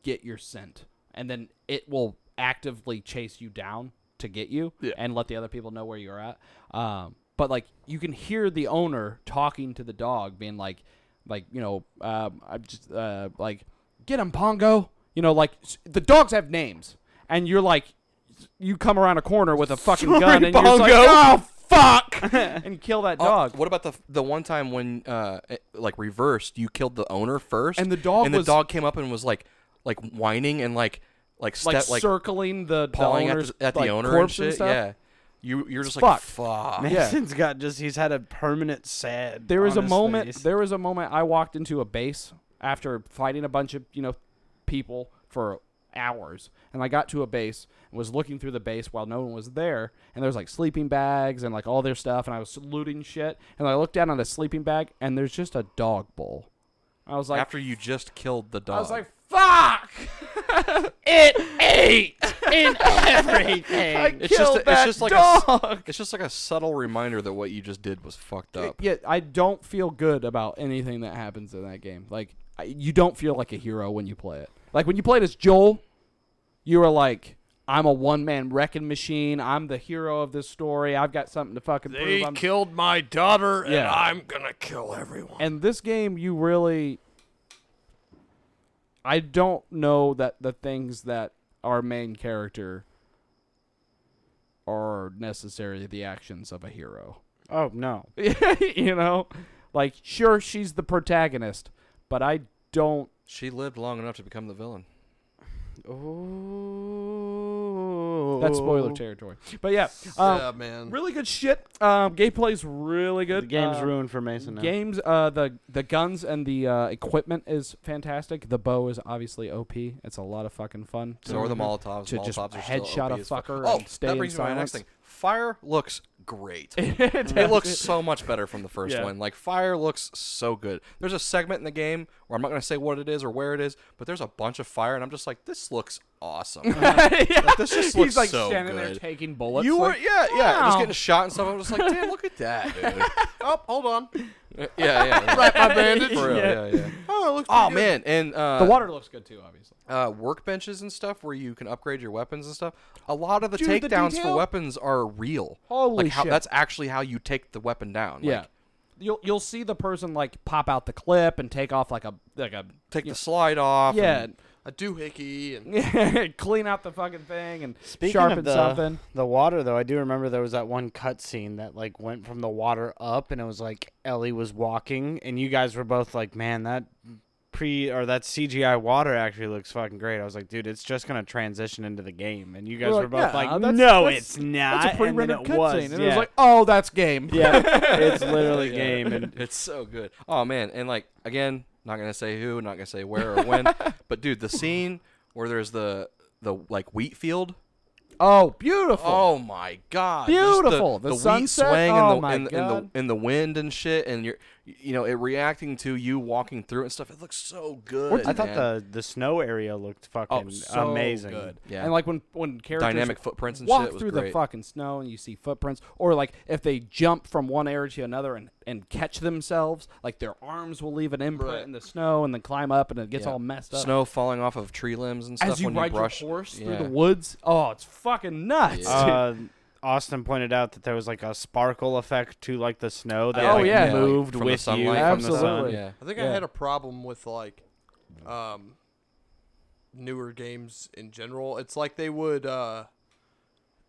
Speaker 3: get your scent and then it will actively chase you down to get you and let the other people know where you're at um, but like you can hear the owner talking to the dog being like like you know um, i'm just uh, like get him pongo you know like s- the dogs have names and you're like you come around a corner with a fucking gun and you're just like, oh fuck, and kill that
Speaker 1: Oh,
Speaker 3: dog.
Speaker 1: what about the the one time when uh it- like reversed, you killed the owner first,
Speaker 3: And the dog
Speaker 1: and the
Speaker 3: was-
Speaker 1: dog came up and was like like whining and like like
Speaker 3: like
Speaker 1: step, like
Speaker 3: circling the the
Speaker 1: pawing
Speaker 3: owner's,
Speaker 1: at the, at the
Speaker 3: like,
Speaker 1: owner and
Speaker 3: corpse
Speaker 1: shit.
Speaker 3: stuff.
Speaker 1: Yeah, you you're just like
Speaker 3: fucked.
Speaker 1: fuck.
Speaker 4: Mason's got just he's had a permanent sad.
Speaker 3: There was
Speaker 4: on
Speaker 3: a
Speaker 4: his
Speaker 3: moment.
Speaker 4: face.
Speaker 3: There was a moment I walked into a base after fighting a bunch of you know people for hours, and I got to a base and was looking through the base while no one was there, and there was like sleeping bags and like all their stuff, and I was looting shit, and I looked down at a sleeping bag, and there's just a dog bowl. I was like,
Speaker 1: After you just killed the dog,
Speaker 3: I was like, fuck! it ate in everything. I
Speaker 1: it's just
Speaker 3: killed
Speaker 1: a- it's
Speaker 3: that
Speaker 1: just like
Speaker 3: dog.
Speaker 1: A, s- it's just like a subtle reminder that what you just did was fucked up.
Speaker 3: yeah, I don't feel good about anything that happens in that game. Like, I, you don't feel like a hero when you play it. Like when you played as Joel, you were like, "I'm a one man wrecking machine. I'm the hero of this story. I've got something to fucking prove."
Speaker 2: They
Speaker 3: I'm
Speaker 2: killed my daughter, and
Speaker 3: Yeah.
Speaker 2: I'm gonna kill everyone.
Speaker 3: and this game you really i don't know that the things that our main character are necessarily the actions of a hero
Speaker 4: Oh no.
Speaker 3: you know like sure she's the protagonist but i don't
Speaker 1: She lived long enough to become the villain.
Speaker 4: Ooh.
Speaker 3: that's spoiler territory but yeah, um,
Speaker 2: yeah, man.
Speaker 3: really good shit um, gameplay's really
Speaker 4: The
Speaker 3: good
Speaker 4: game's
Speaker 3: Um,
Speaker 4: ruined for Mason now.
Speaker 3: Games, uh, the the guns and the uh, equipment is fantastic. The bow is obviously OP. It's a lot of fucking fun.
Speaker 1: So
Speaker 4: Mm-hmm.
Speaker 1: are the Molotovs.
Speaker 3: Mm-hmm. To
Speaker 1: Molotovs
Speaker 3: just
Speaker 1: are still
Speaker 3: headshot
Speaker 1: OP
Speaker 3: a
Speaker 1: as fuck.
Speaker 3: fucker
Speaker 1: Oh,
Speaker 3: and stay
Speaker 1: that
Speaker 3: in
Speaker 1: brings me to my next
Speaker 3: silence.
Speaker 1: thing. Fire looks great.
Speaker 3: it
Speaker 1: it looks so much better from the first
Speaker 3: Yeah.
Speaker 1: one. Like fire looks so good. There's a segment in the game where I'm not going to say what it is or where it is, but there's a bunch of fire, and I'm just like, this looks awesome.
Speaker 3: yeah.
Speaker 1: this just looks
Speaker 3: He's like
Speaker 1: so
Speaker 3: standing there
Speaker 1: good.
Speaker 3: taking bullets.
Speaker 1: you were,
Speaker 3: like,
Speaker 1: yeah, yeah, just
Speaker 3: wow.
Speaker 1: getting shot and stuff. I'm just like, damn, look at that, dude.
Speaker 2: Oh, hold on.
Speaker 1: yeah, yeah, yeah.
Speaker 2: my bandage.
Speaker 1: For real, yeah, yeah.
Speaker 2: Oh, it looks
Speaker 1: Oh
Speaker 2: pretty
Speaker 1: man,
Speaker 2: good.
Speaker 1: and uh,
Speaker 3: the water looks good too, obviously.
Speaker 1: uh, workbenches and stuff where you can upgrade your weapons and stuff. A lot of the
Speaker 3: Dude, the
Speaker 1: takedowns for
Speaker 3: detail?
Speaker 1: weapons are real.
Speaker 3: Holy
Speaker 1: like how,
Speaker 3: shit.
Speaker 1: That's actually how you take the weapon down.
Speaker 3: yeah,
Speaker 1: Like,
Speaker 3: you'll you'll see the person like pop out the clip and take off like a like a
Speaker 1: take the slide off.
Speaker 3: yeah,
Speaker 1: and
Speaker 2: A doohickey and
Speaker 3: clean out the fucking thing and
Speaker 4: Speaking
Speaker 3: sharpen
Speaker 4: of the,
Speaker 3: something.
Speaker 4: the water, though, I do remember there was that one cutscene that like went from the water up, and it was like Ellie was walking, and you guys were both like, "Man, that pre or that CGI water actually looks fucking great. I was like, dude, it's just gonna transition into the game, and you guys
Speaker 3: We're
Speaker 4: were,
Speaker 3: like,
Speaker 4: both
Speaker 3: "Nah,
Speaker 4: like,
Speaker 3: that's-
Speaker 4: no,
Speaker 3: that's-
Speaker 4: it's not.
Speaker 3: That's a pre-rendered
Speaker 4: and then it was,
Speaker 3: cutscene, and
Speaker 4: yeah.
Speaker 3: it was like, oh, that's game.
Speaker 4: yeah, it's literally game, and
Speaker 1: It's so good. Oh man, and like again, not gonna say who, not gonna say where or when, but dude, the scene where there's the the like wheat field.
Speaker 3: Oh, beautiful.
Speaker 1: Oh my god, just
Speaker 3: Beautiful. The
Speaker 1: the,
Speaker 3: sunset?
Speaker 1: wheat swaying
Speaker 3: Oh,
Speaker 1: in, the,
Speaker 3: my
Speaker 1: in, the- in
Speaker 3: God.
Speaker 1: the in the wind and shit, and you're you know it reacting to you walking through it and stuff. It looks so good.
Speaker 4: I thought
Speaker 1: man.
Speaker 4: the the snow area looked fucking
Speaker 3: Oh, so
Speaker 4: amazing.
Speaker 3: good.
Speaker 1: Yeah.
Speaker 3: And like when when characters
Speaker 1: Dynamic footprints and
Speaker 3: walk
Speaker 1: shit was
Speaker 3: through the
Speaker 1: great.
Speaker 3: fucking snow and you see footprints, or like if they jump from one area to another and, and catch themselves, like their arms will leave an imprint in the snow and then climb up and it gets
Speaker 1: Yeah.
Speaker 3: all messed up.
Speaker 1: snow falling off of tree limbs and stuff
Speaker 3: as you
Speaker 1: when
Speaker 3: ride
Speaker 1: you brush
Speaker 3: your horse
Speaker 1: yeah. Oh,
Speaker 3: through the woods. Oh, it's fucking nuts.
Speaker 1: Yeah.
Speaker 3: dude.
Speaker 4: Uh, Austin pointed out that there was like a sparkle effect to like the snow that
Speaker 3: Oh,
Speaker 4: like,
Speaker 3: yeah.
Speaker 4: moved
Speaker 1: From the
Speaker 4: with you.
Speaker 1: sunlight,
Speaker 4: From
Speaker 1: from
Speaker 4: the
Speaker 1: the
Speaker 4: sun.
Speaker 3: Absolutely.
Speaker 1: Yeah.
Speaker 2: I think I
Speaker 3: Yeah.
Speaker 2: had a problem with like um newer games in general. It's like they would uh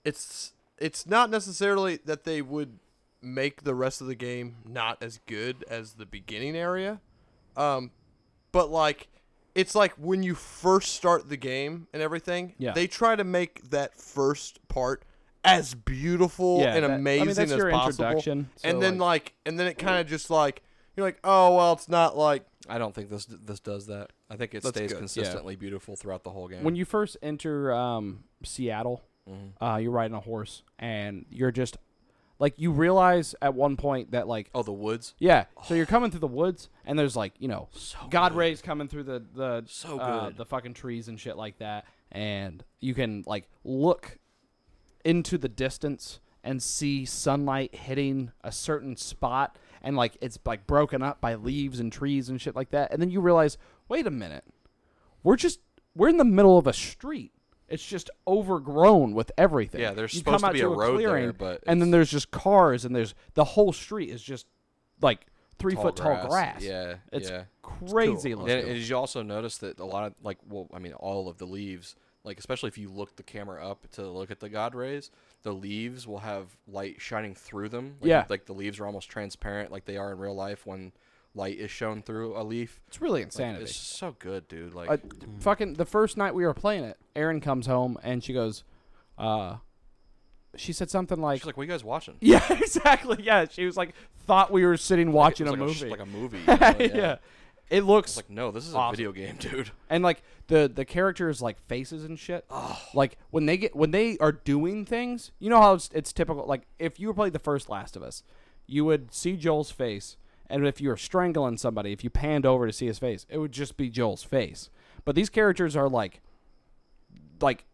Speaker 2: it's it's not necessarily that they would make the rest of the game not as good as the beginning area. Um but like it's like when you first start the game and everything,
Speaker 3: Yeah.
Speaker 2: they try to make that first part as beautiful
Speaker 3: Yeah,
Speaker 2: and
Speaker 3: that- I mean,
Speaker 2: amazing
Speaker 3: that's
Speaker 2: as
Speaker 3: your
Speaker 2: possible.
Speaker 3: introduction, so,
Speaker 2: and then like, and then it kind of just like you're like, "Oh, well, it's not like
Speaker 1: I don't think this this does that. I think it
Speaker 2: That's
Speaker 1: stays
Speaker 2: good. Yeah.
Speaker 1: consistently beautiful throughout the whole game.
Speaker 3: when you first enter um, Seattle, uh, you're riding a horse and you're just like you realize at one point that like
Speaker 1: oh, the woods.
Speaker 3: Yeah. So you're coming through the woods, and there's like you know, God rays coming through the the
Speaker 1: So
Speaker 3: uh,
Speaker 1: good.
Speaker 3: the fucking trees and shit like that, and you can like look into the distance and see sunlight hitting a certain spot, and like it's like broken up by leaves and trees and shit like that, and then you realize, wait a minute, we're just we're in the middle of a street. It's just overgrown with everything.
Speaker 1: Yeah, there's
Speaker 3: You
Speaker 1: supposed to
Speaker 3: come out
Speaker 1: be a road there, but
Speaker 3: and then
Speaker 1: it's-
Speaker 3: there's just cars, and there's the whole street is just like three
Speaker 1: Tall
Speaker 3: foot tall
Speaker 1: grass.
Speaker 3: grass.
Speaker 1: Yeah,
Speaker 3: it's
Speaker 1: yeah.
Speaker 3: crazy
Speaker 1: Then,
Speaker 3: looking.
Speaker 1: and did you also notice that a lot of like, well, I mean, all of the leaves, like especially if you look the camera up to look at the God rays, the leaves will have light shining through them. Like,
Speaker 3: Yeah.
Speaker 1: like the leaves are almost transparent, like they are in real life when light is shown through a leaf.
Speaker 3: it's really
Speaker 1: Like,
Speaker 3: insanity.
Speaker 1: it's so good, dude. Like, hmm.
Speaker 3: Uh, fucking the first night we were playing it, Erin comes home and she goes, uh, she said something like,
Speaker 1: she's like, "What are you guys watching?"
Speaker 3: "Yeah, exactly. Yeah." She was like, thought we were sitting watching
Speaker 1: It
Speaker 3: a
Speaker 1: was
Speaker 3: movie.
Speaker 1: like A, like a movie. you know?
Speaker 3: yeah. It looks
Speaker 1: It's like no, this is
Speaker 3: Awesome.
Speaker 1: a video game, dude.
Speaker 3: and like the the characters like faces and shit like when they get when they are doing things you know how it's, it's typical like if you were playing the first last of us you would see joel's face and if you were strangling somebody if you panned over to see his face it would just be joel's face but these characters are like like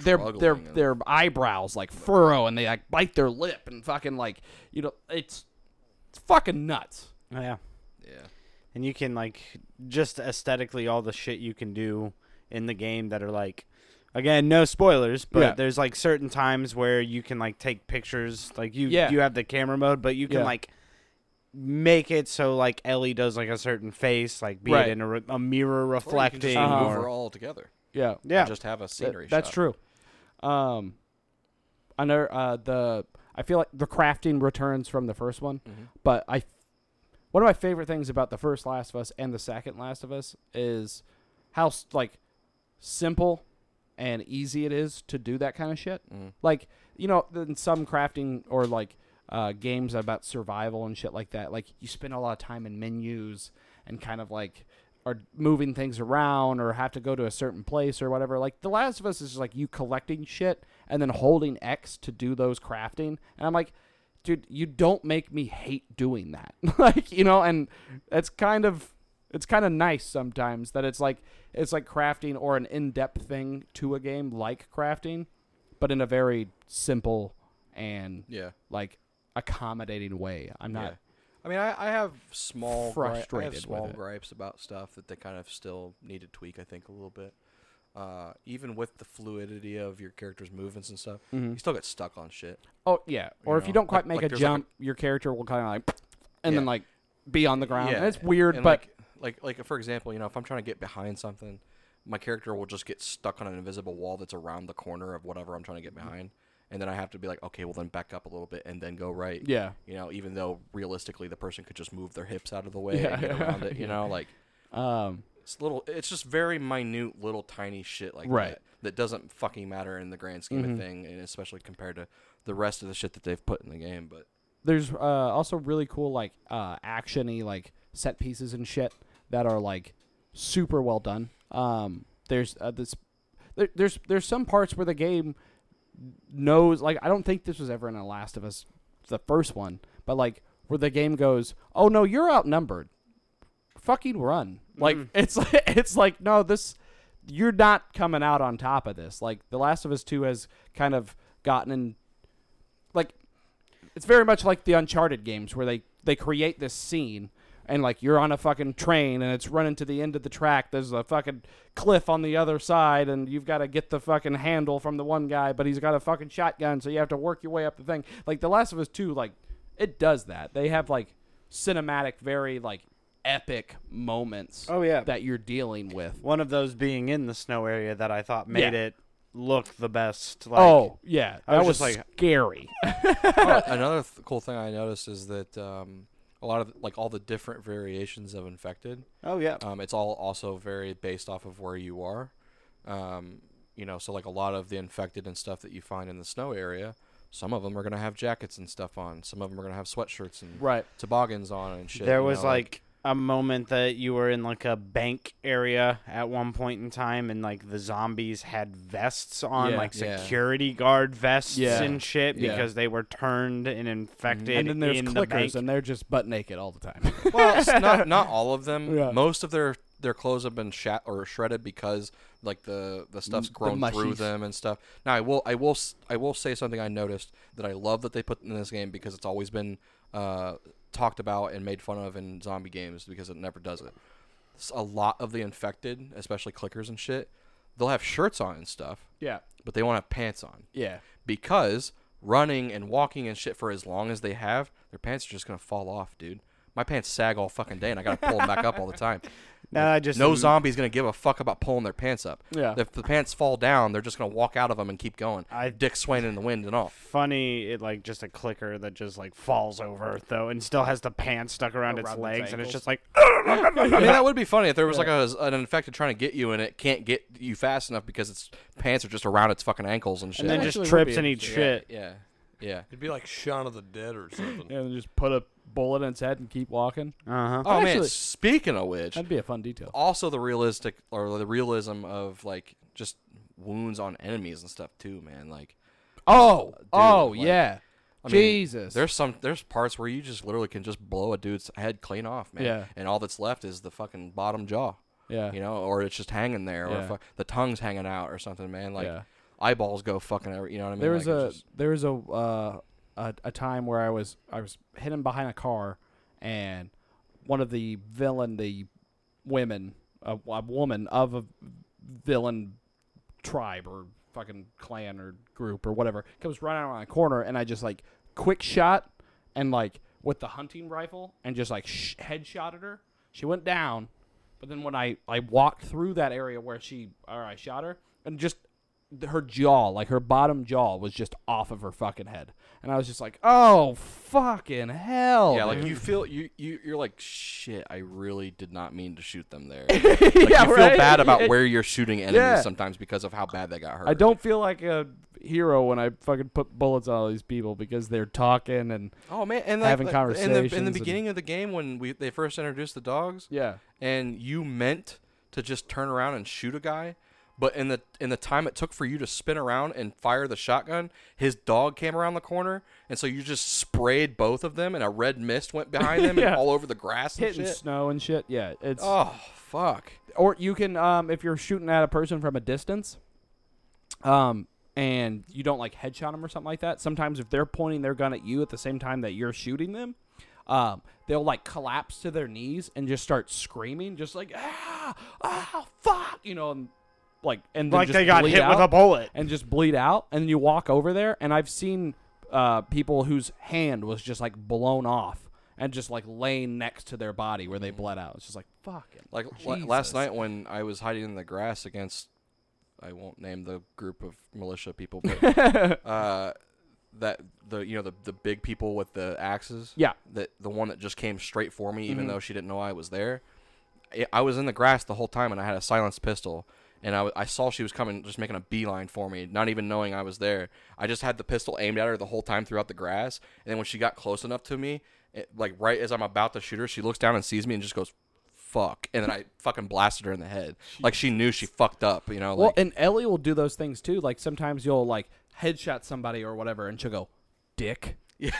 Speaker 3: their their
Speaker 1: Struggling and-
Speaker 3: their eyebrows like furrow and they like bite their lip and fucking like you know it's it's fucking nuts
Speaker 4: Oh, yeah.
Speaker 1: Yeah.
Speaker 4: and you can like just aesthetically all the shit you can do in the game that are like again no spoilers but
Speaker 3: Yeah.
Speaker 4: there's like certain times where you can like take pictures like you
Speaker 3: Yeah.
Speaker 4: you have the camera mode but you can
Speaker 3: Yeah.
Speaker 4: like make it so like Ellie does like a certain face like be
Speaker 3: Right.
Speaker 4: it in a, re- a mirror
Speaker 1: Or you can just
Speaker 4: reflecting
Speaker 3: Uh-huh.
Speaker 1: move
Speaker 4: or-
Speaker 1: her all together.
Speaker 3: yeah
Speaker 4: yeah
Speaker 1: Just have a
Speaker 3: Th-
Speaker 1: scenery.
Speaker 3: that's
Speaker 1: shot.
Speaker 3: true. Um, I know uh, the. I feel like the crafting returns from the first one,
Speaker 1: Mm-hmm.
Speaker 3: but I. One of my favorite things about the first Last of Us and the second Last of Us is how s- like simple and easy it is to do that kind of shit.
Speaker 1: Mm-hmm.
Speaker 3: Like you know, in some crafting or like uh, games about survival and shit like that, like you spend a lot of time in menus and kind of like are moving things around or have to go to a certain place or whatever. Like The Last of Us is just like you collecting shit and then holding X to do those crafting, and I'm like. Dude, you don't make me hate doing that. like, you know, and that's kind of it's kind of nice sometimes that it's like it's like crafting or an in-depth thing to a game like crafting but in a very simple and
Speaker 1: Yeah.
Speaker 3: like accommodating way i'm not
Speaker 1: I mean, I, I have small gri- I
Speaker 3: Frustrated
Speaker 1: have
Speaker 3: with
Speaker 1: small
Speaker 3: it.
Speaker 1: gripes about stuff that they kind of still need to tweak. I think a little bit. Uh, even with the fluidity of your character's movements and stuff, you still get stuck on shit.
Speaker 3: oh yeah or if
Speaker 1: know,
Speaker 3: you don't quite
Speaker 1: like- like
Speaker 3: make a
Speaker 1: there's like a-
Speaker 3: jump your character will kind of like and then
Speaker 1: Yeah.
Speaker 3: like be on the ground
Speaker 1: Yeah,
Speaker 3: and it's weird
Speaker 1: and
Speaker 3: but
Speaker 1: like, like like for example, you know, if I'm trying to get behind something, my character will just get stuck on an invisible wall that's around the corner of whatever I'm trying to get
Speaker 3: Mm-hmm.
Speaker 1: behind, and then I have to be like, okay, well then back up a little bit and then go right.
Speaker 3: yeah
Speaker 1: You know, even though realistically the person could just move their hips out of the way
Speaker 3: Yeah.
Speaker 1: and get around it. You know, like
Speaker 3: um
Speaker 1: It's little. It's just very minute, little tiny shit like
Speaker 3: Right.
Speaker 1: that that doesn't fucking matter in the grand scheme
Speaker 4: Mm-hmm.
Speaker 1: of thing, and especially compared to the rest of the shit that they've put in the game. But
Speaker 3: There's uh, also really cool like uh, actiony like set pieces and shit that are like super well done. Um, there's uh, this there, there's there's some parts where the game knows like I don't think this was ever in The Last of Us, the first one, but like where the game goes, oh no, you're outnumbered, fucking run. Like it's it's like no this you're not coming out on top of this. Like The Last of Us Two has kind of gotten in like it's very much like the Uncharted games where they they create this scene and like you're on a fucking train and it's running to the end of the track. There's a fucking cliff on the other side and you've got to get the fucking handle from the one guy, but he's got a fucking shotgun, so you have to work your way up the thing. Like The Last of Us Two, like it does that. They have like cinematic, very like epic moments
Speaker 4: Oh, yeah.
Speaker 3: that you're dealing with.
Speaker 4: One of those being in the snow area that I thought made
Speaker 3: Yeah.
Speaker 4: it look the best. Like,
Speaker 3: oh yeah,
Speaker 4: I
Speaker 3: that
Speaker 4: was
Speaker 3: was,
Speaker 4: just like-
Speaker 3: scary.
Speaker 1: Oh, another th- cool thing I noticed is that um, a lot of like all the different variations of infected.
Speaker 4: oh yeah.
Speaker 1: Um, it's all also very based off of where you are. Um, you know, so like a lot of the infected and stuff that you find in the snow area, some of them are gonna have jackets and stuff on. Some of them are gonna have sweatshirts and
Speaker 3: right.
Speaker 1: toboggans on and shit.
Speaker 4: there
Speaker 1: you
Speaker 4: was
Speaker 1: know,
Speaker 4: like a moment that you were in like a bank area at one point in time and like the zombies had vests on
Speaker 3: Yeah.
Speaker 4: like
Speaker 1: Yeah.
Speaker 4: security guard vests
Speaker 3: Yeah.
Speaker 4: and shit
Speaker 1: Yeah.
Speaker 4: because they were turned and infected
Speaker 3: And then there's
Speaker 4: in the
Speaker 3: clickers
Speaker 4: bank.
Speaker 3: and they're just butt naked all the time.
Speaker 1: well, it's not not all of them.
Speaker 3: Yeah.
Speaker 1: Most of their their clothes have been shat or shredded because like the the stuff's grown through
Speaker 3: mushies.
Speaker 1: them and stuff. Now I will I will s- I will say something I noticed that I love that they put in this game because it's always been uh, talked about and made fun of in zombie games because it never does it. S- A lot of the infected, especially clickers and shit, they'll have shirts on and stuff,
Speaker 3: yeah.
Speaker 1: but they won't have pants on
Speaker 3: Yeah.
Speaker 1: because running and walking and shit for as long as they have, their pants are just gonna fall off, dude. My pants sag all fucking day, and I gotta pull them back up all the time.
Speaker 4: Now I just
Speaker 1: No zombie's gonna give a fuck about pulling their pants up.
Speaker 3: Yeah.
Speaker 1: If the pants fall down, they're just gonna walk out of them and keep going.
Speaker 4: I-
Speaker 1: Dick swaying in the wind and all.
Speaker 4: funny it like just a clicker that just like falls over though and still has the pants stuck around, its
Speaker 3: Around its
Speaker 4: legs and it's
Speaker 3: ankles.
Speaker 4: just like
Speaker 1: I mean, that would be funny if there was like a, an infected trying to get you and it can't get you fast enough because its pants are just around its fucking ankles and shit.
Speaker 4: and then
Speaker 3: That
Speaker 4: just
Speaker 3: actually would
Speaker 4: trips
Speaker 3: be
Speaker 4: and eats shit.
Speaker 1: yeah, yeah.
Speaker 2: It'd be like Shaun of the Dead or something.
Speaker 3: And just put a bullet in its head and keep walking.
Speaker 4: Uh huh.
Speaker 1: Oh man,
Speaker 3: Actually-
Speaker 1: speaking of which,
Speaker 3: That'd be a fun detail.
Speaker 1: also the realistic or the realism of like just wounds on enemies and stuff too, man. Like
Speaker 3: Oh, oh
Speaker 1: like,
Speaker 3: yeah.
Speaker 1: I mean,
Speaker 3: Jesus.
Speaker 1: there's some there's parts where you just literally can just blow a dude's head clean off, man.
Speaker 3: Yeah.
Speaker 1: And all that's left is the fucking bottom jaw,
Speaker 3: yeah.
Speaker 1: you know, or it's just hanging there,
Speaker 3: Yeah.
Speaker 1: or fu- the tongue's hanging out or something, man. Like
Speaker 3: Yeah.
Speaker 1: eyeballs go fucking, every, you know what I mean?
Speaker 3: there
Speaker 1: like,
Speaker 3: was a
Speaker 1: it's just-
Speaker 3: there was a, uh, a a time where I was I was hidden behind a car, and one of the villain the women a, a woman of a villain tribe or fucking clan or group or whatever comes running around the corner, and I just like quick shot and like with the hunting rifle and just like sh- headshotted her. She went down, but then when I I walked through that area where she or I shot her and just th- her jaw, like her bottom jaw, was just off of her fucking head, and I was just like, "Oh fucking hell!"
Speaker 1: yeah, like
Speaker 3: dude."
Speaker 1: you feel you you you're like shit. I really did not mean to shoot them there. Like, you feel
Speaker 3: right?
Speaker 1: bad about
Speaker 3: It-
Speaker 1: where you're shooting enemies
Speaker 3: Yeah.
Speaker 1: sometimes because of how bad they got hurt.
Speaker 3: I don't feel like a hero when I fucking put bullets on all these people because they're talking and
Speaker 1: Oh man, and
Speaker 3: having
Speaker 1: like, like, in the- in
Speaker 3: conversations
Speaker 1: the,
Speaker 3: and-
Speaker 1: beginning of the game when we they first introduced the dogs,
Speaker 3: yeah,
Speaker 1: and you meant to just turn around and shoot a guy, but in the in the time it took for you to spin around and fire the shotgun, his dog came around the corner, and so you just sprayed both of them, and a red mist went behind them
Speaker 3: Yeah.
Speaker 1: and all over the grass and
Speaker 3: hitting
Speaker 1: shit.
Speaker 3: snow and shit. Yeah, it's
Speaker 1: Oh fuck!
Speaker 3: or you can um if you're shooting at a person from a distance, um and you don't like headshot them or something like that. Sometimes if they're pointing their gun at you at the same time that you're shooting them, um they'll like collapse to their knees and just start screaming, just like ah ah fuck, you know, and like and then
Speaker 4: Like
Speaker 3: just
Speaker 4: they got
Speaker 3: bleed
Speaker 4: hit with
Speaker 3: out.
Speaker 4: a bullet.
Speaker 3: and just bleed out and you walk over there and i've seen uh, people whose hand was just like blown off and just like laying next to their body where they bled out it's just like fucking
Speaker 1: Like la- last
Speaker 3: Jesus.
Speaker 1: night when I was hiding in the grass against, I won't name the group of militia people, but uh, that the you know the the big people with the axes.
Speaker 3: Yeah. Mm-hmm.
Speaker 1: That the one that just came straight for me, even though she didn't know I was there. I- I was in the grass the whole time, and I had a silenced pistol. And I, w- I saw she was coming, just making a beeline for me, not even knowing I was there. I just had the pistol aimed at her the whole time throughout the grass. And then when she got close enough to me, it, like right as I'm about to shoot her, she looks down and sees me and just goes, "Fuck!" And then I fucking blasted her in the head. Like she knew she fucked up, you know. Like,
Speaker 3: Well, and Ellie will do those things too. Like sometimes you'll like headshot somebody or whatever, and she'll go, "Dick." Yeah.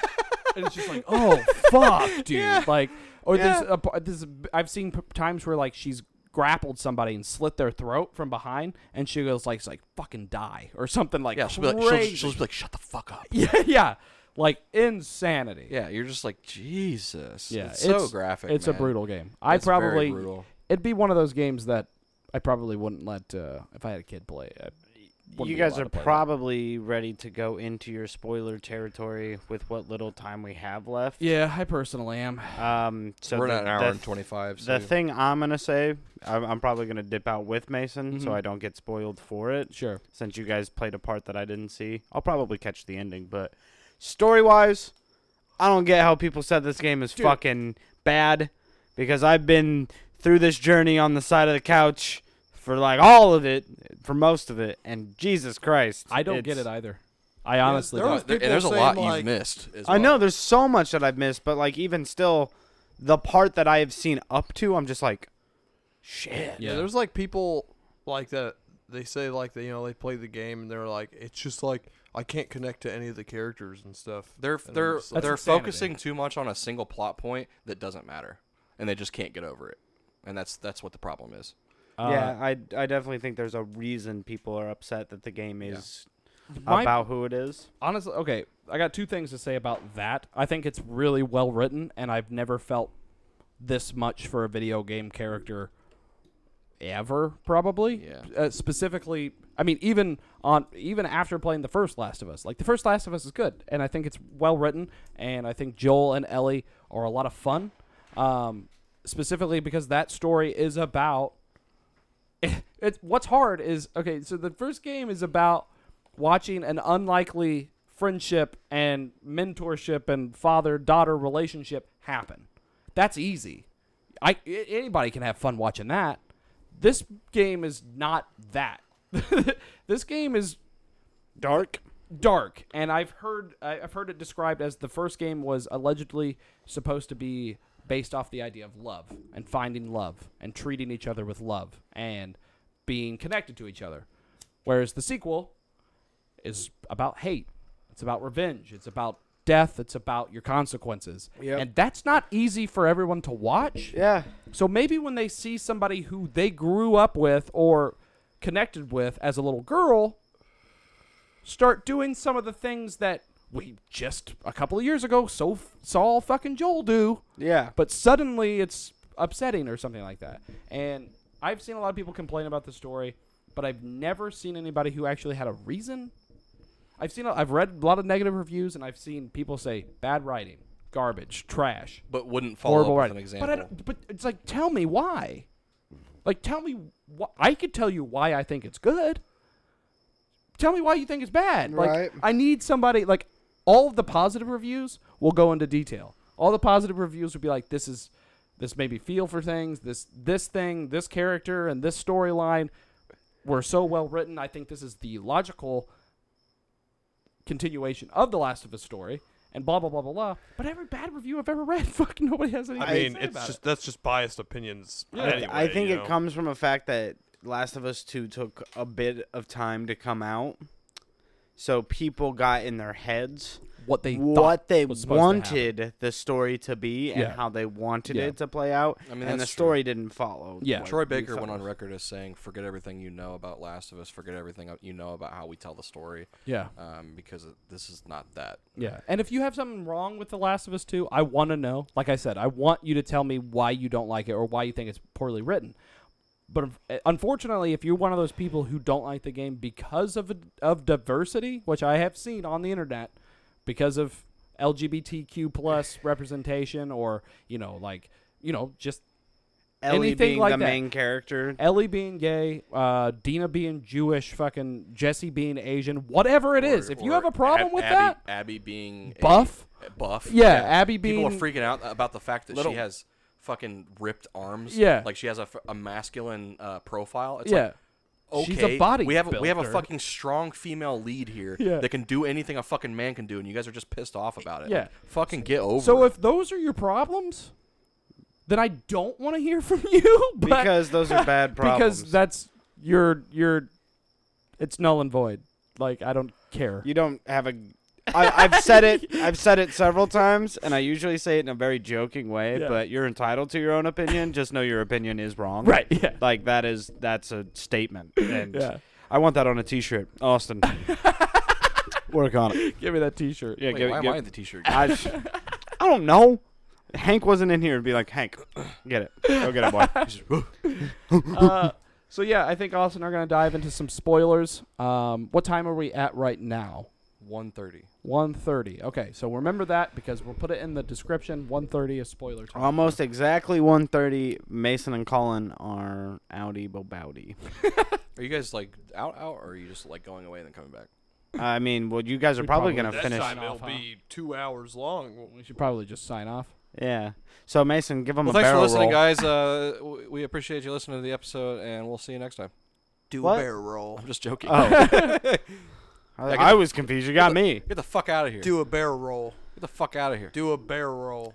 Speaker 3: and it's just like, oh fuck, dude. Like, or there's a p- this. I've seen p- times where like she's grappled somebody and slit their throat from behind, and she goes like, it's like fucking die or something like
Speaker 1: yeah, she'll be like, she'll,
Speaker 3: crazy.
Speaker 1: she'll just be like, "Shut the fuck up."
Speaker 3: yeah, yeah, like insanity.
Speaker 1: Yeah, you're just like Jesus.
Speaker 3: Yeah,
Speaker 1: it's, so graphic.
Speaker 3: It's
Speaker 1: man.
Speaker 3: a brutal game. I
Speaker 1: It's very
Speaker 3: probably
Speaker 1: brutal.
Speaker 3: it'd be one of those games that I probably wouldn't let uh, if I had a kid play. I wouldn't
Speaker 4: you
Speaker 3: be
Speaker 4: guys
Speaker 3: allowed
Speaker 4: are
Speaker 3: to play that.
Speaker 4: probably ready to go into your spoiler territory with what little time we have left.
Speaker 3: Yeah, I personally am.
Speaker 4: Um, so
Speaker 1: We're
Speaker 4: the,
Speaker 1: at an hour
Speaker 4: the
Speaker 1: and twenty five.
Speaker 4: The thing I'm gonna say, I'm, I'm probably gonna dip out with Mason, so
Speaker 3: Mhm.
Speaker 4: I don't get spoiled for it.
Speaker 3: Sure.
Speaker 4: Since you guys played a part that I didn't see, I'll probably catch the ending. But story wise, I don't get how people said this game is fucking bad because I've been through this journey on the side of the couch for like all of it, for most of it, and Jesus Christ,
Speaker 3: I don't get
Speaker 4: it's-
Speaker 3: it either. I honestly
Speaker 2: there
Speaker 3: don't.
Speaker 2: was
Speaker 1: there,
Speaker 2: people
Speaker 1: there's a
Speaker 2: saying,
Speaker 1: lot
Speaker 2: like-
Speaker 1: you've missed. as
Speaker 4: I know
Speaker 1: well.
Speaker 4: there's so much that I've missed, but like even still, the part that I have seen up to, I'm just like, shit.
Speaker 2: Yeah. there's like people like that. They say like they you know they play the game and they're like it's just like I can't connect to any of the characters and stuff.
Speaker 1: They're
Speaker 2: And I'm
Speaker 1: they're
Speaker 2: just like-
Speaker 1: they're
Speaker 3: insanity.
Speaker 1: focusing too much on a single plot point that doesn't matter, and they just can't get over it. And that's that's what the problem is.
Speaker 3: Uh,
Speaker 4: yeah, I, I definitely think there's a reason people are upset that the game is
Speaker 3: My-
Speaker 4: about who it is.
Speaker 3: honestly, okay, I got two things to say about that. I think it's really well written, and I've never felt this much for a video game character ever, probably.
Speaker 1: Yeah.
Speaker 3: Uh, specifically, I mean, even on even after playing the first Last of Us, like the first Last of Us is good, and I think it's well written, and I think Joel and Ellie are a lot of fun. Um, specifically because that story is about it's what's hard is okay. So the first game is about watching an unlikely friendship and mentorship and father daughter relationship happen. That's easy. I a- anybody can have fun watching that. This game is not that. this game is
Speaker 4: Dark.
Speaker 3: dark and i've heard I- i've heard it described as the first game was allegedly supposed to be based off the idea of love and finding love and treating each other with love and being connected to each other whereas the sequel is about hate it's about revenge it's about death it's about your consequences and that's not easy for everyone to watch
Speaker 4: Yeah.
Speaker 3: so maybe when they see somebody who they grew up with or connected with as a little girl start doing some of the things that we just a couple of years ago so saw fucking Joel do,
Speaker 4: Yeah.
Speaker 3: but suddenly it's upsetting or something like that. And I've seen a lot of people complain about the story, but I've never seen anybody who actually had a reason. I've seen a, I've read a lot of negative reviews and I've seen people say bad writing, garbage, trash
Speaker 1: But wouldn't follow
Speaker 3: horrible
Speaker 1: up with
Speaker 3: writing.
Speaker 1: an
Speaker 3: But, I
Speaker 1: example.
Speaker 3: don't, but it's like, tell me why. Like, tell me wh- I could tell you why I think it's good. Tell me why you think it's bad. Like,
Speaker 8: Right.
Speaker 3: I need somebody. Like, all of the positive reviews will go into detail. All the positive reviews would be like, this is, this made me feel for things. This this thing, this character, and this storyline were so well written. I think this is the logical continuation of the Last of Us story. And blah blah blah blah blah. But every bad review I've ever read, fucking nobody has anything.
Speaker 2: I
Speaker 3: to
Speaker 2: mean,
Speaker 3: say
Speaker 2: it's
Speaker 3: about
Speaker 2: just
Speaker 3: it.
Speaker 2: that's just biased opinions.
Speaker 4: I,
Speaker 2: anyway,
Speaker 4: I think
Speaker 2: you
Speaker 4: it
Speaker 2: know?
Speaker 4: comes from a fact that Last of Us 2 took a bit of time to come out. So people got in their heads
Speaker 3: what they
Speaker 4: what they
Speaker 3: was supposed to happen.
Speaker 4: wanted the story to be and
Speaker 3: Yeah.
Speaker 4: how they wanted
Speaker 3: Yeah.
Speaker 4: it to play out.
Speaker 1: I mean,
Speaker 4: and
Speaker 1: that's
Speaker 4: the
Speaker 1: true.
Speaker 4: story didn't follow.
Speaker 3: Yeah.
Speaker 4: what
Speaker 1: Troy
Speaker 4: we
Speaker 1: Baker went
Speaker 4: thought.
Speaker 1: on record as saying, "Forget everything you know about Last of Us. Forget everything uh, you know about how we tell the story,
Speaker 3: Yeah,
Speaker 1: um, because it- this is not that."
Speaker 3: yeah. And if you have something wrong with The Last of Us 2, I want to know. Like I said, I want you to tell me why you don't like it or why you think it's poorly written. But uh, unfortunately, if you're one of those people who don't like the game because of of diversity, which I have seen on the internet, because of LGBTQ plus representation, or you know, like you know, just
Speaker 4: Ellie
Speaker 3: Anything
Speaker 4: being
Speaker 3: like
Speaker 4: the
Speaker 3: that.
Speaker 4: main character.
Speaker 3: Ellie being gay, uh, Dina being Jewish, fucking Jesse being Asian, whatever it
Speaker 1: Or-
Speaker 3: is, if you
Speaker 1: or
Speaker 3: have a problem
Speaker 1: Ab-
Speaker 3: with
Speaker 1: Abby,
Speaker 3: that,
Speaker 1: Abby being a-
Speaker 3: Buff?
Speaker 1: a buff,
Speaker 3: Yeah, Abby
Speaker 1: people are
Speaker 3: being-
Speaker 1: freaking out about the fact that
Speaker 4: Little-
Speaker 1: she has fucking ripped arms.
Speaker 3: Yeah.
Speaker 1: like she has a, f- a masculine uh, profile. It's
Speaker 3: yeah.
Speaker 1: like, okay,
Speaker 3: She's a body
Speaker 1: We have a, we have a
Speaker 3: builder.
Speaker 1: fucking strong female lead here
Speaker 3: Yeah.
Speaker 1: that can do anything a fucking man can do, and you guys are just pissed off about it.
Speaker 3: Yeah.
Speaker 1: Like, fucking get over.
Speaker 3: So
Speaker 1: it.
Speaker 3: if those are your problems, then I don't want to hear from you. But
Speaker 4: Because those are bad
Speaker 3: Because
Speaker 4: problems.
Speaker 3: that's your your. It's null and void. Like I don't care.
Speaker 4: You don't have a. I, I've said it. I've said it several times, and I usually say it in a very joking way.
Speaker 3: Yeah.
Speaker 4: But you're entitled to your own opinion. Just know your opinion is wrong.
Speaker 3: Right, yeah.
Speaker 4: Like that is that's a statement, and
Speaker 3: Yeah.
Speaker 4: I want that on a T-shirt, Austin. work on it.
Speaker 3: Give me that T-shirt.
Speaker 4: Yeah,
Speaker 1: Wait,
Speaker 4: give,
Speaker 1: why
Speaker 4: give-
Speaker 1: am I in the t-shirt?
Speaker 4: I, just- I don't know. Hank wasn't in here to be like Hank. Get it. Go get it, boy.
Speaker 3: Uh, so yeah, I think Austin are gonna dive into some spoilers. Um, what time are we at right now?
Speaker 1: One thirty.
Speaker 3: 1.30. Okay, so remember that because we'll put it in the description. 1.30 is spoiler time.
Speaker 4: Almost exactly 1.30, Mason and Colin are outie bobouty.
Speaker 1: Are you guys like out out, or are you just like going away and then coming back?
Speaker 4: I mean, well, you guys are
Speaker 3: We
Speaker 4: probably,
Speaker 3: probably-
Speaker 4: gonna
Speaker 2: That
Speaker 4: finish.
Speaker 2: time
Speaker 3: off,
Speaker 2: it'll
Speaker 3: huh?
Speaker 2: be two hours long.
Speaker 3: We should probably just sign off.
Speaker 4: Yeah. So Mason, give them
Speaker 1: Well,
Speaker 4: a
Speaker 1: thanks for
Speaker 4: barrel
Speaker 1: listening,
Speaker 4: roll.
Speaker 1: guys. Uh, w- we appreciate you listening to the episode, and we'll see you next time.
Speaker 7: Do
Speaker 4: What?
Speaker 7: a barrel roll.
Speaker 1: I'm just joking.
Speaker 4: Oh. I, I was confused. You got me.
Speaker 1: Get the fuck out of here.
Speaker 7: Do a barrel roll.
Speaker 1: Get the fuck out of here.
Speaker 7: Do a barrel roll.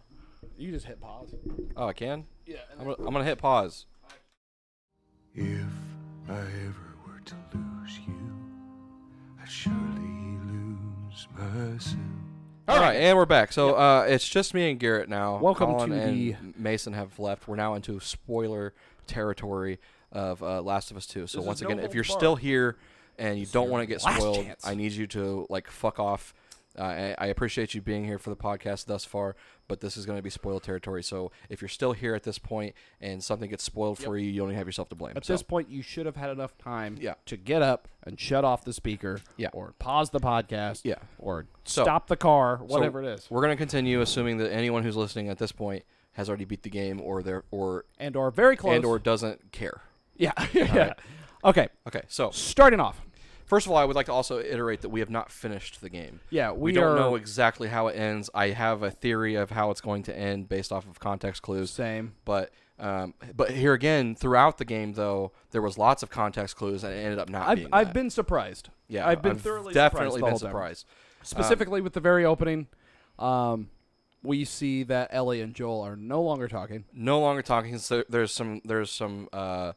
Speaker 3: You just hit pause.
Speaker 1: Oh, I can? Yeah. I'm gonna, I'm gonna hit pause.
Speaker 9: If I ever were to lose you, I'd surely lose myself.
Speaker 1: All right, and we're back. So uh, it's just me and Garrett now.
Speaker 3: Welcome
Speaker 1: Colin
Speaker 3: to
Speaker 1: and
Speaker 3: the-
Speaker 1: Mason have left. We're now into spoiler territory of uh, Last of Us Two. So
Speaker 2: This is
Speaker 1: once
Speaker 2: no
Speaker 1: again, if
Speaker 2: holds
Speaker 1: you're
Speaker 2: barred.
Speaker 1: still here and you don't want to get
Speaker 3: last
Speaker 1: spoiled,
Speaker 3: chance.
Speaker 1: I need you to like fuck off. Uh, I, I appreciate you being here for the podcast thus far, but this is going to be spoiler territory. So if you're still here at this point and something gets spoiled for you, you only have yourself to blame.
Speaker 3: At
Speaker 1: So-
Speaker 3: this point, you should have had enough time
Speaker 1: Yeah.
Speaker 3: to get up and shut off the speaker
Speaker 1: Yeah.
Speaker 3: or pause the podcast
Speaker 1: Yeah.
Speaker 3: or
Speaker 1: So-
Speaker 3: stop the car,
Speaker 1: So,
Speaker 3: whatever it is.
Speaker 1: We're going to continue assuming that anyone who's listening at this point has already beat the game or they're or
Speaker 3: And or very close.
Speaker 1: and or doesn't care.
Speaker 3: Yeah. yeah. Okay,
Speaker 1: Okay, so
Speaker 3: starting off.
Speaker 1: first of all, I would like to also iterate that we have not finished the game.
Speaker 3: Yeah, we,
Speaker 1: We, don't
Speaker 3: are
Speaker 1: know exactly how it ends. I have a theory of how it's going to end based off of context clues.
Speaker 3: same.
Speaker 1: But um, but here again, throughout the game though, there was lots of context clues and it ended up not
Speaker 3: I've,
Speaker 1: being.
Speaker 3: I've
Speaker 1: that.
Speaker 3: been surprised.
Speaker 1: yeah,
Speaker 3: I've been thoroughly
Speaker 1: definitely
Speaker 3: surprised the
Speaker 1: been
Speaker 3: whole time.
Speaker 1: surprised. Um,
Speaker 3: Specifically with the very opening, um, we see that Ellie and Joel are no longer talking.
Speaker 1: no longer talking. So there's some there's some uh,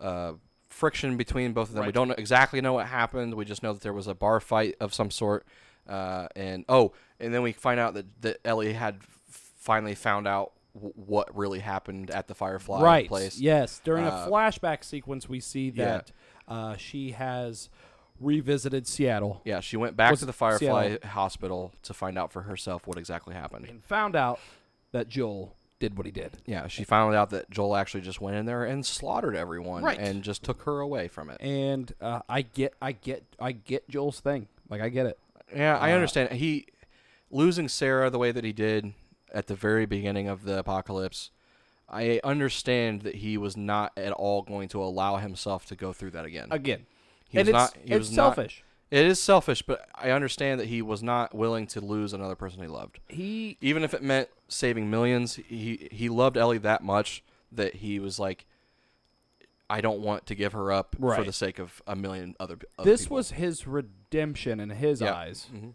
Speaker 1: uh, friction between both of them. We don't exactly know what happened. We just know that there was a bar fight of some sort. Uh, and oh, and then we find out that, that Ellie had f- finally found out w- what really happened at the Firefly
Speaker 3: right.
Speaker 1: place.
Speaker 3: Yes. During
Speaker 1: Uh,
Speaker 3: a flashback sequence, we see
Speaker 1: yeah.
Speaker 3: that uh, she has revisited Seattle
Speaker 1: Yeah, she went back
Speaker 3: Was
Speaker 1: to the
Speaker 3: it
Speaker 1: Firefly
Speaker 3: Seattle?
Speaker 1: hospital to find out for herself what exactly happened.
Speaker 3: and found out that Joel did what he did.
Speaker 1: Yeah, she found out that Joel actually just went in there and slaughtered everyone
Speaker 3: Right.
Speaker 1: and just took her away from it.
Speaker 3: And uh, I get, I get, I get Joel's thing. Like I get it.
Speaker 1: Yeah, I understand. He losing Sarah the way that he did at the very beginning of the apocalypse. I understand that he was not at all going to allow himself to go through that again.
Speaker 3: Again,
Speaker 1: He was
Speaker 3: and it's,
Speaker 1: not- he
Speaker 3: it's
Speaker 1: was not-
Speaker 3: selfish.
Speaker 1: It is selfish, but I understand that he was not willing to lose another person he loved,
Speaker 3: He
Speaker 1: even if it meant saving millions. He he loved Ellie that much that he was like, I don't want to give her up for
Speaker 3: Right.
Speaker 1: the sake of a million other. other
Speaker 3: this
Speaker 1: people."
Speaker 3: was his redemption in his
Speaker 1: Yeah.
Speaker 3: eyes
Speaker 1: Mhm.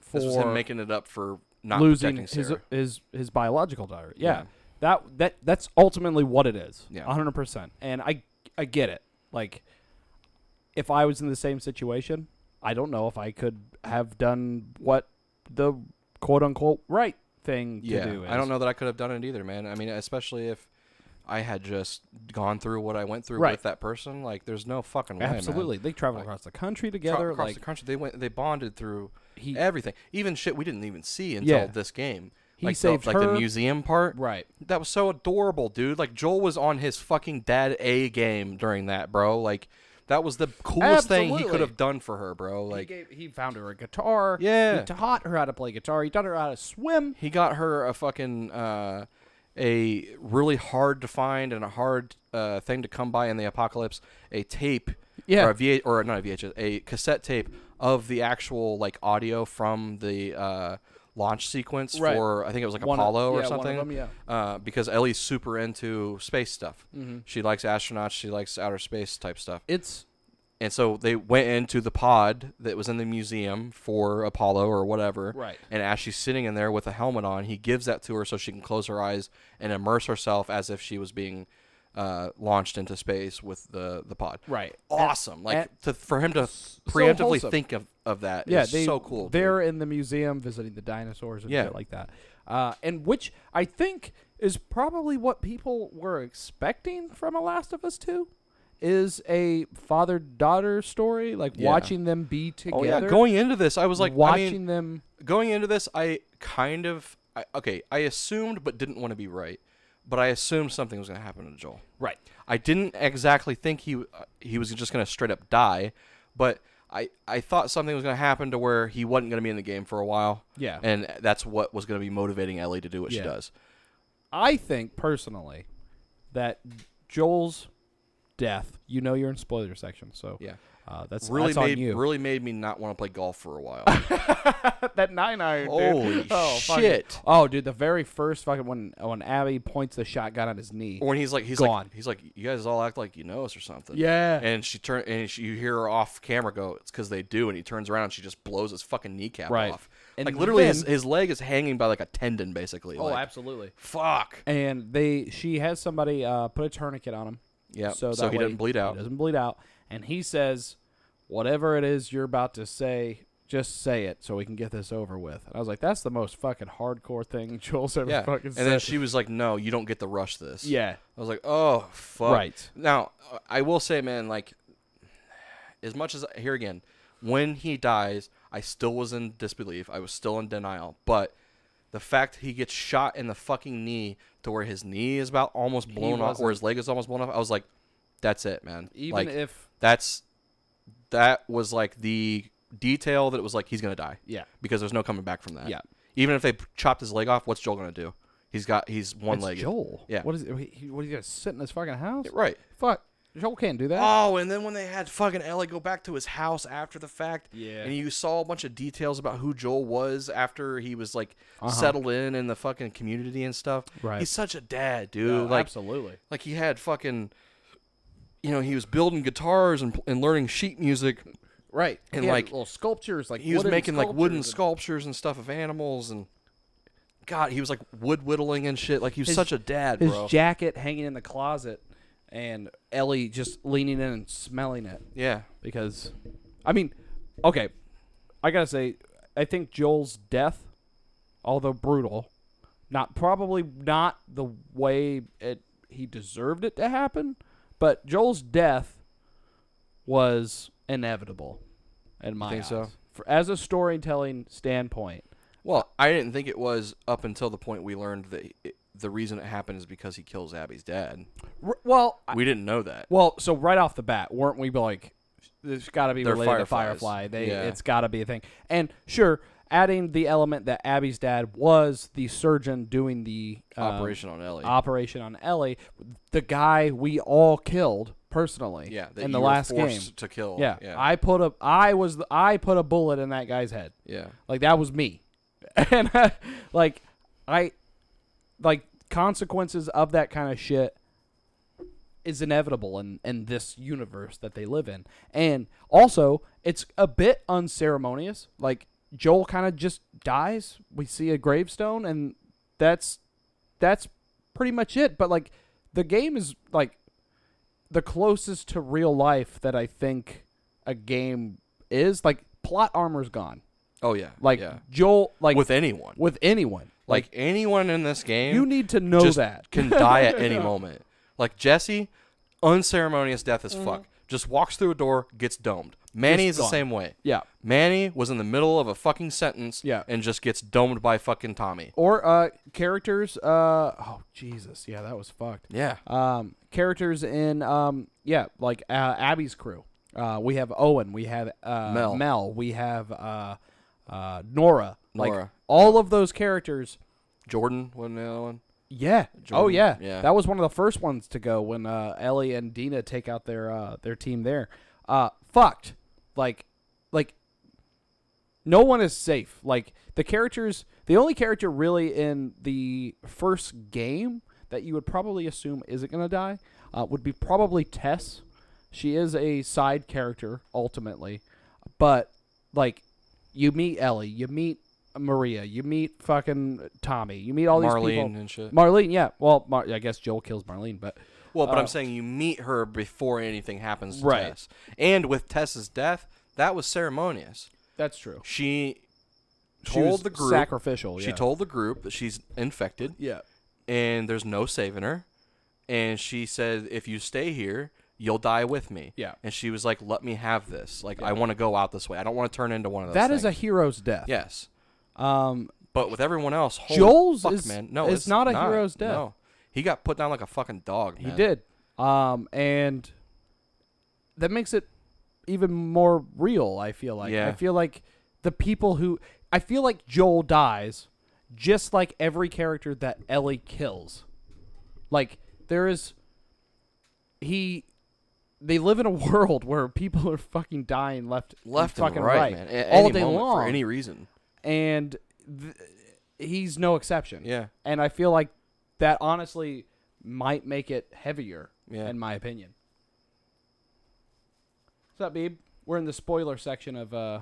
Speaker 3: for
Speaker 1: this was him making it up for not
Speaker 3: losing
Speaker 1: protecting
Speaker 3: his,
Speaker 1: Sarah.
Speaker 3: his his biological daughter. Yeah.
Speaker 1: Yeah.
Speaker 3: that that that's ultimately what it is.
Speaker 1: Yeah.
Speaker 3: hundred percent. And I I get it. Like, if I was in the same situation, I don't know if I could have done what the quote unquote right thing
Speaker 1: yeah,
Speaker 3: to do. Is.
Speaker 1: I don't know that I could have done it either, man. I mean, especially if I had just gone through what I went through
Speaker 3: Right.
Speaker 1: with that person. Like, there's no fucking way, man.
Speaker 3: Absolutely, they travel
Speaker 1: Like,
Speaker 3: across the country
Speaker 1: Tra-
Speaker 3: together.
Speaker 1: across
Speaker 3: like
Speaker 1: the country, they went, they bonded through
Speaker 3: he,
Speaker 1: everything, even shit we didn't even see until
Speaker 3: Yeah.
Speaker 1: this game.
Speaker 3: He
Speaker 1: like
Speaker 3: saved
Speaker 1: the, like
Speaker 3: her.
Speaker 1: the museum part.
Speaker 3: right.
Speaker 1: That was so adorable, dude. Like Joel was on his fucking dad A game during that, bro. Like that was the coolest thing he
Speaker 3: Absolutely.
Speaker 1: could have done for her, bro.
Speaker 3: Like,
Speaker 1: Like
Speaker 3: he, gave, he found her a guitar.
Speaker 1: Yeah.
Speaker 3: he taught her how to play guitar. He taught her how to swim.
Speaker 1: He got her a fucking uh, a really hard to find and a hard uh, thing to come by in the apocalypse. A tape,
Speaker 3: Yeah.
Speaker 1: or a VH, or not a VHS, a cassette tape of the actual like audio from the uh, launch sequence
Speaker 3: Right.
Speaker 1: for I think it was like
Speaker 3: One of-
Speaker 1: Apollo or
Speaker 3: yeah, one of
Speaker 1: something.
Speaker 3: them, yeah.
Speaker 1: uh, because Ellie's super into space stuff.
Speaker 3: Mm-hmm.
Speaker 1: She likes astronauts. She likes outer space type stuff.
Speaker 3: It's
Speaker 1: And so they went into the pod that was in the museum for Apollo or whatever.
Speaker 3: Right.
Speaker 1: And as she's sitting in there with a helmet on, he gives that to her so she can close her eyes and immerse herself as if she was being uh, launched into space with the, the pod.
Speaker 3: Right.
Speaker 1: Awesome. like
Speaker 3: and-
Speaker 1: to, for him to preemptively
Speaker 3: wholesome.
Speaker 1: think of, of that
Speaker 3: yeah,
Speaker 1: is
Speaker 3: they,
Speaker 1: so cool. dude.
Speaker 3: They're in the museum visiting the dinosaurs and
Speaker 1: Yeah.
Speaker 3: shit like that. Uh, and which I think is probably what people were expecting from A Last of Us 2 is a father daughter story, like
Speaker 1: Yeah.
Speaker 3: watching them be together.
Speaker 1: Oh yeah, going into this, I was like,
Speaker 3: watching
Speaker 1: I mean,
Speaker 3: them
Speaker 1: going into this, I kind of I, okay. I assumed, but didn't want to be right. But I assumed something was going to happen to Joel.
Speaker 3: Right.
Speaker 1: I didn't exactly think he uh, he was just going to straight up die, but I I thought something was going to happen to where he wasn't going to be in the game for a while.
Speaker 3: Yeah.
Speaker 1: and that's what was going to be motivating Ellie to do what
Speaker 3: Yeah.
Speaker 1: she does.
Speaker 3: I think personally that Joel's death, you know, you're in spoiler section, so
Speaker 1: Yeah,
Speaker 3: uh, that's
Speaker 1: really
Speaker 3: that's
Speaker 1: made
Speaker 3: on you.
Speaker 1: really made me not want to play golf for a while.
Speaker 3: that nine iron,
Speaker 1: Holy shit!
Speaker 3: Oh, dude, the very first fucking when when Abby points the shotgun on his knee.
Speaker 1: Or when he's like he's
Speaker 3: Gone.
Speaker 1: like he's like you guys all act like you know us or something.
Speaker 3: Yeah.
Speaker 1: And she turn and she, you hear her off camera go, it's because they do. And he turns around and she just blows his fucking kneecap
Speaker 3: Right.
Speaker 1: off.
Speaker 3: And
Speaker 1: like literally, his,
Speaker 3: then-
Speaker 1: his leg is hanging by like a tendon, basically. Oh, like,
Speaker 3: absolutely.
Speaker 1: fuck.
Speaker 3: And they, she has somebody uh, put a tourniquet on him.
Speaker 1: Yeah.
Speaker 3: So,
Speaker 1: So,
Speaker 3: that
Speaker 1: he
Speaker 3: way
Speaker 1: doesn't bleed out.
Speaker 3: He doesn't bleed out. And he says, "Whatever it is you're about to say." Just say it so we can get this over with. And I was like, "That's the most fucking hardcore thing Joel's ever
Speaker 1: yeah.
Speaker 3: fucking
Speaker 1: And
Speaker 3: said."
Speaker 1: then she was like, no, you don't get to rush this.
Speaker 3: yeah,
Speaker 1: I was like, oh fuck.
Speaker 3: Right.
Speaker 1: Now, I will say, man, like as much as here again, when he dies, I still was in disbelief. I was still in denial. But the fact he gets shot in the fucking knee to where his knee is about almost blown off or his leg is almost blown off, I was like, that's it, man.
Speaker 3: even
Speaker 1: like,
Speaker 3: if
Speaker 1: that's that was like the detail that it was like he's gonna die.
Speaker 3: Yeah.
Speaker 1: Because there's no coming back from that.
Speaker 3: Yeah.
Speaker 1: Even if they chopped his leg off, what's Joel gonna do? He's got he's one leg.
Speaker 3: Joel.
Speaker 1: Yeah.
Speaker 3: What is he- he? What is he gonna sit in his fucking house?
Speaker 1: Right.
Speaker 3: Fuck. Joel can't do that.
Speaker 1: Oh, and then when they had fucking Ellie go back to his house after the fact,
Speaker 3: Yeah.
Speaker 1: and you saw a bunch of details about who Joel was after he was like settled in in the fucking community and stuff.
Speaker 3: Uh-huh. Right.
Speaker 1: he's such a dad, dude. like,
Speaker 3: absolutely.
Speaker 1: like he had fucking, you know, he was building guitars and and learning sheet music.
Speaker 3: Right.
Speaker 1: And,
Speaker 3: He had
Speaker 1: like,
Speaker 3: little sculptures, like
Speaker 1: He was
Speaker 3: wooden
Speaker 1: making like wooden
Speaker 3: sculptures
Speaker 1: sculptures and stuff of animals and. God, he was like wood whittling and shit. Like he was
Speaker 3: His-
Speaker 1: such a dad,
Speaker 3: and- His
Speaker 1: bro.
Speaker 3: jacket hanging in the closet, and Ellie just leaning in and smelling it
Speaker 1: yeah,
Speaker 3: because, I mean, okay, I gotta say, I think Joel's death, although brutal, not probably not the way it he deserved it to happen, but Joel's death was inevitable, in my
Speaker 1: think
Speaker 3: eyes.
Speaker 1: so?
Speaker 3: For, as a storytelling standpoint,
Speaker 1: Well, I didn't think it was up until the point we learned that it, the reason it happened is because he kills Abby's dad.
Speaker 3: R- well, I-
Speaker 1: We didn't know that.
Speaker 3: Well, so right off the bat, weren't we like, there's got to be
Speaker 1: They're
Speaker 3: related
Speaker 1: fireflies.
Speaker 3: to Firefly. They,
Speaker 1: Yeah.
Speaker 3: it's got to be a thing. And sure, adding the element that Abby's dad was the surgeon doing the um,
Speaker 1: Operation on Ellie.
Speaker 3: operation on Ellie, the guy we all killed personally.
Speaker 1: yeah, that
Speaker 3: in the
Speaker 1: you were
Speaker 3: last game.
Speaker 1: forced to kill.
Speaker 3: Yeah,
Speaker 1: yeah,
Speaker 3: I put a, I was, the, I put a bullet in that guy's head.
Speaker 1: yeah.
Speaker 3: Like that was me. and I, like I like consequences of that kind of shit is inevitable in in this universe that they live in. And also, it's a bit unceremonious. Like Joel kind of just dies. We see a gravestone and that's that's pretty much it. But like the game is like the closest to real life that I think a game is. Like plot armor's gone
Speaker 1: Oh yeah,
Speaker 3: like
Speaker 1: yeah.
Speaker 3: Joel, like
Speaker 1: with anyone,
Speaker 3: with anyone.
Speaker 1: like anyone in this game,
Speaker 3: you need to know
Speaker 1: just
Speaker 3: that.
Speaker 1: can die at any moment. Like Jesse, unceremonious death as fuck. Just walks through a door, gets domed. Manny is the
Speaker 3: gone.
Speaker 1: same way.
Speaker 3: yeah,
Speaker 1: Manny was in the middle of a fucking sentence
Speaker 3: Yeah.
Speaker 1: and just gets domed by fucking Tommy.
Speaker 3: or uh, characters. Uh, oh Jesus, yeah, that was fucked.
Speaker 1: Yeah.
Speaker 3: Um, characters in um, yeah, like uh, Abby's crew. Uh, we have Owen. We have uh,
Speaker 1: Mel.
Speaker 3: We have uh, uh, Nora. Like
Speaker 1: Nora.
Speaker 3: all of those characters.
Speaker 1: Jordan wasn't the other one.
Speaker 3: Yeah. Oh
Speaker 1: Jordan,
Speaker 3: yeah.
Speaker 1: yeah.
Speaker 3: That was one of the first ones to go when uh, Ellie and Dina take out their uh, their team there. Uh, fucked. Like, like. No one is safe. Like the characters The only character really in the first game that you would probably assume isn't going to die uh, would be probably Tess. She is a side character ultimately, but like you meet Ellie, you meet Maria, you meet fucking Tommy, you meet all these
Speaker 1: Marlene
Speaker 3: people.
Speaker 1: and shit.
Speaker 3: Marlene, yeah. Well, Mar- I guess Joel kills Marlene, but
Speaker 1: Well, but
Speaker 3: Uh,
Speaker 1: I'm saying you meet her before anything happens to
Speaker 3: Right.
Speaker 1: Tess. And with Tess's death, that was ceremonious.
Speaker 3: that's true.
Speaker 1: She
Speaker 3: She
Speaker 1: told
Speaker 3: was
Speaker 1: the group
Speaker 3: sacrificial.
Speaker 1: she
Speaker 3: yeah.
Speaker 1: told the group that she's infected
Speaker 3: yeah.
Speaker 1: and there's no saving her. And she said, "If you stay here, you'll die with me."
Speaker 3: Yeah.
Speaker 1: And she was like, "Let me have this. Like, I want to go out this way. I don't want to turn into one of those."
Speaker 3: That is a
Speaker 1: things."
Speaker 3: hero's death.
Speaker 1: yes.
Speaker 3: Um,
Speaker 1: But with everyone else, holy
Speaker 3: Joel's
Speaker 1: fuck,
Speaker 3: is-
Speaker 1: man. No,
Speaker 3: is
Speaker 1: it's
Speaker 3: not a hero's death.
Speaker 1: No. He got put down like a fucking dog.
Speaker 3: He
Speaker 1: man.
Speaker 3: did. Um, and that makes it even more real, I feel like. I
Speaker 1: Yeah.
Speaker 3: feel like the people who I feel like Joel dies just like every character that Ellie kills. Like there is he they live in a world where people are fucking dying left and
Speaker 1: Left
Speaker 3: fucking
Speaker 1: and right, man. A-
Speaker 3: all
Speaker 1: any
Speaker 3: day
Speaker 1: moment,
Speaker 3: long
Speaker 1: for any reason.
Speaker 3: and th- he's no exception.
Speaker 1: Yeah.
Speaker 3: And I feel like that honestly might make it heavier,
Speaker 1: Yeah.
Speaker 3: in my opinion. What's up, Beeb? We're in the spoiler section of uh,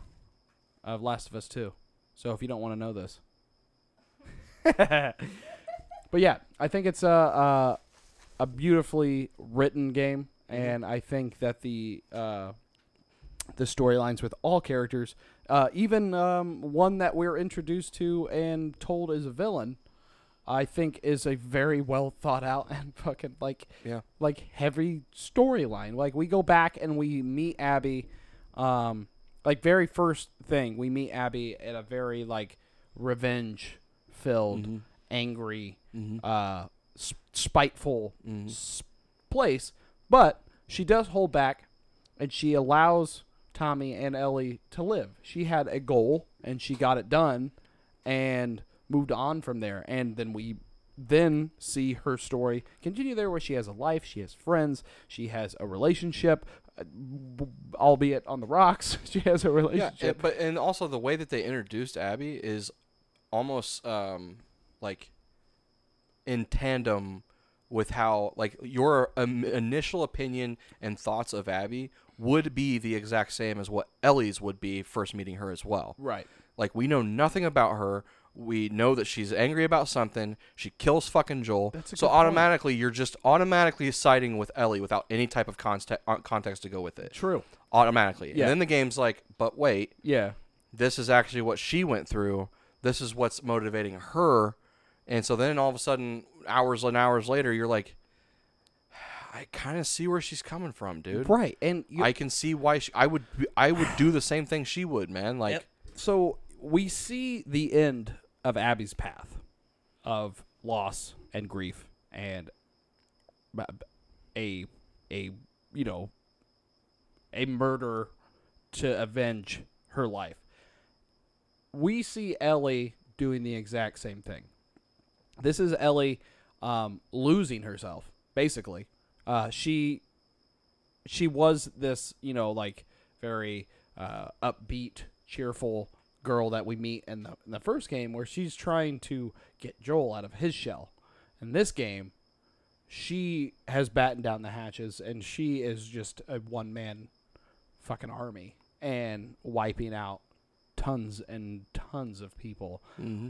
Speaker 3: of Last of Us Two, so if you don't want to know this, but yeah, I think it's a a, a beautifully written game, and I think that the uh, the storylines with all characters, uh, even um, one that we're introduced to and told is a villain, I think is a very well thought out and fucking like
Speaker 1: Yeah.
Speaker 3: like heavy storyline. Like we go back and we meet Abby, um, like very first thing we meet Abby in a very like revenge filled, angry, uh, s- spiteful s- place, but she does hold back and she allows Tommy and Ellie to live. She had a goal and she got it done and moved on from there. And then we then see her story continue there where she has a life, she has friends, she has a relationship, uh, b- albeit on the rocks. she has a
Speaker 1: Yeah,
Speaker 3: relationship.
Speaker 1: and- but and also the way that they introduced Abby is almost um like in tandem with how like your um, initial opinion and thoughts of Abby would be the exact same as what Ellie's would be first meeting her as well.
Speaker 3: right.
Speaker 1: Like we know nothing about her. We know that she's angry about something. She kills fucking Joel.
Speaker 3: That's a
Speaker 1: so
Speaker 3: good point.
Speaker 1: automatically you're just automatically siding with Ellie without any type of context context to go with it.
Speaker 3: True.
Speaker 1: Automatically.
Speaker 3: Yeah.
Speaker 1: And then the game's like, "But wait,
Speaker 3: Yeah.
Speaker 1: this is actually what she went through. This is what's motivating her. And so then all of a sudden, hours and hours later, you're like, I kind of see where she's coming from, dude.
Speaker 3: Right. And you,
Speaker 1: I can see why she, I would be- I would do the same thing she would, man. Like
Speaker 3: so we see the end of Abby's path of loss and grief and b- b- a a you know a murder to avenge her life. We see Ellie doing the exact same thing. This is Ellie um, losing herself, basically. Uh, she she was this, you know, like very uh, upbeat, cheerful girl that we meet in the, in the first game, where she's trying to get Joel out of his shell. In this game, she has battened down the hatches, and she is just a one man fucking army and wiping out tons and tons of people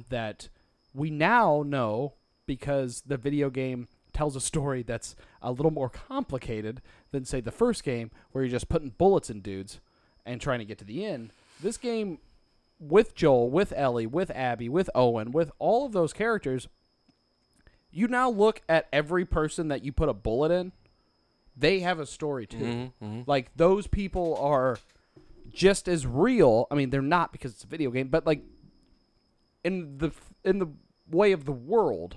Speaker 3: that we now know because the video game tells a story that's a little more complicated than say the first game where you're just putting bullets in dudes and trying to get to the end. This game with Joel, with Ellie, with Abby, with Owen, with all of those characters, you now look at every person that you put a bullet in, they have a story too.
Speaker 1: Mm-hmm.
Speaker 3: Like those people are just as real. I mean, they're not because it's a video game, but like in the in the way of the world,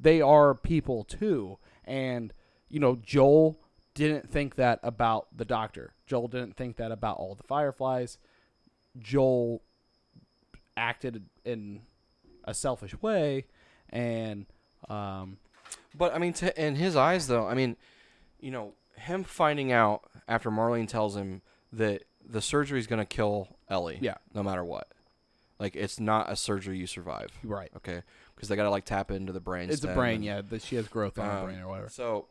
Speaker 3: they are people too. And you know, Joel didn't think that about the doctor. Joel didn't think that about all the fireflies. Joel acted in a selfish way, and um,
Speaker 1: But I mean, to, in his eyes, though, I mean, you know, him finding out after Marlene tells him that the surgery's going to kill Ellie,
Speaker 3: Yeah.
Speaker 1: no matter what. Like it's not a surgery you survive.
Speaker 6: Right.
Speaker 1: Okay. Because they gotta like tap into the brain.
Speaker 6: It's a
Speaker 1: stem
Speaker 6: brain,
Speaker 1: and-
Speaker 6: yeah. That she has growth on her
Speaker 1: Um,
Speaker 6: brain or whatever.
Speaker 1: So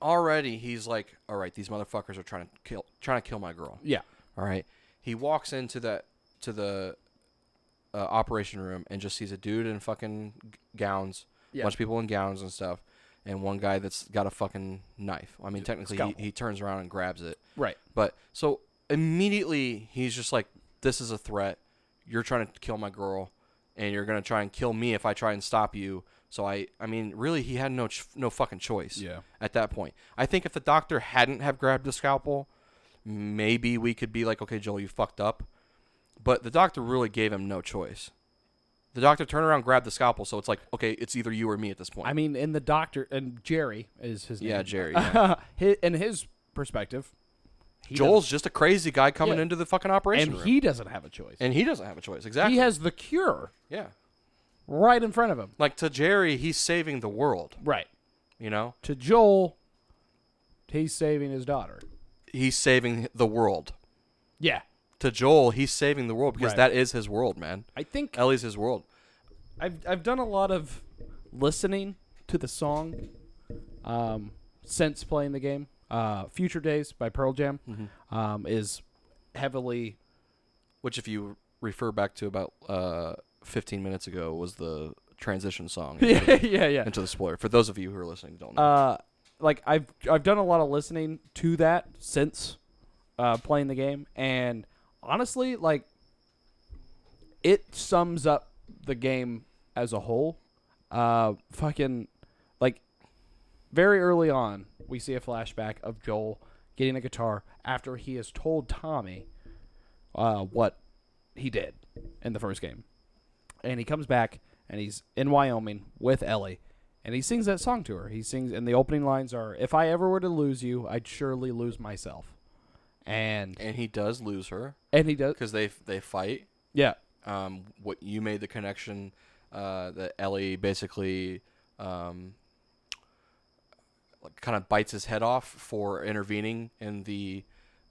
Speaker 1: already he's like, all right, these motherfuckers are trying to kill, trying to kill my girl.
Speaker 6: Yeah.
Speaker 1: All right. He walks into that to the uh, operation room and just sees a dude in fucking g- gowns,
Speaker 6: Yeah.
Speaker 1: bunch of people in gowns and stuff, and one guy that's got a fucking knife. I mean, technically he,
Speaker 6: scalpel.
Speaker 1: he turns around and grabs it.
Speaker 6: Right.
Speaker 1: But so immediately he's just like, "This is a threat. You're trying to kill my girl, and you're gonna try and kill me if I try and stop you." So I, I mean, really, he had no ch- no fucking choice.
Speaker 6: Yeah.
Speaker 1: At that point, I think if the doctor hadn't have grabbed the scalpel, maybe we could be like, "Okay, Joel, you fucked up," but the doctor really gave him no choice. The doctor turned around, grabbed the scalpel, so it's like, okay, it's either you or me at this point.
Speaker 6: I mean, in the doctor and Jerry is his name.
Speaker 1: yeah, Jerry. yeah.
Speaker 6: Yeah. in his perspective, he
Speaker 1: Joel's just a crazy guy coming
Speaker 6: Yeah.
Speaker 1: into the fucking operation
Speaker 6: doesn't- and
Speaker 1: room,
Speaker 6: he doesn't have a choice.
Speaker 1: and he doesn't have a choice. Exactly.
Speaker 6: He has the cure
Speaker 1: yeah.
Speaker 6: right in front of him.
Speaker 1: Like to Jerry, he's saving the world.
Speaker 6: Right.
Speaker 1: You know,
Speaker 6: To Joel, he's saving his daughter.
Speaker 1: he's saving the world.
Speaker 6: Yeah.
Speaker 1: To Joel, he's saving the world because
Speaker 6: Right.
Speaker 1: that is his world, man.
Speaker 6: I think
Speaker 1: Ellie's his world.
Speaker 3: I've I've done a lot of listening to the song um, since playing the game. Uh, Future Days by Pearl Jam
Speaker 1: Mm-hmm.
Speaker 3: um, is heavily
Speaker 1: Which, if you refer back to about uh, 15 minutes ago, was the transition song into,
Speaker 3: yeah yeah yeah.
Speaker 1: into the spoiler. For those of you who are listening, don't know.
Speaker 3: Uh, like I've I've done a lot of listening to that since uh, playing the game, and honestly, like it sums up the game as a whole. Uh, fucking like very early on, we see a flashback of Joel getting a guitar after he has told Tommy uh, what he did in the first game. And he comes back and he's in Wyoming with Ellie and he sings that song to her. He sings, and the opening lines are If I ever were to lose you, I'd surely lose myself. And
Speaker 1: and he does lose her
Speaker 3: and he does,
Speaker 1: because they they fight.
Speaker 3: yeah,
Speaker 1: Um, what you made the connection uh, that Ellie basically um, like kind of bites his head off for intervening in the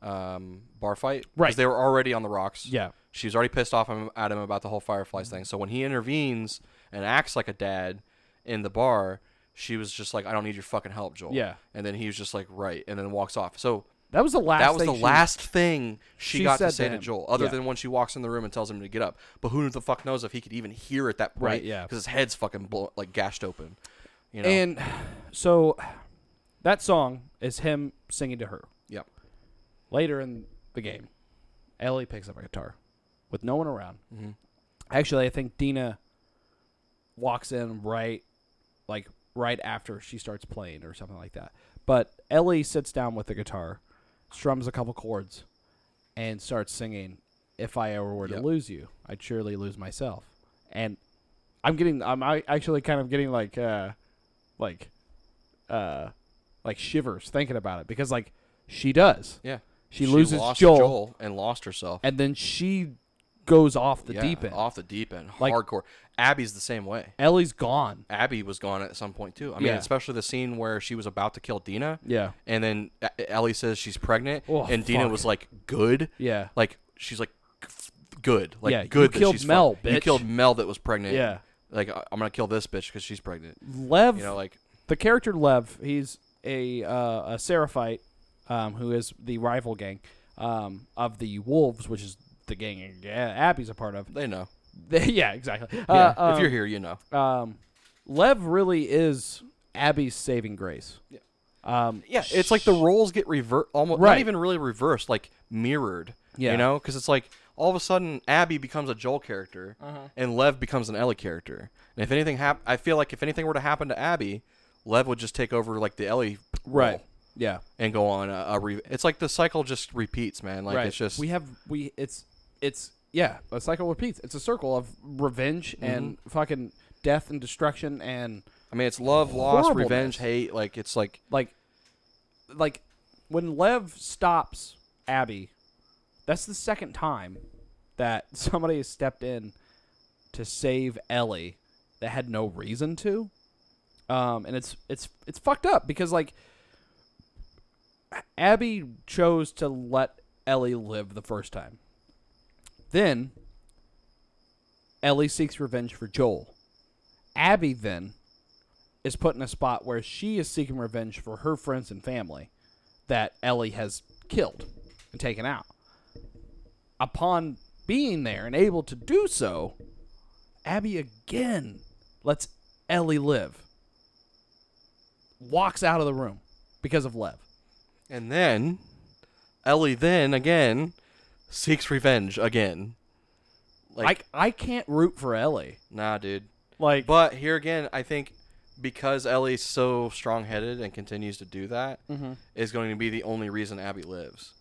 Speaker 1: um, bar fight. 'Cause
Speaker 3: Right.
Speaker 1: they were already on the rocks.
Speaker 3: yeah,
Speaker 1: She's already pissed off him- at him about the whole
Speaker 3: Mm-hmm.
Speaker 1: Fireflies thing. So when he intervenes and acts like a dad in the bar, she was just like, I don't need your fucking help, Joel.
Speaker 3: Yeah.
Speaker 1: And then he was just like, right. And then walks off. So
Speaker 3: that was the last.
Speaker 1: that was
Speaker 3: thing
Speaker 1: the
Speaker 3: she-
Speaker 1: last thing she,
Speaker 3: she
Speaker 1: got to
Speaker 3: said
Speaker 1: say
Speaker 3: to
Speaker 1: to
Speaker 3: him.
Speaker 1: Joel, other
Speaker 3: Yeah.
Speaker 1: than when she walks in the room and tells him to get up. But who the fuck knows if he could even hear at that point?
Speaker 3: Right, yeah.
Speaker 1: Because his head's fucking blow, like gashed open. You know.
Speaker 3: And so that song is him singing to her.
Speaker 1: Yep.
Speaker 3: Later in the game, Ellie picks up a guitar with no one around.
Speaker 1: Mm-hmm.
Speaker 3: Actually, I think Dina walks in right, like right after she starts playing or something like that. But Ellie sits down with the guitar, strums a couple chords, and starts singing. If I ever were to
Speaker 1: Yep.
Speaker 3: lose you, I'd surely lose myself. And I'm getting, I'm I- actually kind of getting like, uh, like, uh, like shivers thinking about it because like she does.
Speaker 1: yeah.
Speaker 3: She, loses
Speaker 1: lost
Speaker 3: Joel,
Speaker 1: and lost herself.
Speaker 3: and then she goes off the
Speaker 1: Yeah,
Speaker 3: deep end.
Speaker 1: Off the deep end.
Speaker 3: Like-
Speaker 1: hardcore. Abby's the same way.
Speaker 3: Ellie's gone.
Speaker 1: Abby was gone at some point too. I mean,
Speaker 3: Yeah.
Speaker 1: especially the scene where she was about to kill Dina.
Speaker 3: Yeah.
Speaker 1: And then uh, Ellie says she's pregnant,
Speaker 3: Oh,
Speaker 1: and Dina
Speaker 3: fuck.
Speaker 1: was like, "Good."
Speaker 3: Yeah.
Speaker 1: Like she's like, "F- "Good." Like
Speaker 3: Yeah, you
Speaker 1: good. that
Speaker 3: killed
Speaker 1: she's
Speaker 3: Mel,
Speaker 1: fuck- You
Speaker 3: bitch.
Speaker 1: killed Mel that was pregnant.
Speaker 3: Yeah.
Speaker 1: Like I- I'm gonna kill this bitch because she's pregnant.
Speaker 3: Lev,
Speaker 1: You know, like
Speaker 3: the character Lev, he's a uh, a Seraphite, um, who is the rival gang um, of the Wolves, which is the gang yeah, Abby's a part of.
Speaker 1: they know.
Speaker 3: yeah, exactly.
Speaker 1: Yeah.
Speaker 3: Uh, um,
Speaker 1: if you're here, you know.
Speaker 3: um, Lev really is Abby's saving grace.
Speaker 1: Yeah.
Speaker 3: Um,
Speaker 1: Yeah. It's like the roles get reversed, almost not
Speaker 3: Right.
Speaker 1: even really reversed, like mirrored.
Speaker 3: Yeah.
Speaker 1: You know, because it's like all of a sudden Abby becomes a Joel character,
Speaker 3: Uh-huh.
Speaker 1: and Lev becomes an Ellie character. And if anything hap- I feel like if anything were to happen to Abby, Lev would just take over like the Ellie
Speaker 3: right.
Speaker 1: role
Speaker 3: Yeah.
Speaker 1: and go on a, a re- it's like the cycle just repeats, man. Like
Speaker 3: right.
Speaker 1: it's just
Speaker 3: we have we it's it's yeah a cycle repeats. It's a circle of revenge
Speaker 1: Mm-hmm.
Speaker 3: and fucking death and destruction and
Speaker 1: I mean it's love, loss,
Speaker 3: Horribleness.
Speaker 1: revenge, hate. Like it's like
Speaker 3: like like when Lev stops Abby, that's the second time that somebody has stepped in to save Ellie that had no reason to. Um, and it's it's it's fucked up because like Abby chose to let Ellie live the first time. Then Ellie seeks revenge for Joel. Abby then is put in a spot where she is seeking revenge for her friends and family that Ellie has killed and taken out. Upon being there and able to do so, Abby again lets Ellie live. Walks out of the room because of Lev.
Speaker 1: And then Ellie then again seeks revenge again. Like
Speaker 3: I I can't root for Ellie.
Speaker 1: nah, dude.
Speaker 3: Like
Speaker 1: But here again, I think because Ellie's so strong-headed and continues to do that, is
Speaker 3: Mm-hmm.
Speaker 1: going to be the only reason Abby lives.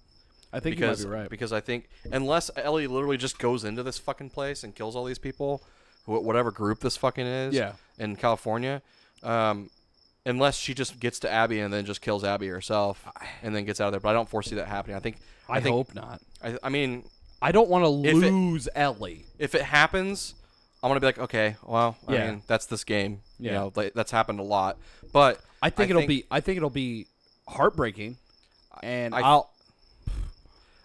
Speaker 3: I think
Speaker 1: because
Speaker 3: you might be right.
Speaker 1: because I think unless Ellie literally just goes into this fucking place and kills all these people, wh- whatever group this fucking is,
Speaker 3: Yeah.
Speaker 1: in California, um, unless she just gets to Abby and then just kills Abby herself and then gets out of there. But I don't foresee that happening. I think
Speaker 3: I,
Speaker 1: think
Speaker 3: hope not.
Speaker 1: I, I mean
Speaker 3: I don't want to
Speaker 1: If it-
Speaker 3: lose Ellie.
Speaker 1: if it happens, I'm gonna be like, okay, well, I
Speaker 3: Yeah.
Speaker 1: mean that's this game.
Speaker 3: Yeah.
Speaker 1: You know, like, that's happened a lot. But
Speaker 3: I think it'll be I think it'll be heartbreaking. And
Speaker 1: I-
Speaker 3: I'll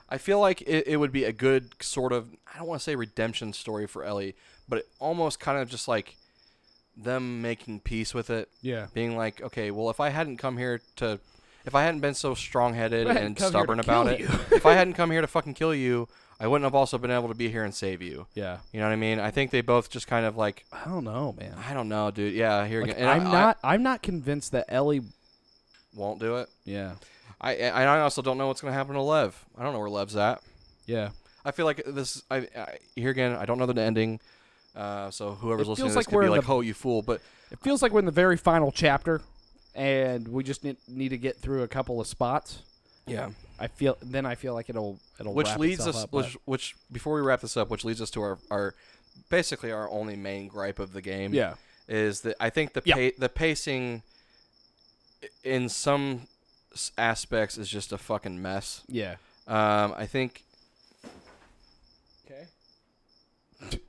Speaker 1: I feel like it, it would be a good sort of I don't want to say redemption story for Ellie, but it almost kind of just like them making peace with it.
Speaker 3: Yeah.
Speaker 1: Being like, okay, well if I hadn't come here to if I hadn't been so strong headed
Speaker 3: hadn't
Speaker 1: and
Speaker 3: come here to
Speaker 1: stubborn about
Speaker 3: kill
Speaker 1: it,
Speaker 3: you.
Speaker 1: if I hadn't come here to fucking kill you, I wouldn't have also been able to be here and save you.
Speaker 3: Yeah.
Speaker 1: You know what I mean? I think they both just kind of like
Speaker 3: I don't know, man.
Speaker 1: I don't know, dude. Yeah, here
Speaker 3: Like,
Speaker 1: again. And
Speaker 3: I'm
Speaker 1: I-
Speaker 3: not I, am not convinced that Ellie
Speaker 1: won't do it.
Speaker 3: Yeah.
Speaker 1: I and I also don't know what's gonna happen to Lev. I don't know where Lev's at.
Speaker 3: Yeah.
Speaker 1: I feel like this. I, I here again. I don't know the ending. Uh, so whoever's
Speaker 3: It
Speaker 1: listening
Speaker 3: feels
Speaker 1: to this
Speaker 3: like
Speaker 1: could
Speaker 3: we're
Speaker 1: be
Speaker 3: in
Speaker 1: like,
Speaker 3: the-
Speaker 1: "Oh, you fool!" But
Speaker 3: It feels like we're in the very final chapter and we just need, need to get through a couple of spots.
Speaker 1: yeah,
Speaker 3: I feel then I feel like it'll it'll
Speaker 1: which
Speaker 3: wrap
Speaker 1: leads
Speaker 3: itself
Speaker 1: us,
Speaker 3: up,
Speaker 1: which, which before we wrap this up, which leads us to our, our basically our only main gripe of the game.
Speaker 3: Yeah.
Speaker 1: is that I think the
Speaker 3: Yeah.
Speaker 1: pa- the pacing i- in some s- aspects is just a fucking mess.
Speaker 3: but- yeah.
Speaker 1: Um, I think. Okay.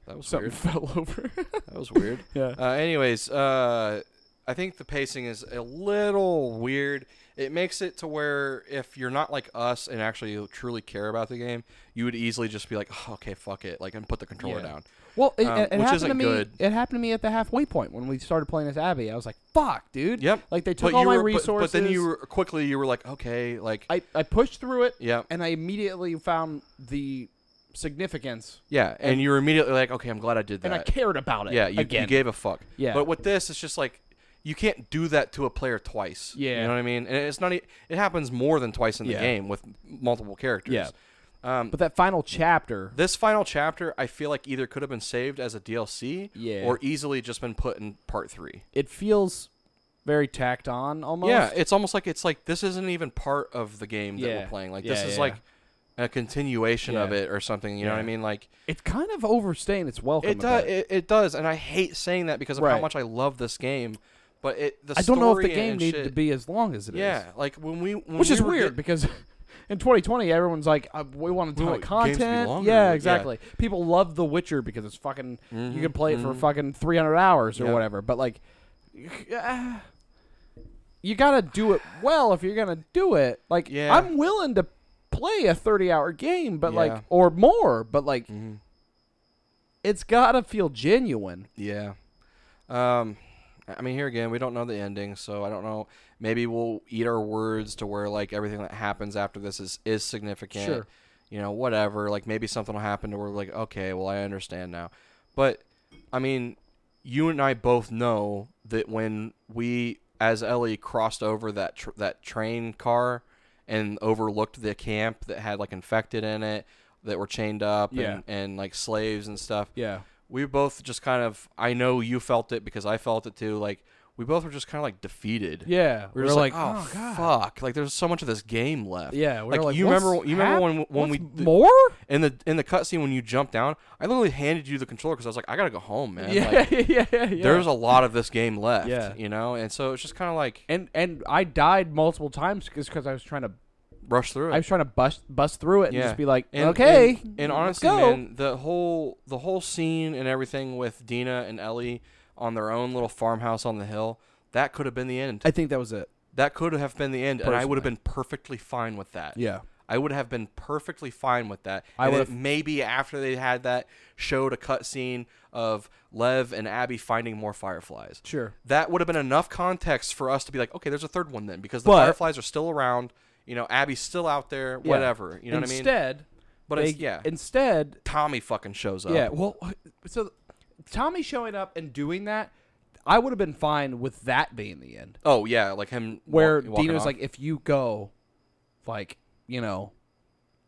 Speaker 1: That was
Speaker 3: Something
Speaker 1: weird.
Speaker 3: fell over.
Speaker 1: That was weird.
Speaker 3: yeah.
Speaker 1: Uh, anyways, uh, I think the pacing is a little weird. It makes it to where if you're not like us and actually truly care about the game, you would easily just be like, "Oh, "Okay, fuck it," like and put the controller
Speaker 3: Yeah.
Speaker 1: down.
Speaker 3: Well, it,
Speaker 1: Um,
Speaker 3: it, it
Speaker 1: which
Speaker 3: happened to
Speaker 1: isn't
Speaker 3: me.
Speaker 1: good.
Speaker 3: It happened to me at the halfway point when we started playing as Abby. I was like, "Fuck, dude!"
Speaker 1: Yep.
Speaker 3: Like they took
Speaker 1: but
Speaker 3: all
Speaker 1: you
Speaker 3: my
Speaker 1: were, but-
Speaker 3: resources.
Speaker 1: But, then you were quickly you were like, "Okay, like
Speaker 3: I, I pushed through it.
Speaker 1: yeah,
Speaker 3: And I immediately found the significance,
Speaker 1: yeah," and you were immediately like, "Okay, I'm glad I did that."
Speaker 3: and I cared about it.
Speaker 1: yeah, you,
Speaker 3: again.
Speaker 1: you gave a fuck.
Speaker 3: Yeah.
Speaker 1: But with this, it's just like you can't do that to a player twice.
Speaker 3: Yeah.
Speaker 1: You know what I mean? And it's not. e- It happens more than twice in the
Speaker 3: Yeah.
Speaker 1: game with multiple characters.
Speaker 3: Yeah.
Speaker 1: Um,
Speaker 3: but that final chapter.
Speaker 1: this final chapter, I feel like either could have been saved as a DLC,
Speaker 3: Yeah.
Speaker 1: or easily just been put in part three.
Speaker 3: It feels very tacked on, almost.
Speaker 1: Yeah, it's almost like it's like this isn't even part of the game that
Speaker 3: Yeah.
Speaker 1: we're playing. Like
Speaker 3: Yeah,
Speaker 1: this is
Speaker 3: yeah.
Speaker 1: like a continuation of
Speaker 3: Yeah.
Speaker 1: it or something. You know what I
Speaker 3: Yeah.
Speaker 1: mean? Like
Speaker 3: it's kind of overstaying its welcome.
Speaker 1: it
Speaker 3: a
Speaker 1: does.
Speaker 3: bit.
Speaker 1: It, it does, and I hate saying that because of how
Speaker 3: Right.
Speaker 1: much I love this game. But it. The
Speaker 3: I don't know if
Speaker 1: story
Speaker 3: the game
Speaker 1: and
Speaker 3: needed to
Speaker 1: shit-
Speaker 3: be as long as it is.
Speaker 1: Yeah, like when we, when
Speaker 3: which
Speaker 1: we
Speaker 3: is
Speaker 1: were
Speaker 3: weird
Speaker 1: get-
Speaker 3: because in 2020 everyone's like uh, we want a ton
Speaker 1: want
Speaker 3: of
Speaker 1: games to be
Speaker 3: content
Speaker 1: longer,
Speaker 3: yeah
Speaker 1: yeah. Mm-hmm,
Speaker 3: exactly people love the witcher because it's fucking you can play it for fucking 300 hours or
Speaker 1: Yeah.
Speaker 3: whatever but like ah, you gotta do it well if you're gonna do it like
Speaker 1: Yeah.
Speaker 3: i'm willing to play a 30 hour game but
Speaker 1: Yeah. Mm-hmm.
Speaker 3: like or more but like it's gotta feel genuine
Speaker 1: Yeah. Um, I mean, here again, we don't know the ending, so I don't know. Maybe we'll eat our words to where like everything that happens after this is is significant.
Speaker 3: Sure.
Speaker 1: You know, whatever. Like maybe something will happen to where we're like, okay, well, I understand now. But I mean, you and I both know that when we, as Ellie, crossed over that tr- that train car and overlooked the camp that had like infected in it, that were chained up
Speaker 3: Yeah.
Speaker 1: and, and like slaves and stuff
Speaker 3: yeah
Speaker 1: we both just kind of I know you felt it because I felt it too. Like we both were just kind of like defeated.
Speaker 3: yeah
Speaker 1: We were
Speaker 3: we are
Speaker 1: just like,
Speaker 3: like,
Speaker 1: oh, fuck! Like there's so much of this game left.
Speaker 3: yeah we were
Speaker 1: like, you
Speaker 3: what's
Speaker 1: remember you remember when
Speaker 3: hap-
Speaker 1: when we
Speaker 3: what's more
Speaker 1: in the in the cutscene when you jumped down, I literally handed you the controller because I was like, I gotta go home, man.
Speaker 3: yeah,
Speaker 1: Like,
Speaker 3: yeah, yeah, yeah.
Speaker 1: There's a lot of this game left.
Speaker 3: Yeah.
Speaker 1: You know, and so it's just kind of like
Speaker 3: and and I died multiple times because I was trying to
Speaker 1: rush through it.
Speaker 3: I was trying to bust bust through it and
Speaker 1: Yeah.
Speaker 3: just be like,
Speaker 1: And-
Speaker 3: okay,
Speaker 1: And, and honestly,
Speaker 3: let's go.
Speaker 1: man, the whole the whole scene and everything with Dina and Ellie on their own little farmhouse on the hill, that could have been the end.
Speaker 3: I think that was it.
Speaker 1: That could have been the end, and I would have been perfectly fine with that.
Speaker 3: Yeah,
Speaker 1: I would have been perfectly fine with that.
Speaker 3: I
Speaker 1: and
Speaker 3: would
Speaker 1: it
Speaker 3: have-
Speaker 1: maybe after they had that showed a cutscene of Lev and Abby finding more fireflies.
Speaker 3: Sure.
Speaker 1: That would have been enough context for us to be like, okay, there's a third one then because the
Speaker 3: But-
Speaker 1: fireflies are still around. You know, Abby's still out there.
Speaker 3: Yeah.
Speaker 1: Whatever. You know what I mean?
Speaker 3: Instead,
Speaker 1: But
Speaker 3: they-
Speaker 1: it's- yeah.
Speaker 3: Instead,
Speaker 1: Tommy fucking shows up.
Speaker 3: yeah. Well, so Tommy showing up and doing that, I would have been fine with that being the end.
Speaker 1: Oh yeah, like him. wa-
Speaker 3: Where
Speaker 1: walking
Speaker 3: Dino's
Speaker 1: off.
Speaker 3: like, if you go, like, you know,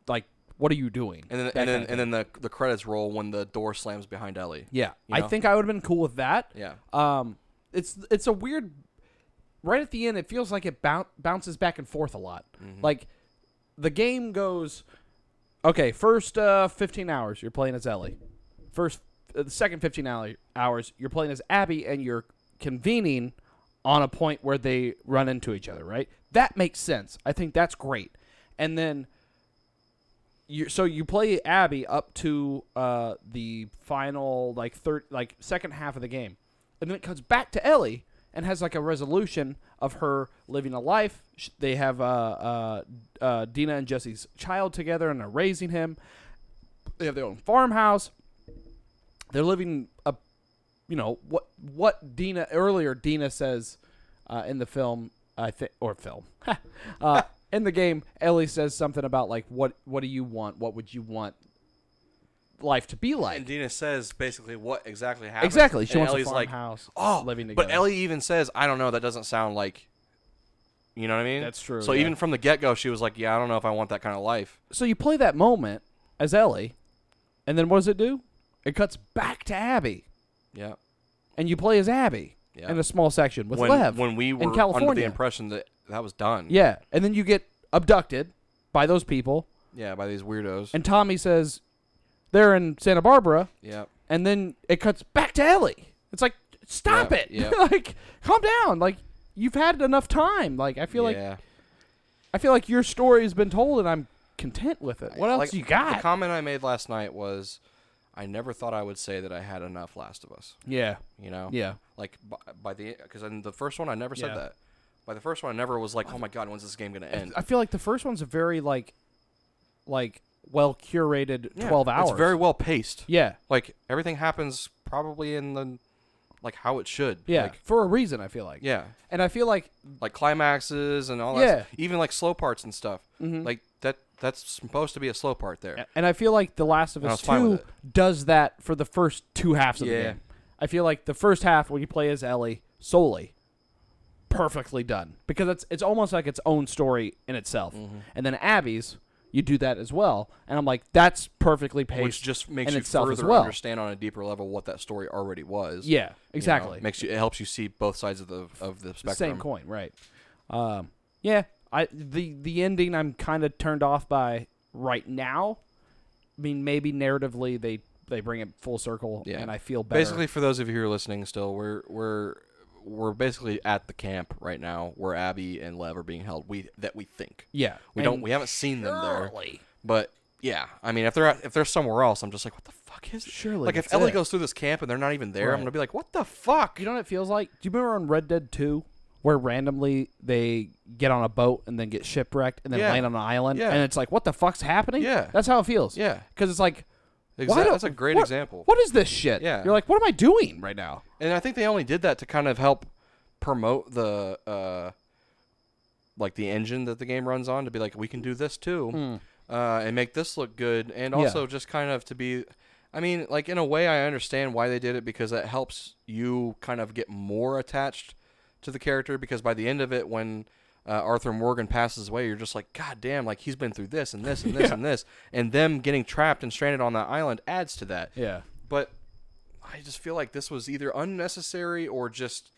Speaker 3: like, what are you doing?
Speaker 1: and then
Speaker 3: That
Speaker 1: and then
Speaker 3: kinda
Speaker 1: and then the the credits roll when the door slams behind Ellie.
Speaker 3: Yeah,
Speaker 1: You know?
Speaker 3: I think I would have been cool with that.
Speaker 1: Yeah.
Speaker 3: Um, it's it's a weird. Right at the end, it feels like it boun bounces back and forth a lot. Like the game goes, okay, first uh, fifteen hours you're playing as Ellie. First, uh, the second fifteen hour- hours you're playing as Abby, and you're convening on a point where they run into each other. Right, that makes sense. I think that's great. And then you so you play Abby up to uh, the final like third like second half of the game, and then it comes back to Ellie and has like a resolution of her living a life. Sh- They have uh, uh, uh, Dina and Jesse's child together and are raising him. They have their own farmhouse. They're living a, you know what what Dina earlier Dina says uh, in the film I think or film uh, in the game Ellie says something about like what what do you want what would you want life to be like
Speaker 1: And Dina says basically what exactly happened.
Speaker 3: Exactly. She
Speaker 1: and
Speaker 3: wants
Speaker 1: Ellie's
Speaker 3: a
Speaker 1: like,
Speaker 3: farmhouse.
Speaker 1: oh,
Speaker 3: living together.
Speaker 1: but Ellie even says, I don't know. That doesn't sound like. You know what I mean?
Speaker 3: That's true,
Speaker 1: So
Speaker 3: yeah.
Speaker 1: even from the get go, she was like, yeah, I don't know if I want that kind of life.
Speaker 3: So you play that moment as Ellie, and then what does it do? It cuts back to Abby,
Speaker 1: Yeah.
Speaker 3: and you play as Abby
Speaker 1: Yeah.
Speaker 3: in a small section with
Speaker 1: when
Speaker 3: Lev
Speaker 1: when we
Speaker 3: in
Speaker 1: were
Speaker 3: California.
Speaker 1: under the impression that that was done.
Speaker 3: yeah, and then you get abducted by those people,
Speaker 1: Yeah. By these weirdos.
Speaker 3: and Tommy says they're in Santa Barbara,
Speaker 1: yeah.
Speaker 3: and then it cuts back to Ellie. It's like stop
Speaker 1: Yep,
Speaker 3: it,
Speaker 1: yep.
Speaker 3: like calm down, like you've had enough time. Like I feel like
Speaker 1: yeah.
Speaker 3: I feel like your story has been told, and I'm content with it. What else
Speaker 1: Like,
Speaker 3: you
Speaker 1: The
Speaker 3: got?
Speaker 1: comment I made last night was, I never thought I would say that I had enough Last of Us.
Speaker 3: yeah,
Speaker 1: You know.
Speaker 3: yeah.
Speaker 1: Like by, by the because in the first one I never said
Speaker 3: Yeah.
Speaker 1: that. By the first one I never was like, oh my god, when's this game gonna end?
Speaker 3: I feel like the first one's a very like, like well curated
Speaker 1: Yeah,
Speaker 3: twelve hours.
Speaker 1: It's very well paced.
Speaker 3: yeah,
Speaker 1: Like everything happens probably in the like how it should.
Speaker 3: yeah,
Speaker 1: Like,
Speaker 3: for a reason. I feel like
Speaker 1: yeah.
Speaker 3: and I feel like
Speaker 1: Like climaxes and all that.
Speaker 3: Yeah. Mm-hmm.
Speaker 1: s- Even like slow parts and stuff. Like that. That's supposed to be a slow part there.
Speaker 3: and I feel like The Last of
Speaker 1: And I
Speaker 3: Us
Speaker 1: was fine
Speaker 3: Two
Speaker 1: with
Speaker 3: does that for the first two halves of
Speaker 1: Yeah.
Speaker 3: the game. I feel like the first half when you play as Ellie solely, perfectly done because it's it's almost like its own story in itself.
Speaker 1: Mm-hmm.
Speaker 3: And then Abby's, you do that as well, and I'm like that's perfectly paced,
Speaker 1: Which just makes
Speaker 3: in
Speaker 1: you
Speaker 3: itself as
Speaker 1: further
Speaker 3: well.
Speaker 1: understand on a deeper level what that story already was.
Speaker 3: Yeah,
Speaker 1: you know?
Speaker 3: exactly.
Speaker 1: Makes you. It helps you see both sides of the of the spectrum.
Speaker 3: Same coin, right? Um, yeah, I the the ending I'm kind of turned off by right now. I mean, maybe narratively they they bring it full circle,
Speaker 1: Yeah.
Speaker 3: and I feel better.
Speaker 1: Basically, for those of you who are listening, still we're we're we're basically at the camp right now where Abby and Lev are being held. We that we think.
Speaker 3: yeah,
Speaker 1: We
Speaker 3: and
Speaker 1: don't. We haven't seen them there. But yeah, I mean, if they're at- if they're somewhere else, I'm just like, what the fuck is?
Speaker 3: Surely
Speaker 1: like if
Speaker 3: that's
Speaker 1: Ellie
Speaker 3: it.
Speaker 1: goes through this camp and they're not even there, I'm
Speaker 3: Right.
Speaker 1: gonna be like, what the fuck?
Speaker 3: You know what it feels like? Do you remember on Red Dead Two? Where randomly they get on a boat and then get shipwrecked and then
Speaker 1: Yeah.
Speaker 3: land on an island,
Speaker 1: Yeah.
Speaker 3: and it's like, what the fuck's happening?
Speaker 1: Yeah.
Speaker 3: that's how it feels.
Speaker 1: Yeah.
Speaker 3: because it's like,
Speaker 1: Exa-
Speaker 3: why do-
Speaker 1: that's a great
Speaker 3: what-
Speaker 1: example.
Speaker 3: What is this shit?
Speaker 1: Yeah.
Speaker 3: you're like, what am I doing right now?
Speaker 1: And I think they only did that to kind of help promote the uh, like the engine that the game runs on to be like, we can do this too, uh, and make this look good, and
Speaker 3: Hmm. Yeah.
Speaker 1: also just kind of to be. I mean, like in a way, I understand why they did it because it helps you kind of get more attached to the character. Because by the end of it, when uh, Arthur Morgan passes away, you're just like, God damn, like he's been through this and this and this and this, and them getting trapped and stranded on that island adds to that
Speaker 3: Yeah,
Speaker 1: but I just feel like this was either unnecessary or just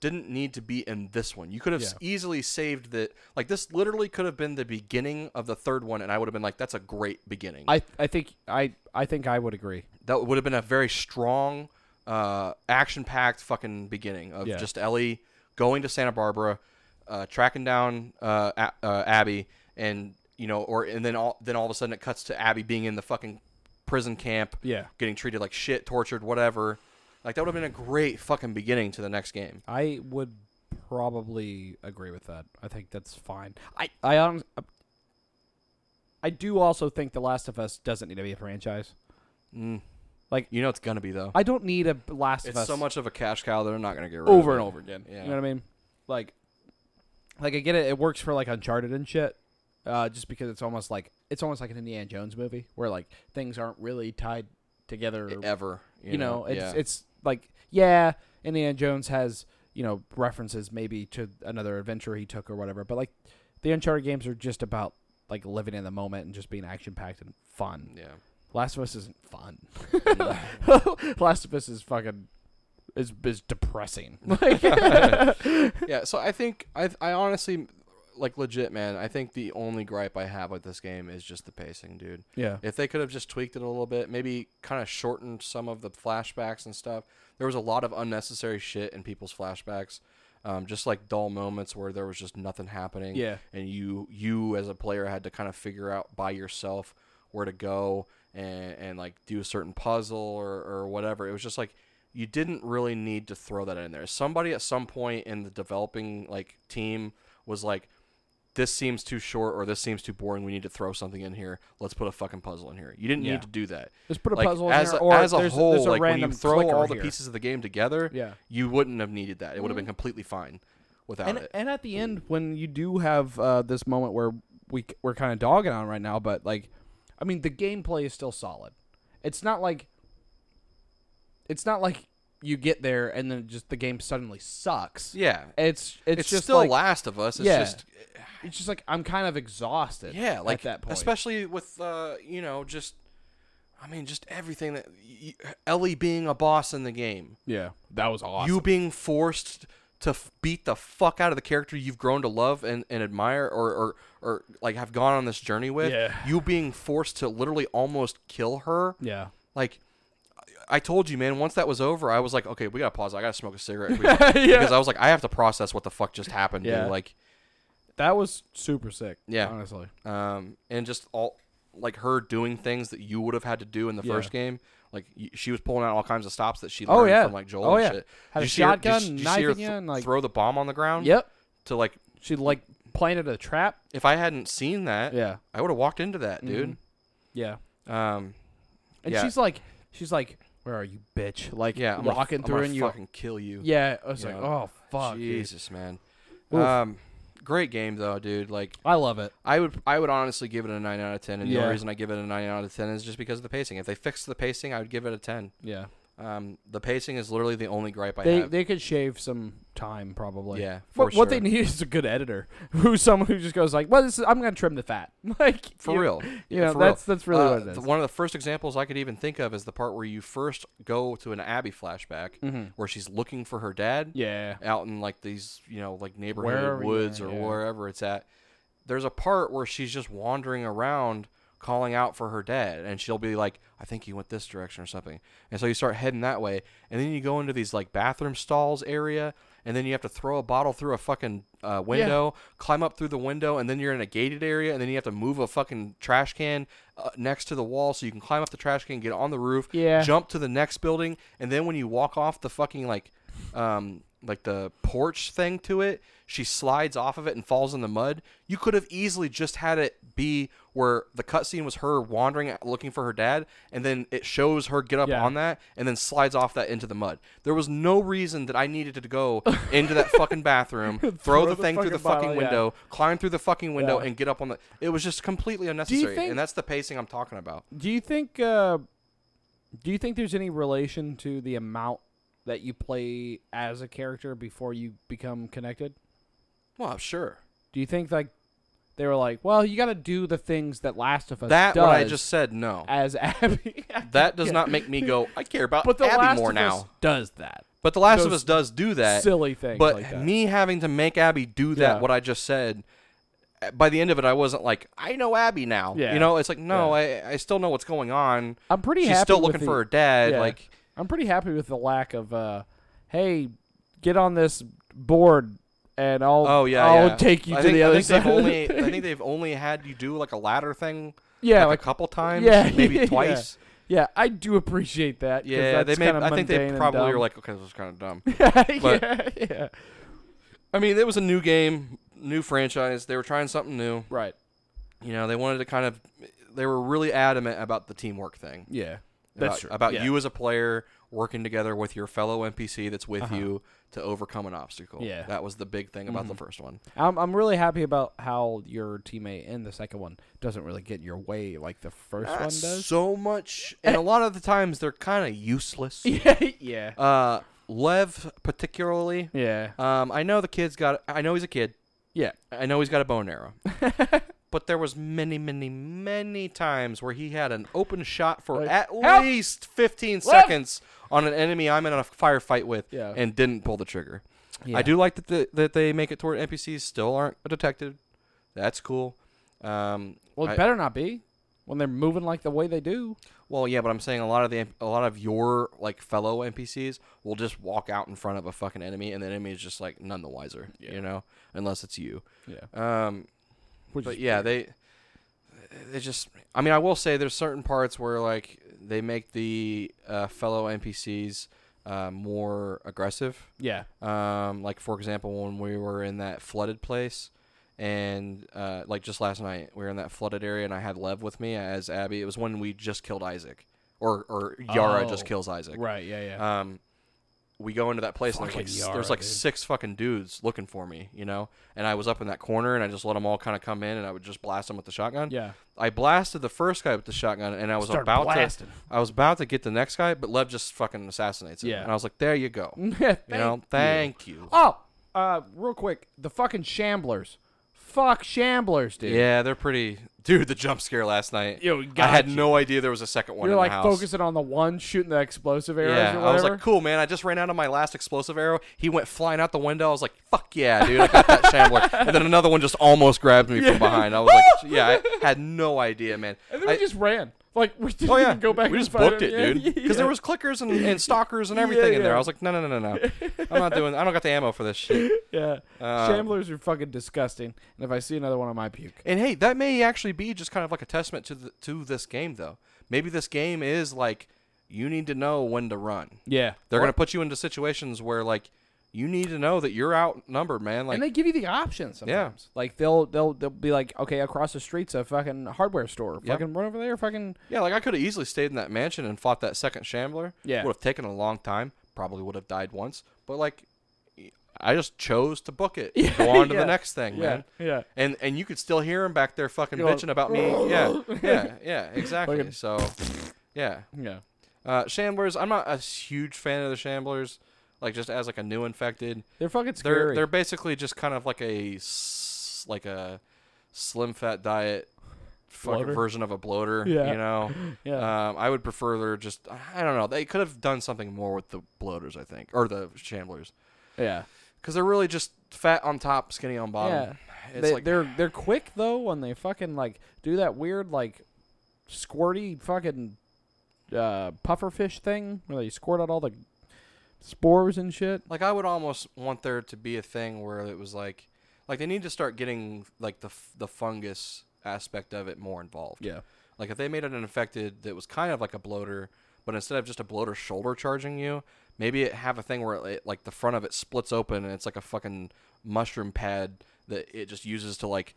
Speaker 1: didn't need to be in this one. You could have s easily saved that. Like this literally could have been the beginning of the third one, and I would have been like, "That's a great beginning."
Speaker 3: I I think I I think I would agree.
Speaker 1: that would have been a very strong, uh, action-packed fucking beginning of
Speaker 3: Yeah.
Speaker 1: just Ellie going to Santa Barbara, uh, tracking down uh, A- uh, Abby, and you know, or and then all then all of a sudden it cuts to Abby being in the fucking prison camp,
Speaker 3: Yeah.
Speaker 1: getting treated like shit, tortured, whatever. Like that would have been a great fucking beginning to the next game.
Speaker 3: I would probably agree with that. I think that's fine. I I honest, uh, I do also think The Last of Us doesn't need to be a franchise.
Speaker 1: Mm.
Speaker 3: Like-
Speaker 1: you know, it's gonna be though.
Speaker 3: I don't need a Last of
Speaker 1: It's
Speaker 3: Us
Speaker 1: so much of a cash cow that they're not gonna get rid of
Speaker 3: over
Speaker 1: it.
Speaker 3: and over again.
Speaker 1: Yeah.
Speaker 3: You know what I mean? Like, like I get it. It works for like Uncharted and shit, uh, just because it's almost like it's almost like an Indiana Jones movie where like things aren't really tied together. or-
Speaker 1: e-, ever.
Speaker 3: you know, it's
Speaker 1: yeah.
Speaker 3: it's like yeah, Indiana Jones has you know references maybe to another adventure he took or whatever, but like the Uncharted games are just about like living in the moment and just being action packed and fun.
Speaker 1: yeah.
Speaker 3: Last of Us isn't fun. Last of Us is fucking is is depressing. Like
Speaker 1: yeah so i think i i honestly like legit man i think the only gripe i have with this game is just the pacing dude
Speaker 3: yeah.
Speaker 1: if they could have just tweaked it a little bit maybe kind of shortened some of the flashbacks and stuff there was a lot of unnecessary shit in people's flashbacks um, just like dull moments where there was just nothing happening
Speaker 3: Yeah.
Speaker 1: and you you as a player had to kind of figure out by yourself where to go and, and like do a certain puzzle or, or whatever it was just like you didn't really need to throw that in there somebody at some point in the developing like team was like this seems too short or this seems too boring we need to throw something in here let's put a fucking puzzle in here you didn't
Speaker 3: Yeah.
Speaker 1: need to do that
Speaker 3: Just put a
Speaker 1: like,
Speaker 3: puzzle in
Speaker 1: as
Speaker 3: there,
Speaker 1: a,
Speaker 3: or
Speaker 1: as a
Speaker 3: there's,
Speaker 1: whole
Speaker 3: there's a
Speaker 1: like when
Speaker 3: random
Speaker 1: you throw
Speaker 3: clicker
Speaker 1: all the
Speaker 3: here.
Speaker 1: pieces of the game together
Speaker 3: Yeah. Mm.
Speaker 1: you wouldn't have needed that it would have been completely fine without
Speaker 3: and,
Speaker 1: it
Speaker 3: and at the end when you do have uh, this moment where we c- we're kind of dogging on right now but like i mean the gameplay is still solid it's not like it's not like you get there and then just the game suddenly sucks
Speaker 1: yeah
Speaker 3: it's it's,
Speaker 1: it's,
Speaker 3: just
Speaker 1: still
Speaker 3: like
Speaker 1: last of us it's
Speaker 3: Yeah.
Speaker 1: just
Speaker 3: it's just like i'm kind of exhausted
Speaker 1: yeah like
Speaker 3: at that point
Speaker 1: especially with uh you know just i mean just everything that y- y- ellie being a boss in the game
Speaker 3: yeah that was awesome
Speaker 1: you being forced to f- beat the fuck out of the character you've grown to love and, and admire or, or or like have gone on this journey with
Speaker 3: Yeah.
Speaker 1: you being forced to literally almost kill her
Speaker 3: yeah
Speaker 1: like I I told you, man. Once that was over, I was like, okay, we gotta pause. I gotta smoke a cigarette We- because I was like, I have to process what the fuck just happened.
Speaker 3: Yeah.
Speaker 1: Dude. Like,
Speaker 3: that was super sick
Speaker 1: Yeah.
Speaker 3: honestly
Speaker 1: um, and just all like her doing things that you would have had to do in the
Speaker 3: Yeah.
Speaker 1: first game. Like y- she was pulling out all kinds of stops that she
Speaker 3: Oh,
Speaker 1: learned
Speaker 3: yeah.
Speaker 1: from like Joel.
Speaker 3: Oh,
Speaker 1: and
Speaker 3: yeah.
Speaker 1: Shit.
Speaker 3: Had
Speaker 1: Did
Speaker 3: a
Speaker 1: you see her- did
Speaker 3: shotgun,
Speaker 1: you- did you
Speaker 3: knife
Speaker 1: see her
Speaker 3: in you, and, like-
Speaker 1: throw the bomb on the ground.
Speaker 3: yep
Speaker 1: To like,
Speaker 3: she like planted a trap
Speaker 1: if I hadn't seen that,
Speaker 3: yeah Mm-hmm.
Speaker 1: I would have walked into that, dude.
Speaker 3: yeah
Speaker 1: Um,
Speaker 3: And
Speaker 1: Yeah.
Speaker 3: she's like, she's like, where are you, bitch? Like,
Speaker 1: yeah, I'm
Speaker 3: walking
Speaker 1: gonna,
Speaker 3: through
Speaker 1: I'm gonna
Speaker 3: and you,
Speaker 1: fucking kill you.
Speaker 3: yeah. I was
Speaker 1: you
Speaker 3: like,
Speaker 1: know,
Speaker 3: oh fuck, dude."
Speaker 1: Jesus, man.
Speaker 3: Oof.
Speaker 1: Um, great game though, dude. Like.
Speaker 3: I love it.
Speaker 1: I would I would honestly give it a nine out of ten, and the
Speaker 3: Yeah.
Speaker 1: only reason I give it a nine out of ten is just because of the pacing. If they fixed the pacing, I would give it a ten.
Speaker 3: Yeah,
Speaker 1: Um, the pacing is literally the only gripe I
Speaker 3: they
Speaker 1: have.
Speaker 3: they could shave some time probably.
Speaker 1: yeah, for
Speaker 3: What, what they
Speaker 1: sure.
Speaker 3: need is a good editor, who's someone who just goes like, "Well, this is, I'm gonna trim the fat." Like
Speaker 1: for
Speaker 3: you-
Speaker 1: real.
Speaker 3: you know,
Speaker 1: for real.
Speaker 3: that's that's really
Speaker 1: Uh,
Speaker 3: what it
Speaker 1: th-
Speaker 3: is.
Speaker 1: one of the first examples I could even think of is the part where you first go to an Abby flashback,
Speaker 3: Mhm.
Speaker 1: where she's looking for her dad
Speaker 3: Yeah,
Speaker 1: out in like these you know like neighborhood
Speaker 3: Wherever you
Speaker 1: woods
Speaker 3: are,
Speaker 1: or
Speaker 3: yeah.
Speaker 1: wherever it's at. There's a part where she's just wandering around calling out for her dad and she'll be like i think he went this direction or something and so you start heading that way and then you go into these like bathroom stalls area and then you have to throw a bottle through a fucking uh, window climb up through the window and then you're in a gated area and then you have to move a fucking trash can uh, next to the wall so you can climb up the trash can get on the roof
Speaker 3: Yeah.
Speaker 1: jump to the next building and then when you walk off the fucking like um like the porch thing to it she slides off of it and falls in the mud you could have easily just had it be where the cutscene was her wandering looking for her dad and then it shows her get up
Speaker 3: Yeah.
Speaker 1: on that and then slides off that into the mud there was no reason that i needed to go into that fucking bathroom throw, the, thing through the
Speaker 3: fucking bottle,
Speaker 1: fucking
Speaker 3: yeah.
Speaker 1: window climb through the fucking window
Speaker 3: Yeah.
Speaker 1: and get up on the it was just completely unnecessary
Speaker 3: think-
Speaker 1: and that's the pacing i'm talking about
Speaker 3: Do you think uh, do you think there's any relation to the amount that you play as a character before you become connected?
Speaker 1: well sure
Speaker 3: Do you think like they were like, well, you got to do the things that Last of Us
Speaker 1: that
Speaker 3: does
Speaker 1: what i just said no
Speaker 3: as Abby?
Speaker 1: That does not make me go, I care about
Speaker 3: but the
Speaker 1: Abby
Speaker 3: Last
Speaker 1: more
Speaker 3: of
Speaker 1: now.
Speaker 3: Us does that
Speaker 1: but The Last of
Speaker 3: those
Speaker 1: Us does do that.
Speaker 3: silly thing.
Speaker 1: but
Speaker 3: like that.
Speaker 1: me having to make Abby do that,
Speaker 3: Yeah.
Speaker 1: what I just said, uh, by the end of it, I wasn't like, I know Abby now.
Speaker 3: Yeah.
Speaker 1: You know, it's like, no, I, I still know what's going on.
Speaker 3: I'm pretty.
Speaker 1: She's
Speaker 3: happy
Speaker 1: still
Speaker 3: with
Speaker 1: looking
Speaker 3: the-
Speaker 1: for her dad.
Speaker 3: yeah.
Speaker 1: Like,
Speaker 3: I'm pretty happy with the lack of, uh, hey, get on this board and I'll
Speaker 1: oh yeah,
Speaker 3: I'll
Speaker 1: yeah.
Speaker 3: take you
Speaker 1: I
Speaker 3: to
Speaker 1: think,
Speaker 3: the
Speaker 1: I
Speaker 3: other
Speaker 1: think
Speaker 3: side.
Speaker 1: They've only, I think they've only had you do like a ladder thing,
Speaker 3: yeah,
Speaker 1: like,
Speaker 3: like,
Speaker 1: a couple times,
Speaker 3: yeah, yeah.
Speaker 1: maybe twice.
Speaker 3: yeah, I do appreciate that. 'cause
Speaker 1: Yeah, they
Speaker 3: that's
Speaker 1: made.
Speaker 3: kinda
Speaker 1: I think they
Speaker 3: mundane and
Speaker 1: probably
Speaker 3: dumb.
Speaker 1: were like, okay, this is kind of dumb. but-
Speaker 3: yeah, yeah,
Speaker 1: I mean, it was a new game, new franchise. They were trying something new.
Speaker 3: right.
Speaker 1: you know, they wanted to kind of they were really adamant about the teamwork thing.
Speaker 3: Yeah.
Speaker 1: About,
Speaker 3: That's true.
Speaker 1: about
Speaker 3: Yeah.
Speaker 1: you as a player working together with your fellow NPC that's with you to overcome an obstacle.
Speaker 3: Uh-huh. Yeah. Mm-hmm.
Speaker 1: That was the big thing about the first one.
Speaker 3: I'm I'm really happy about how your teammate in the second one doesn't really get in your way like the first
Speaker 1: Not
Speaker 3: one does.
Speaker 1: so much eh. and a lot of the times they're kind of useless.
Speaker 3: yeah.
Speaker 1: Uh Lev particularly.
Speaker 3: Yeah.
Speaker 1: Um I know the kid's got I know he's a kid.
Speaker 3: Yeah.
Speaker 1: I know he's got a bow and arrow. but there was many, many, many times where he had an open shot for
Speaker 3: Like,
Speaker 1: at
Speaker 3: "Help!
Speaker 1: least 15
Speaker 3: Left!"
Speaker 1: seconds on an enemy I'm in a firefight with
Speaker 3: Yeah.
Speaker 1: and didn't pull the trigger.
Speaker 3: Yeah.
Speaker 1: I do like that the, that they make it toward NPCs still aren't detected. That's cool. Um,
Speaker 3: Well, it
Speaker 1: I-
Speaker 3: better not be when they're moving like the way they do.
Speaker 1: well, yeah, but I'm saying a lot of the a lot of your like fellow NPCs will just walk out in front of a fucking enemy, and the enemy is just like none the wiser, you know, unless it's you.
Speaker 3: Yeah.
Speaker 1: Um,
Speaker 3: Which
Speaker 1: but
Speaker 3: is
Speaker 1: yeah, they they just. I mean, I will say there's certain parts where like they make the uh, fellow NPCs uh, more aggressive.
Speaker 3: yeah.
Speaker 1: Um, like for example, when we were in that flooded place, and uh, like just last night, we were in that flooded area, and I had Lev with me as Abby. It was when we just killed Isaac, or or Yara just
Speaker 3: Oh.
Speaker 1: kills Isaac.
Speaker 3: Right. Yeah. Yeah.
Speaker 1: Um, we go into that place, and there's like
Speaker 3: Fucking
Speaker 1: s-
Speaker 3: Yara,
Speaker 1: there's like
Speaker 3: dude.
Speaker 1: six fucking dudes looking for me, you know. And I was up in that corner, and I just let them all kind of come in, and I would just blast them with the shotgun.
Speaker 3: yeah.
Speaker 1: I blasted the first guy with the shotgun, and I was
Speaker 3: Started
Speaker 1: about
Speaker 3: blasting.
Speaker 1: to I was about to get the next guy, but Lev just fucking assassinates him.
Speaker 3: Yeah. Mm,
Speaker 1: And I was like, there you go. You know, thank you.
Speaker 3: Oh, uh, real quick, the fucking shamblers. Fuck shamblers, dude.
Speaker 1: Yeah, they're pretty. Dude, the jump scare last night.
Speaker 3: Yo,
Speaker 1: I
Speaker 3: got
Speaker 1: had
Speaker 3: you.
Speaker 1: no idea there was a second one.
Speaker 3: You're
Speaker 1: in
Speaker 3: like
Speaker 1: the house.
Speaker 3: focusing on the one shooting the explosive arrows
Speaker 1: Yeah,
Speaker 3: or whatever.
Speaker 1: I was like, cool, man. I just ran out of my last explosive arrow. He went flying out the window. I was like, fuck yeah, dude, I got that shambler. And then another one just almost grabbed me from behind. I was like, yeah, I had no idea, man.
Speaker 3: and then we
Speaker 1: I-
Speaker 3: just ran. Like we didn't
Speaker 1: oh yeah,
Speaker 3: even go back.
Speaker 1: We
Speaker 3: and
Speaker 1: just
Speaker 3: fight
Speaker 1: booked it,
Speaker 3: him. Yeah,
Speaker 1: dude, because
Speaker 3: yeah.
Speaker 1: there was clickers and, and stalkers and everything in there.
Speaker 3: yeah.
Speaker 1: I was like, no, no, no, no, no. I'm not doing. I don't got the ammo for this shit.
Speaker 3: yeah.
Speaker 1: Uh,
Speaker 3: shamblers are fucking disgusting. And if I see another one, I might puke.
Speaker 1: And hey, that may actually be just kind of like a testament to the, to this game, though. Maybe this game is like you need to know when to run.
Speaker 3: Yeah,
Speaker 1: They're gonna put you into situations where like you need to know that you're outnumbered, man. Like
Speaker 3: and they give you the option sometimes. Like they'll they'll they'll be like, okay, across the street's a fucking hardware store.
Speaker 1: Yep.
Speaker 3: Fucking run over there. Fucking
Speaker 1: yeah, like I could have easily stayed in that mansion and fought that second shambler.
Speaker 3: Yeah.
Speaker 1: would have taken a long time. Probably would have died once, but like I just chose to book it. Go on to
Speaker 3: yeah,
Speaker 1: the next thing, man.
Speaker 3: yeah.
Speaker 1: And and you could still hear him back there fucking
Speaker 3: You're like,
Speaker 1: bitching about me. yeah, yeah, yeah, exactly.
Speaker 3: Fucking-
Speaker 1: so yeah.
Speaker 3: yeah.
Speaker 1: Uh, Shamblers, I'm not a huge fan of the Shamblers. Like just as like a new infected,
Speaker 3: They're fucking
Speaker 1: they're
Speaker 3: scary.
Speaker 1: they're basically just kind of like a s- like a slim fat diet fucking
Speaker 3: Bloater?
Speaker 1: version of a bloater.
Speaker 3: Yeah.
Speaker 1: you know.
Speaker 3: yeah.
Speaker 1: Um, I would prefer they're just I don't know. They could have done something more with the bloaters, I think, or the Shamblers,
Speaker 3: yeah.
Speaker 1: because they're really just fat on top, skinny on bottom. It's
Speaker 3: they,
Speaker 1: like
Speaker 3: they're they're quick though when they fucking like do that weird like squirty fucking uh, puffer fish thing where they squirt out all the spores and shit.
Speaker 1: Like I would almost want there to be a thing where it was like, like they need to start getting like the f- the fungus aspect of it more involved.
Speaker 3: Yeah.
Speaker 1: Like if they made it an infected that was kind of like a bloater, but instead of just a bloater shoulder charging you, maybe it have a thing where it like the front of it splits open and it's like a fucking mushroom pad that it just uses to like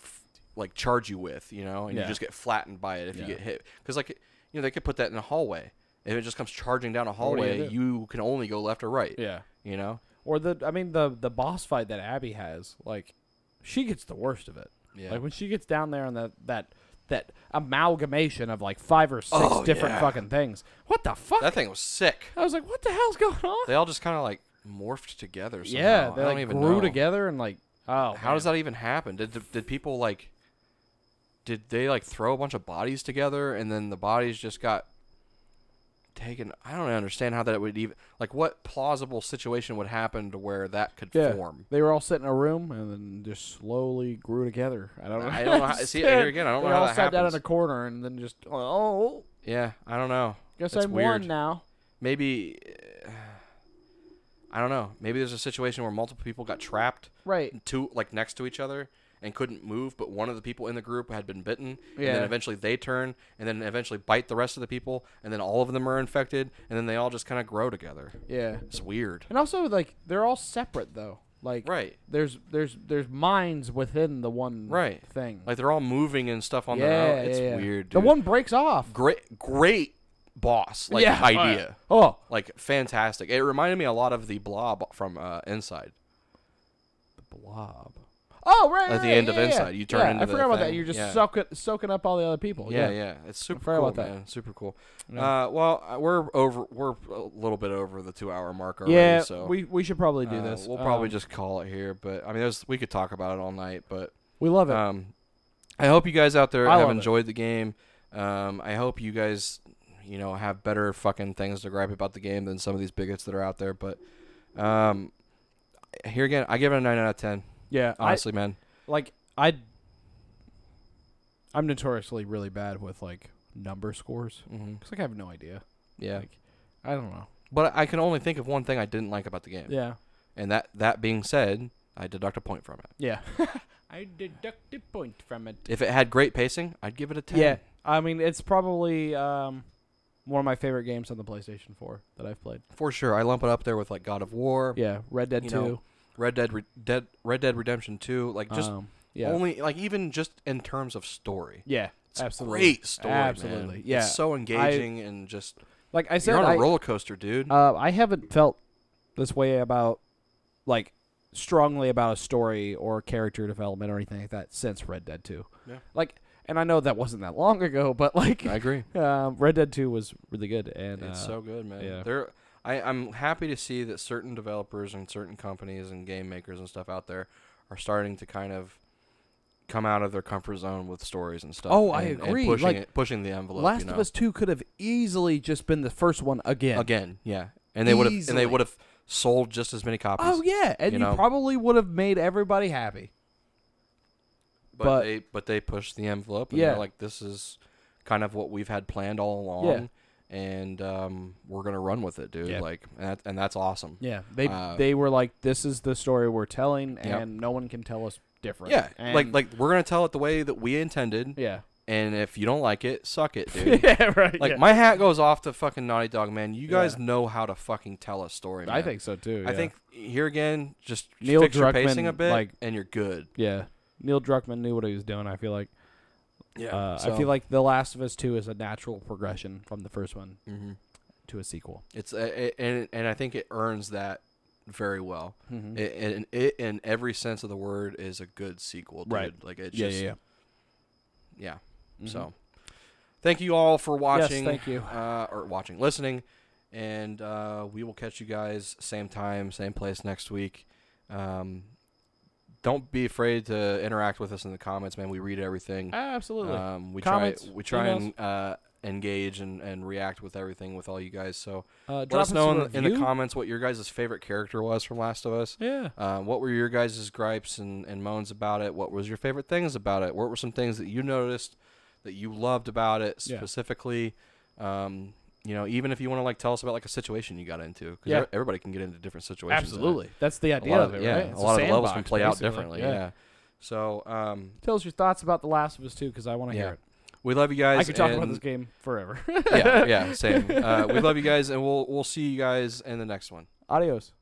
Speaker 1: f- like charge you with, you know, and
Speaker 3: Yeah.
Speaker 1: you just get flattened by it if you
Speaker 3: Yeah.
Speaker 1: get hit. Because like you know they could put that in a hallway. If it just comes charging down a
Speaker 3: do you
Speaker 1: hallway,
Speaker 3: do?
Speaker 1: you can only go left or right.
Speaker 3: Yeah.
Speaker 1: You know.
Speaker 3: Or the I mean the the boss fight that Abby has like she gets the worst of it.
Speaker 1: Yeah.
Speaker 3: Like when she gets down there and that that that amalgamation of like five or six
Speaker 1: Oh,
Speaker 3: different
Speaker 1: yeah.
Speaker 3: fucking things. What the fuck?
Speaker 1: That thing was sick.
Speaker 3: I was like, what the hell's going on?
Speaker 1: They all just kind of like morphed together. Somehow.
Speaker 3: yeah,
Speaker 1: I
Speaker 3: they
Speaker 1: don't
Speaker 3: like
Speaker 1: even
Speaker 3: grew
Speaker 1: know.
Speaker 3: together and like oh
Speaker 1: How does that even happen? Did th- did people like? Did they like throw a bunch of bodies together and then the bodies just got taken? I don't understand how that would even like what plausible situation would happen to where that could
Speaker 3: yeah.
Speaker 1: form.
Speaker 3: They were all sitting in a room and then just slowly grew together. I don't know.
Speaker 1: I don't know how- see, here again, I don't
Speaker 3: they
Speaker 1: know how
Speaker 3: all
Speaker 1: that
Speaker 3: sat down in
Speaker 1: happens.
Speaker 3: a corner and then just oh
Speaker 1: Yeah, I don't know.
Speaker 3: guess
Speaker 1: That's
Speaker 3: I'm
Speaker 1: weird.
Speaker 3: one now.
Speaker 1: Maybe uh, I don't know. Maybe there's a situation where multiple people got trapped
Speaker 3: Right.
Speaker 1: two like next to each other and couldn't move, but one of the people in the group had been bitten, and
Speaker 3: Yeah.
Speaker 1: then eventually they turn, and then eventually bite the rest of the people, and then all of them are infected, and then they all just kind of grow together.
Speaker 3: Yeah.
Speaker 1: It's weird.
Speaker 3: And also like they're all separate though. Like
Speaker 1: Right.
Speaker 3: there's there's there's minds within the one
Speaker 1: Right.
Speaker 3: thing.
Speaker 1: Like they're all moving and stuff on their
Speaker 3: yeah,
Speaker 1: own. It's
Speaker 3: yeah, yeah.
Speaker 1: weird.
Speaker 3: The
Speaker 1: dude.
Speaker 3: one breaks off.
Speaker 1: great great boss like
Speaker 3: Yeah.
Speaker 1: idea.
Speaker 3: Oh,
Speaker 1: Like fantastic. It reminded me a lot of the blob from uh, Inside.
Speaker 3: blob. Oh right.
Speaker 1: At the
Speaker 3: right,
Speaker 1: end of
Speaker 3: yeah, yeah,
Speaker 1: Inside, you turn
Speaker 3: yeah,
Speaker 1: into
Speaker 3: I
Speaker 1: the
Speaker 3: forgot about that.
Speaker 1: thing.
Speaker 3: You're just
Speaker 1: Yeah.
Speaker 3: soaking soaking up all the other people.
Speaker 1: Yeah, yeah, it's super
Speaker 3: forgot
Speaker 1: cool,
Speaker 3: about that.
Speaker 1: man. Super cool. Uh, well, uh, we're over. We're a little bit over the two-hour mark already.
Speaker 3: Yeah,
Speaker 1: so
Speaker 3: we we should probably do
Speaker 1: uh,
Speaker 3: this.
Speaker 1: We'll probably
Speaker 3: Um,
Speaker 1: just call it here. But I mean, there's, we could talk about it all night. But
Speaker 3: we love it.
Speaker 1: um, I hope you guys out there
Speaker 3: I
Speaker 1: have
Speaker 3: love it.
Speaker 1: enjoyed the game. Um, I hope you guys, you know, have better fucking things to gripe about the game than some of these bigots that are out there. But um, here again, I give it a nine out of ten.
Speaker 3: yeah, I,
Speaker 1: Honestly, man.
Speaker 3: like I. I'm notoriously really bad with like number scores
Speaker 1: hmm
Speaker 3: because like I have no idea.
Speaker 1: Yeah,
Speaker 3: Like, I don't know.
Speaker 1: but I can only think of one thing I didn't like about the game.
Speaker 3: Yeah.
Speaker 1: And that that being said, I deduct a point from it.
Speaker 3: Yeah. I deduct a point from it.
Speaker 1: If it had great pacing, I'd give it a ten.
Speaker 3: Yeah, I mean it's probably um, one of my favorite games on the PlayStation 4 that I've played.
Speaker 1: for sure. I lump it up there with like God of War,
Speaker 3: Yeah, Red Dead
Speaker 1: You
Speaker 3: 2.
Speaker 1: know, Red Dead, Re- Dead, Red Dead Redemption Two. Like just
Speaker 3: um, yeah,
Speaker 1: only like even just in terms of story,
Speaker 3: yeah,
Speaker 1: it's a
Speaker 3: absolutely.
Speaker 1: great story. man.
Speaker 3: Absolutely, yeah.
Speaker 1: It's so engaging and just
Speaker 3: Like I said,
Speaker 1: you're on a
Speaker 3: I,
Speaker 1: roller coaster, dude.
Speaker 3: uh, I haven't felt this way about like strongly about a story or character development or anything like that since Red Dead 2.
Speaker 1: Yeah.
Speaker 3: Like, and I know that wasn't that long ago, but like,
Speaker 1: I agree.
Speaker 3: um, Red Dead 2 was really good, and
Speaker 1: It's
Speaker 3: uh,
Speaker 1: so good, man.
Speaker 3: yeah.
Speaker 1: There, I, I'm happy to see that certain developers and certain companies and game makers and stuff out there are starting to kind of come out of their comfort zone with stories and stuff.
Speaker 3: Oh, I
Speaker 1: and- and
Speaker 3: agree.
Speaker 1: pushing
Speaker 3: Like,
Speaker 1: it, pushing the envelope.
Speaker 3: Last
Speaker 1: you know?
Speaker 3: of Us 2 could have easily just been the first one again.
Speaker 1: again, yeah, and they would have, and
Speaker 3: Easily.
Speaker 1: they would have sold just as many copies.
Speaker 3: Oh yeah, and
Speaker 1: you
Speaker 3: you,
Speaker 1: know?
Speaker 3: probably would have made everybody happy.
Speaker 1: but,
Speaker 3: but-
Speaker 1: they but they pushed the envelope. And
Speaker 3: Yeah.
Speaker 1: they're like this is kind of what we've had planned all along, and um, we're gonna run with it, dude.
Speaker 3: Yeah.
Speaker 1: Like, and, that, and that's awesome.
Speaker 3: Yeah, they
Speaker 1: Uh,
Speaker 3: they were like, "This is the story we're telling, and
Speaker 1: Yep.
Speaker 3: no one can tell us different."
Speaker 1: Yeah,
Speaker 3: And-
Speaker 1: like like we're gonna tell it the way that we intended,
Speaker 3: yeah,
Speaker 1: and if you don't like it, suck it, dude.
Speaker 3: yeah, right.
Speaker 1: Like
Speaker 3: yeah.
Speaker 1: my hat goes off to fucking Naughty Dog, man. You guys
Speaker 3: Yeah.
Speaker 1: know how to fucking tell a story. Man.
Speaker 3: I think so too.
Speaker 1: I
Speaker 3: yeah.
Speaker 1: think here again, just
Speaker 3: Neil
Speaker 1: fix your pacing
Speaker 3: Druckmann,
Speaker 1: a bit,
Speaker 3: like-
Speaker 1: and you're good.
Speaker 3: yeah, Neil Druckmann knew what he was doing. I feel like
Speaker 1: Yeah,
Speaker 3: uh, I feel like The Last of Us Two is a natural progression from the first one
Speaker 1: hmm
Speaker 3: to a sequel.
Speaker 1: it's uh, it, and and I think it earns that very well. It, and it in every sense of the word is a good sequel, dude.
Speaker 3: Right.
Speaker 1: Like it's
Speaker 3: Yeah,
Speaker 1: just
Speaker 3: yeah, yeah.
Speaker 1: yeah. So, thank you all for watching.
Speaker 3: thank you.
Speaker 1: Uh, or watching, listening, and uh, we will catch you guys same time, same place next week. Um, don't be afraid to interact with us in the comments, man. We read everything.
Speaker 3: Absolutely.
Speaker 1: Um, we
Speaker 3: Comments,
Speaker 1: try we try
Speaker 3: emails.
Speaker 1: and uh, engage and, and react with everything with all you guys. So
Speaker 3: Uh,
Speaker 1: let
Speaker 3: drop
Speaker 1: us know
Speaker 3: a
Speaker 1: in, in the
Speaker 3: review.
Speaker 1: comments what your guys' favorite character was from Last of Us.
Speaker 3: Yeah.
Speaker 1: Uh, what were your guys' gripes and, and moans about it? What was your favorite things about it? What were some things that you noticed that you loved about it
Speaker 3: Yeah.
Speaker 1: specifically? Um, you know, even if you want to like tell us about like a situation you got into, because
Speaker 3: Yeah.
Speaker 1: everybody can get into different situations. in it.
Speaker 3: Absolutely. That's the
Speaker 1: uh, a
Speaker 3: idea
Speaker 1: lot of,
Speaker 3: of it,
Speaker 1: yeah,
Speaker 3: right?
Speaker 1: a
Speaker 3: It's
Speaker 1: lot of the levels can
Speaker 3: sandbox,
Speaker 1: play
Speaker 3: basically.
Speaker 1: out differently. Yeah. So um,
Speaker 3: Tell us your thoughts about The Last of Us Two because I want to
Speaker 1: Yeah.
Speaker 3: hear it.
Speaker 1: we love you guys.
Speaker 3: I could talk about
Speaker 1: and-
Speaker 3: this game forever.
Speaker 1: yeah, yeah, same. Uh, we love you guys, and we'll we'll see you guys in the next one.
Speaker 3: Adios.